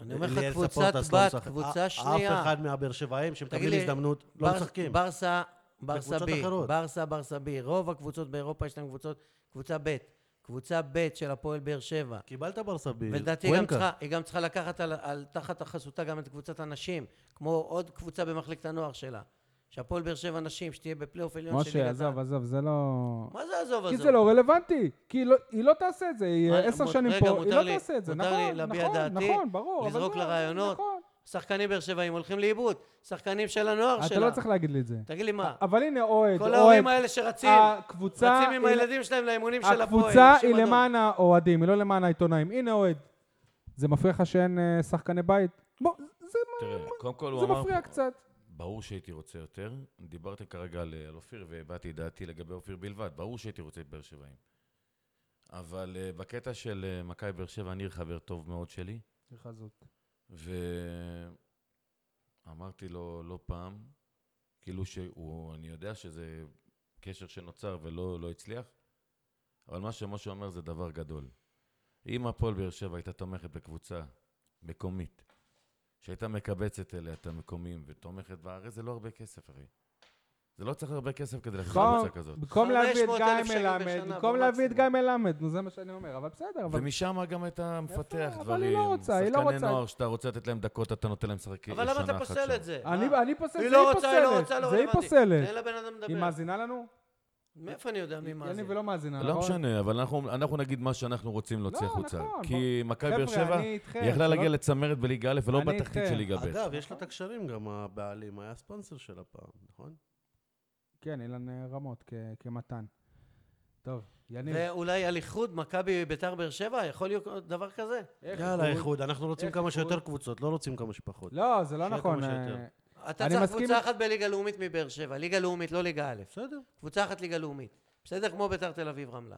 Speaker 3: אני אומר
Speaker 2: ליאל
Speaker 3: לך,
Speaker 2: ספורטס
Speaker 3: קבוצת
Speaker 2: לא
Speaker 3: בת,
Speaker 2: משחק.
Speaker 3: קבוצה
Speaker 2: אף
Speaker 3: שנייה.
Speaker 2: אחד מהבאר שבעים
Speaker 3: תגיד
Speaker 2: שמקבלים
Speaker 3: לי,
Speaker 2: הזדמנות, לא
Speaker 3: בר-
Speaker 2: משחקים.
Speaker 3: ברסה ברסה
Speaker 2: בקבוצות
Speaker 3: B,
Speaker 2: אחרות.
Speaker 3: ברסה, ברסה B. רוב הקבוצות באירופה יש להן קבוצות, קבוצה ב', קבוצה ב' של הפועל באר שבע.
Speaker 1: כאילו,
Speaker 2: קיבלת ברסה ב...
Speaker 3: ולדעתי היא גם
Speaker 2: קוונקה.
Speaker 3: צריכה- היא גם צריכה לקחת על, על תחת החסותה גם את קבוצת הנשים, כמו עוד קבוצה במחלקת הנוער שלה. שהפועל באר שבע נשים, שתהיה בפלייאוף עליון של
Speaker 1: משה,
Speaker 3: ליגת העל.
Speaker 1: עזוב, עזוב, זה לא...
Speaker 3: מה זה עזוב,
Speaker 1: כי
Speaker 3: עזוב?
Speaker 1: זה לא רלוונטי, כי היא לא- היא לא תעשה את זה, היא
Speaker 3: אה,
Speaker 1: עשר
Speaker 3: מות-
Speaker 1: שנים
Speaker 3: רגע,
Speaker 1: פה, היא
Speaker 3: מותר
Speaker 1: לא
Speaker 3: לי-
Speaker 1: תעשה את זה,
Speaker 3: מותר לי
Speaker 1: נכון,
Speaker 3: להביע
Speaker 1: נכון,
Speaker 3: דעתי,
Speaker 1: נכון, ברור, אבל
Speaker 3: לזרוק
Speaker 1: זה-
Speaker 3: לרעיונות.
Speaker 1: נכון.
Speaker 3: שחקנים באר שבעים הולכים לאיבוד, שחקנים של הנוער שלה.
Speaker 1: אתה לא צריך להגיד לי את זה.
Speaker 3: תגיד לי מה,
Speaker 1: אבל הנה, אוהד,
Speaker 3: כל
Speaker 1: אה, אוהד,
Speaker 3: ההורים האלה שרצים,
Speaker 1: הקבוצה...
Speaker 3: רצים עם
Speaker 1: היא-
Speaker 3: הילדים שלהם לאימונים של הפועל.
Speaker 1: הקבוצה
Speaker 3: לובשים
Speaker 1: היא
Speaker 3: אדום.
Speaker 1: למען האוהדים, היא לא למען העיתונאים. הנה אוהד. זה מפריע לך שאין אה, שחקני בית? בוא, זה-
Speaker 4: תראה, קודם כל הוא
Speaker 1: זה
Speaker 4: אמר...
Speaker 1: מפריע
Speaker 4: פה-
Speaker 1: קצת.
Speaker 4: ברור שהייתי רוצה יותר. דיברתם כרגע על, על אופיר והבעתי את דעתי לגבי אופיר בלבד. ברור שהייתי רוצה את באר שבעים. אבל uh, בקטע של uh, מכבי באר שבע, ניר חבר טוב מאוד שלי, ואמרתי לו לא פעם, כאילו שהוא, אני יודע שזה קשר שנוצר ולא לא הצליח, אבל מה שמשה אומר זה דבר גדול. אם הפועל באר שבע הייתה תומכת בקבוצה מקומית, שהייתה מקבצת אליה את המקומים ותומכת בה, הרי זה לא הרבה כסף, הרי. זה לא צריך הרבה כסף כדי להחזיר
Speaker 1: בוא,
Speaker 4: קבוצה כזאת.
Speaker 1: במקום להביא את
Speaker 3: 500,000
Speaker 1: גיא
Speaker 3: שקל
Speaker 1: מלמד,
Speaker 3: בשנה,
Speaker 1: במקום להביא את גיא
Speaker 3: במקסימום.
Speaker 1: מלמד, נו זה מה שאני אומר, אבל בסדר, אבל...
Speaker 4: ומשם גם אתה מפתח
Speaker 1: אבל
Speaker 4: דברים.
Speaker 1: היא לא רוצה, היא לא
Speaker 4: שחקני
Speaker 1: רוצה.
Speaker 4: נוער שאתה רוצה לתת להם דקות, אתה נותן להם לשחק שנה אחת
Speaker 3: אבל למה אתה פוסל
Speaker 4: שם.
Speaker 3: את זה?
Speaker 1: אני-
Speaker 3: מה?
Speaker 1: אני פוסל,
Speaker 3: היא
Speaker 1: זה
Speaker 3: לא
Speaker 1: היא
Speaker 3: רוצה, היא לא רוצה,
Speaker 1: פוסלת.
Speaker 3: לא
Speaker 1: זה היא
Speaker 3: רלוונטי. תן
Speaker 1: פוסלת.
Speaker 3: לבן אדם
Speaker 1: היא
Speaker 3: לדבר.
Speaker 1: מאזינה לנו?
Speaker 3: מאיפה אני יודע מי מאזין?
Speaker 1: יניב לא מאזינה, נכון?
Speaker 4: לא משנה, אבל אנחנו- אנחנו נגיד מה שאנחנו רוצים
Speaker 1: לא,
Speaker 4: להוציא החוצה.
Speaker 1: נכון,
Speaker 4: כי מכבי באר
Speaker 1: חבר'ה,
Speaker 4: שבע
Speaker 1: אני איתכם, נכון?
Speaker 4: יכלה
Speaker 1: שלא-
Speaker 4: להגיע לצמרת בליגה א' ולא
Speaker 1: אני כן.
Speaker 4: בתחתית
Speaker 1: איתכם.
Speaker 4: של ליגה ב'.
Speaker 2: אגב, יש לה את הקשרים גם, הבעלים היה הספונסר שלה פעם, נכון?
Speaker 1: כן, אילן אה, רמות כ- כמתן. טוב, יניב.
Speaker 3: ואולי על איחוד מכבי ביתר באר שבע, יכול להיות דבר כזה?
Speaker 1: איך
Speaker 2: יאללה,
Speaker 1: איחוד?
Speaker 2: איחוד, אנחנו רוצים
Speaker 1: איך
Speaker 2: כמה
Speaker 1: איחוד?
Speaker 2: שיותר קבוצות, לא רוצים כמה שפחות.
Speaker 1: לא, זה לא
Speaker 2: שיהיה
Speaker 1: נכון.
Speaker 2: כמה שיותר.
Speaker 1: אה,
Speaker 3: אתה
Speaker 1: אני
Speaker 3: צריך
Speaker 1: מסכים
Speaker 3: קבוצה
Speaker 1: איתך.
Speaker 3: אחת בליגה לאומית מבאר שבע, ליגה לאומית, לא ליגה א'.
Speaker 2: בסדר.
Speaker 3: קבוצה אחת ליגה לאומית. בסדר? כמו ביתר תל אביב רמלה.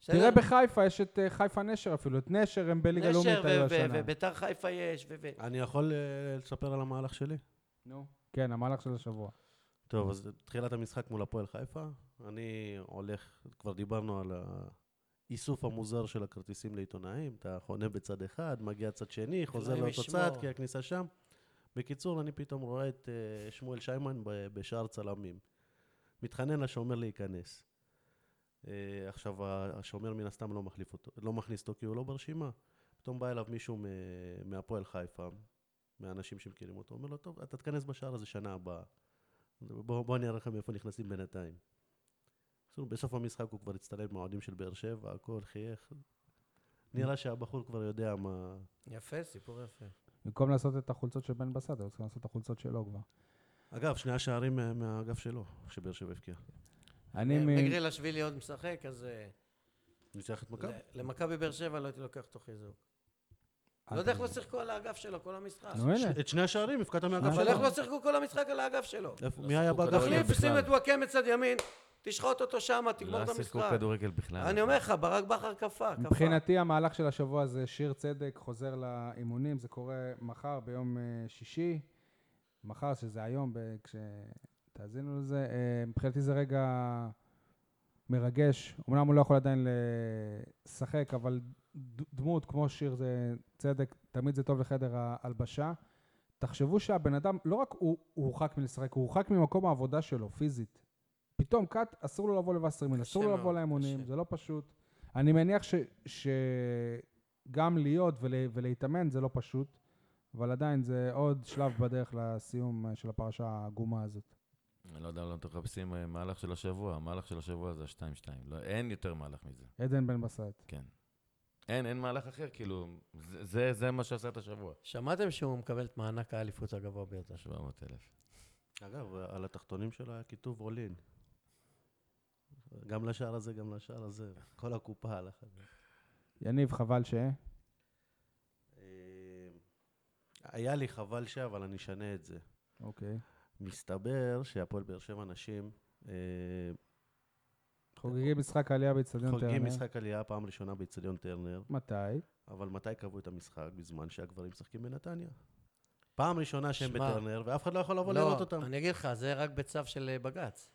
Speaker 3: בסדר?
Speaker 1: תראה בחיפה, יש את אה, חיפה נשר אפילו, את נשר הם בליגה לאומית
Speaker 3: נשר
Speaker 1: היו
Speaker 3: ו- ו-
Speaker 1: השנה.
Speaker 3: וביתר חיפה יש, ו... ו-
Speaker 2: אני יכול אה, לספר על המהלך שלי?
Speaker 1: נו. כן, המהלך של השבוע.
Speaker 2: טוב, אז תחילת המשחק מול הפועל חיפה, אני הולך, כבר דיברנו על האיסוף המוזר של הכרטיסים לעיתונאים, אתה חונה בצד אחד, מגיע צד שני, חוזר
Speaker 3: אלוהים
Speaker 2: לאותו
Speaker 3: ישמור.
Speaker 2: צד, כי הכניסה שם. בקיצור, אני פתאום רואה את אה, שמואל שיימן ב- בשער צלמים. מתחנן לשומר להיכנס. אה, עכשיו, ה- השומר מן הסתם לא מחליף אותו, לא מכניס אותו כי הוא לא ברשימה. פתאום בא אליו מישהו מ- מהפועל חיפה, מהאנשים שמכירים אותו, אומר לו, טוב, אתה תיכנס בשער הזה שנה הבאה. בואו בוא אני אראה לכם איפה נכנסים בינתיים. בסדר, בסוף המשחק הוא כבר הצטלם עם האוהדים של באר שבע, הכל חייך. נראה שהבחור כבר יודע מה...
Speaker 3: יפה, סיפור יפה.
Speaker 1: במקום לעשות את החולצות של בן בסט, היו צריכים לעשות את החולצות שלו כבר.
Speaker 2: אגב, שני השערים מה- מהאגף שלו, שבאר שבע הבקיע.
Speaker 1: אני
Speaker 3: אה,
Speaker 1: מ...
Speaker 3: מגרילשווילי עוד משחק, אז אה,
Speaker 2: ניצח את מכבי.
Speaker 3: ל- למכבי באר שבע לא הייתי לוקח אותו חיזוק. לא יודע איך לא שיחקו על האגף שלו כל המשחק.
Speaker 1: אה, נו, הנה.
Speaker 2: ש- את שני השערים הפקעת מהאגף
Speaker 3: אבל איך
Speaker 2: שלו.
Speaker 3: לא שיחקו כל המשחק על האגף שלו?
Speaker 2: איפה-
Speaker 4: לא
Speaker 2: מי היה
Speaker 4: שיחקו
Speaker 2: באגף
Speaker 4: כדורגל.
Speaker 2: שלו?
Speaker 3: תחליף, שים
Speaker 4: בכלל.
Speaker 3: את וואקם מצד ימין, תשחוט אותו שמה, תגמור את
Speaker 4: לא שיחקו
Speaker 3: המשחק.
Speaker 4: כדורגל בכלל.
Speaker 3: אני אומר לך, ברק בכר קפא, קפא.
Speaker 1: מבחינתי המהלך של השבוע זה שיר צדק חוזר לאימונים, זה קורה מחר ביום אה, שישי, מחר שזה היום, ב- כשתאזינו לזה. אה, מבחינתי זה רגע מרגש, אמנם הוא לא יכול עדיין לשחק, אבל ד- דמות כמו שיר זה צדק, תמיד זה טוב לחדר ההלבשה. תחשבו שהבן אדם, לא רק הוא הוא הורחק מלשחק, הוא הורחק ממקום העבודה שלו, פיזית. פתאום קאט, אסור לו לבוא לווסרמיל,
Speaker 3: קשה
Speaker 1: אסור לו
Speaker 3: מאוד,
Speaker 1: לבוא לאימונים,
Speaker 3: קשה.
Speaker 1: זה לא פשוט. אני מניח ש- שגם להיות ול- ולהתאמן זה לא פשוט, אבל עדיין זה עוד שלב בדרך לסיום אה, של הפרשה העגומה הזאת.
Speaker 4: אני לא יודע למה אתם מחפשים אה, מהלך של השבוע. המהלך של השבוע זה ה-2-2. לא, אין יותר מהלך מזה,
Speaker 1: עדן בן בסט.
Speaker 4: כן. אין, אין מהלך אחר, כאילו, זה- זה, זה מה שעשה את השבוע.
Speaker 3: שמעתם שהוא מקבל את מענק האליפות הגבוה ביותר.
Speaker 4: 700 אלף.
Speaker 2: אגב, על התחתונים שלו היה כיתוב עולין. גם לשער הזה, גם לשער הזה. כל הקופה הלכה.
Speaker 1: יניב, חבל ש...
Speaker 2: אה, היה לי חבל ש... אבל אני אשנה את זה.
Speaker 1: אוקיי.
Speaker 2: מסתבר שהפועל באר שבע נשים אה,
Speaker 1: חוגגים משחק עלייה באצטדיון טרנר.
Speaker 2: חוגגים משחק עלייה פעם ראשונה באיצטדיון טרנר,
Speaker 1: מתי?
Speaker 2: אבל מתי קבעו את המשחק? בזמן שהגברים משחקים בנתניה. פעם ראשונה שהם
Speaker 3: שמע,
Speaker 2: בטרנר, ואף אחד לא יכול לבוא
Speaker 3: לא,
Speaker 2: לראות אותם.
Speaker 3: אני אגיד לך, זה רק בצו של אה, בג"ץ.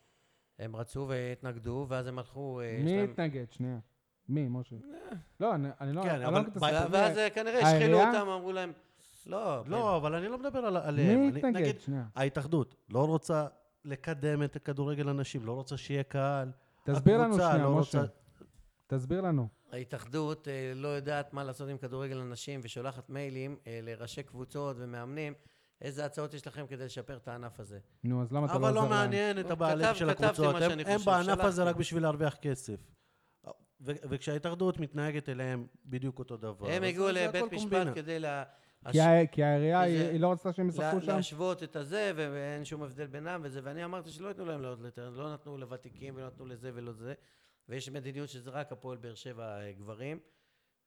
Speaker 3: הם רצו והתנגדו, ואז הם הלכו... אה, יש
Speaker 1: מי
Speaker 3: להם- אה.
Speaker 1: התנגד? שנייה. מי, משה? לא, אני אני לא...
Speaker 2: כן,
Speaker 1: אני לא
Speaker 2: אבל
Speaker 1: מכיר את
Speaker 2: ב-
Speaker 1: הסיפור.
Speaker 3: ואז אה, כנראה
Speaker 1: העירייה?
Speaker 3: השחילו אותם, אמרו להם... לא,
Speaker 2: לא, אבל אני לא מדבר על- עליהם.
Speaker 1: מי
Speaker 2: אני-
Speaker 1: התנגד?
Speaker 2: נגיד,
Speaker 1: שנייה.
Speaker 2: ההתאחדות לא רוצה לקדם את הכדורגל הנשים, לא רוצה שיהיה קהל.
Speaker 1: תסביר לנו
Speaker 2: הקבוצה
Speaker 1: שנייה,
Speaker 2: לא
Speaker 1: משה.
Speaker 2: רוצה-
Speaker 1: תסביר לנו.
Speaker 3: ההתאחדות אה, לא יודעת מה לעשות עם כדורגל הנשים ושולחת מיילים אה, לראשי קבוצות ומאמנים, איזה הצעות יש לכם כדי לשפר את הענף הזה.
Speaker 1: נו, אז למה אתה לא
Speaker 2: אבל
Speaker 1: עוזר
Speaker 2: לא
Speaker 1: להם?
Speaker 2: מעניין את
Speaker 3: לא,
Speaker 2: הבעלים
Speaker 3: כתב-
Speaker 2: של
Speaker 3: כתבתי
Speaker 2: הקבוצות.
Speaker 3: מה
Speaker 2: הם
Speaker 3: שאני
Speaker 2: הם
Speaker 3: חושב,
Speaker 2: בענף הזה
Speaker 3: שלחתי.
Speaker 2: רק בשביל להרוויח כסף. ו- וכשההתאחדות מתנהגת אליהם בדיוק אותו דבר.
Speaker 3: הם
Speaker 2: אז
Speaker 3: הגיעו
Speaker 2: לא זה
Speaker 3: לבית
Speaker 2: הכל
Speaker 3: משפט
Speaker 2: קומבינה.
Speaker 3: כדי לה-
Speaker 1: כי ה- כי העירייה,
Speaker 3: כי זה-
Speaker 1: היא היא לא רצתה שהם
Speaker 3: לה-
Speaker 1: ישחקו שם?
Speaker 3: להשוות את הזה, ו- ואין שום הבדל בינם וזה, ואני אמרתי שלא ייתנו להם לעלות ליותר, לא נתנו לוותיקים ולא נתנו לזה ולא זה, ויש מדיניות שזה רק הפועל באר שבע אה, גברים,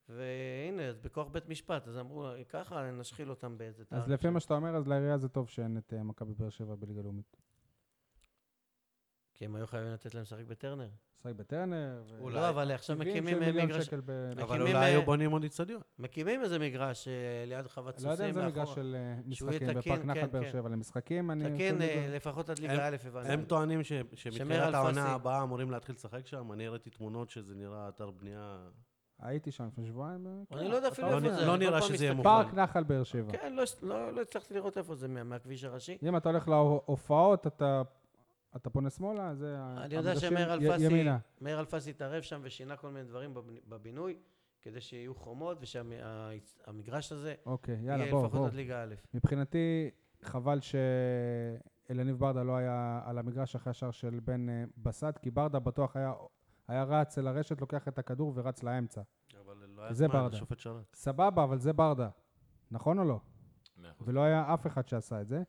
Speaker 3: והנה, אז בכוח בית משפט, אז אמרו, ככה נשחיל אותם באיזה תאריך.
Speaker 1: אז לפי מה שאתה אומר, אז לעירייה זה טוב שאין את אה, מכבי באר שבע בליגה לאומית.
Speaker 3: כי הם היו חייבים לתת להם לשחק בטרנר.
Speaker 1: משחק בטרנר, ו-
Speaker 2: אולי.
Speaker 3: לא, אבל עכשיו
Speaker 1: 70
Speaker 3: מקימים
Speaker 1: של
Speaker 3: אה,
Speaker 1: מיליון
Speaker 3: מגרש...
Speaker 1: שקל ב...
Speaker 2: אבל
Speaker 3: מקימים,
Speaker 2: אולי היו
Speaker 3: אה,
Speaker 2: בונים עוד איצטדיון.
Speaker 3: מקימים איזה מגרש אה, ליד חוות
Speaker 1: לא יודע אם
Speaker 3: סוסים
Speaker 1: זה מגרש
Speaker 3: מאחורה.
Speaker 1: של אה,
Speaker 3: שהוא יהיה
Speaker 1: משחקים
Speaker 3: תקין,
Speaker 1: בפארק נחל
Speaker 3: כן,
Speaker 1: באר
Speaker 3: כן.
Speaker 1: שבע. למשחקים אני...
Speaker 3: תקן
Speaker 1: אפילו
Speaker 3: אה,
Speaker 1: לא-
Speaker 3: לפחות עד
Speaker 2: הם-
Speaker 3: ליגה א' הבנתי.
Speaker 2: הם טוענים ש- שמתחילת
Speaker 3: אה, אלפסי.
Speaker 2: העונה הבאה אמורים להתחיל לשחק שם. אני הראיתי תמונות שזה נראה אתר בנייה.
Speaker 1: הייתי שם לפני שבועיים. אה, כן.
Speaker 3: אני לא יודע אפילו
Speaker 2: לא
Speaker 3: איפה
Speaker 2: נ-
Speaker 3: זה.
Speaker 2: לא
Speaker 3: אני כל
Speaker 2: נראה
Speaker 3: פעם
Speaker 2: שזה יהיה
Speaker 3: מסתכל-
Speaker 2: מוכן.
Speaker 1: פארק נחל באר שבע.
Speaker 3: כן, לא- לא לא הצלחתי לראות איפה זה, מה- מהכביש הראשי.
Speaker 1: אם אתה הולך להופעות, אתה... אתה פונה שמאלה, זה... ה-
Speaker 3: אני יודע
Speaker 1: המגרשים
Speaker 3: שמאיר
Speaker 1: י-
Speaker 3: אלפסי,
Speaker 1: ימינה.
Speaker 3: מאיר אלפסי התערב שם ושינה כל מיני דברים בבני- בבינוי, כדי שיהיו חומות ושהמגרש הזה
Speaker 1: אוקיי, יאללה,
Speaker 3: יהיה
Speaker 1: בוא,
Speaker 3: לפחות
Speaker 1: בוא.
Speaker 3: עד ליגה א'.
Speaker 1: מבחינתי, חבל שאלניב ברדה לא היה על המגרש אחרי השער של בן אה, בסט, כי ברדה בטוח היה, היה רץ אל הרשת, לוקח את הכדור ורץ לאמצע.
Speaker 2: אבל לא היה
Speaker 1: זה
Speaker 2: זמן,
Speaker 1: ברדה.
Speaker 2: השופט שרק.
Speaker 1: סבבה, אבל זה ברדה. נכון או לא?
Speaker 4: מאה אחוז.
Speaker 1: ולא היה אף אחד שעשה את זה.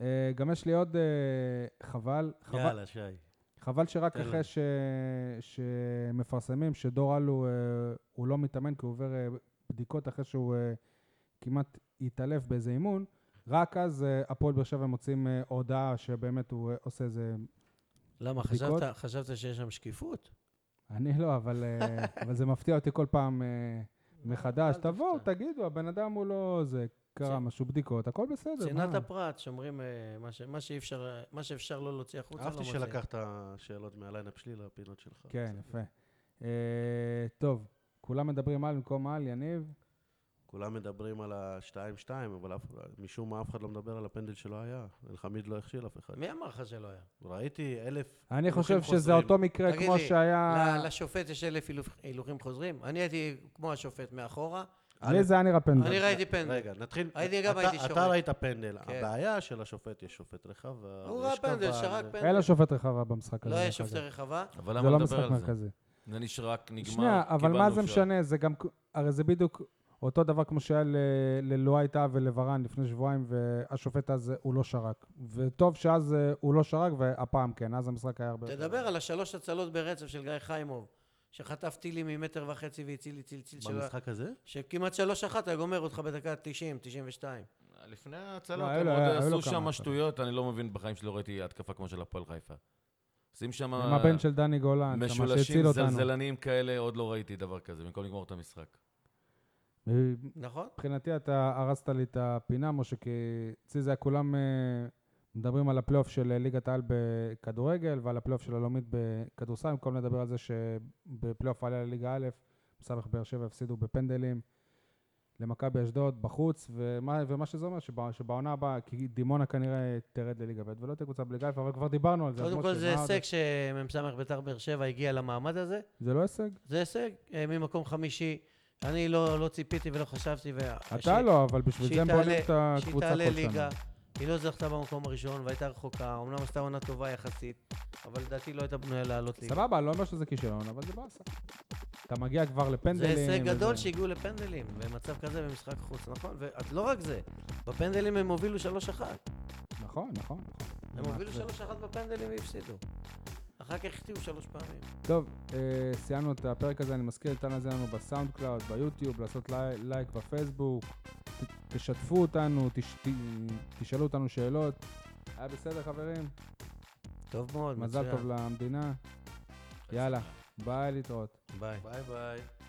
Speaker 1: אה, גם יש לי עוד אה, חבל, חבל,
Speaker 2: יאללה, שי.
Speaker 1: חבל שרק
Speaker 2: תן
Speaker 1: אחרי
Speaker 2: לנו.
Speaker 1: ש... שמפרסמים שדור אלו אה, הוא לא מתאמן כי הוא עובר אה, בדיקות אחרי שהוא אה, כמעט התעלף באיזה אימון, רק אז אה, הפועל באר שבע מוצאים אה, הודעה שבאמת הוא אה, עושה איזה...
Speaker 3: למה,
Speaker 1: בדיקות?
Speaker 3: חשבת- חשבת שיש שם שקיפות?
Speaker 1: אני לא, אבל, אה, אבל זה מפתיע אותי כל פעם אה, מחדש.
Speaker 3: אל תופתע.
Speaker 1: תבואו, תגידו, הבן אדם הוא לא... זה קרה
Speaker 3: צי-
Speaker 1: משהו, בדיקות, הכל בסדר.
Speaker 3: צנעת
Speaker 1: מה?
Speaker 3: הפרט, שומרים אה, מה ש- מה שאפשר- מה שאפשר לא להוציא החוצה, לא
Speaker 2: אהבתי
Speaker 3: מוציאים.
Speaker 2: שלקחת שאלות מהליינאפ שלי לפינות שלך.
Speaker 1: כן,
Speaker 2: בסדר.
Speaker 1: יפה. אה, טוב, כולם מדברים על במקום על, יניב.
Speaker 2: כולם מדברים על ה-2-2, אבל אף- משום מה אף אחד לא מדבר על הפנדל שלא היה. אלחמיד לא הכשיל אף אחד.
Speaker 3: מי אמר לך שלא היה?
Speaker 2: ראיתי אלף...
Speaker 1: אני חושב
Speaker 2: הילוכים
Speaker 1: שזה
Speaker 2: חוזרים.
Speaker 1: אותו מקרה
Speaker 3: תגיד
Speaker 1: כמו
Speaker 3: לי,
Speaker 1: שהיה...
Speaker 3: ל- לשופט יש אלף הילוך- הילוכים חוזרים? אני הייתי כמו השופט מאחורה,
Speaker 1: לי זה היה נראה
Speaker 3: אני
Speaker 1: פנדל.
Speaker 3: ראיתי פנדל.
Speaker 2: רגע, נתחיל.
Speaker 3: הייתי גם
Speaker 2: אתה-
Speaker 3: הייתי שורק.
Speaker 2: אתה ראית פנדל.
Speaker 3: כן.
Speaker 2: הבעיה של השופט, יש שופט רחב.
Speaker 3: הוא ראה פנדל, שרק פנדל.
Speaker 1: אין לה שופט רחבה במשחק הזה.
Speaker 3: לא היה
Speaker 1: דרך
Speaker 3: שופטי
Speaker 1: אגב.
Speaker 3: רחבה.
Speaker 4: אבל
Speaker 1: זה
Speaker 4: למה
Speaker 1: לא
Speaker 4: לדבר
Speaker 1: משחק
Speaker 4: על זה?
Speaker 1: מרכזי.
Speaker 4: זה נשרק, נגמר,
Speaker 1: שנייה, אבל מה
Speaker 4: קיבלנו
Speaker 1: זה
Speaker 4: שעה.
Speaker 1: משנה? זה גם... הרי זה בדיוק אותו דבר כמו שהיה ל- ללואי טאה ולברן לפני שבועיים, והשופט אז הוא לא שרק. וטוב שאז אה, הוא לא שרק, והפעם כן, אז המשחק היה הרבה... יותר.
Speaker 3: תדבר על השלוש הצלות ברצף של גיא חיימוב, שחטף טילים ממטר וחצי והציל לי צלציל שלו,
Speaker 2: במשחק הזה?
Speaker 3: שכמעט שלוש אחת היה גומר אותך בדקה 90, 92.
Speaker 4: לפני
Speaker 1: לא,
Speaker 4: ההצלות,
Speaker 1: היו
Speaker 4: הם
Speaker 1: לו-
Speaker 4: עוד
Speaker 1: היו לו כמה
Speaker 4: עשו שם
Speaker 1: הצלות.
Speaker 4: שטויות, אני לא מבין, בחיים שלי לא ראיתי התקפה כמו של הפועל חיפה. עושים שם
Speaker 1: עם הבן של דני גולן, שם שהציל
Speaker 4: משולשים
Speaker 1: אותנו.
Speaker 4: זלזלנים כאלה, עוד לא ראיתי דבר כזה, במקום לגמור את המשחק.
Speaker 1: אה,
Speaker 3: נכון?
Speaker 1: מבחינתי אתה הרסת לי את הפינה, משה, כי אצלי זה היה כולם אה, מדברים על הפלייאוף של אה, ליגת העל בכדורגל ועל הפלייאוף של הלאומית בכדורסל, במקום לדבר על זה שבפלייאוף עלה לליגה א', סמך באר שבע הפסידו בפנדלים למכבי אשדוד בחוץ, ומה, ומה שזה אומר, שבע, שבעונה הבאה, כי דימונה כנראה תרד לליגה ב' ולא תהיה קבוצה בליגה א', אבל כבר דיברנו על זה. אז
Speaker 3: קודם
Speaker 1: משה,
Speaker 3: כל זה
Speaker 1: מה עוד?
Speaker 3: הישג שמ"ס בית"ר באר שבע הגיע למעמד הזה.
Speaker 1: זה לא הישג?
Speaker 3: זה הישג אה, ממקום חמישי. אני לא לא ציפיתי ולא חשבתי. וה- ש-
Speaker 1: אתה לא, אבל בשביל
Speaker 3: שהיא
Speaker 1: זה הם
Speaker 3: תעלה-
Speaker 1: בונים את
Speaker 3: שהיא
Speaker 1: הקבוצה
Speaker 3: תעלה
Speaker 1: כל שנה.
Speaker 3: ליגה. היא לא זכתה במקום הראשון והייתה רחוקה, אמנם עשתה עונה טובה יחסית, אבל לדעתי לא הייתה בנויה לעלות ליגה.
Speaker 1: סבבה, לא אומר שזה כישלון, אבל זה באסה. אתה מגיע כבר לפנדלים.
Speaker 3: זה הישג גדול
Speaker 1: וזה-
Speaker 3: שהגיעו לפנדלים, במצב כזה במשחק חוץ, נכון? ולא רק זה, בפנדלים הם הובילו 3-1.
Speaker 1: נכון, נכון.
Speaker 3: הם הובילו 3-1 בפנדלים והפסידו. אחר כך החטיאו שלוש פעמים.
Speaker 1: טוב, אה, סיימנו את הפרק הזה, אני מזכיר, ניתן לזה לנו בסאונד קלאוד, ביוטיוב, לעשות לי- לייק בפייסבוק, ת- תשתפו אותנו, תש- ת- תשאלו אותנו שאלות. היה בסדר, חברים?
Speaker 3: טוב מאוד,
Speaker 1: מזל טוב למדינה. יאללה, ביי, להתראות.
Speaker 3: ביי.
Speaker 2: ביי ביי.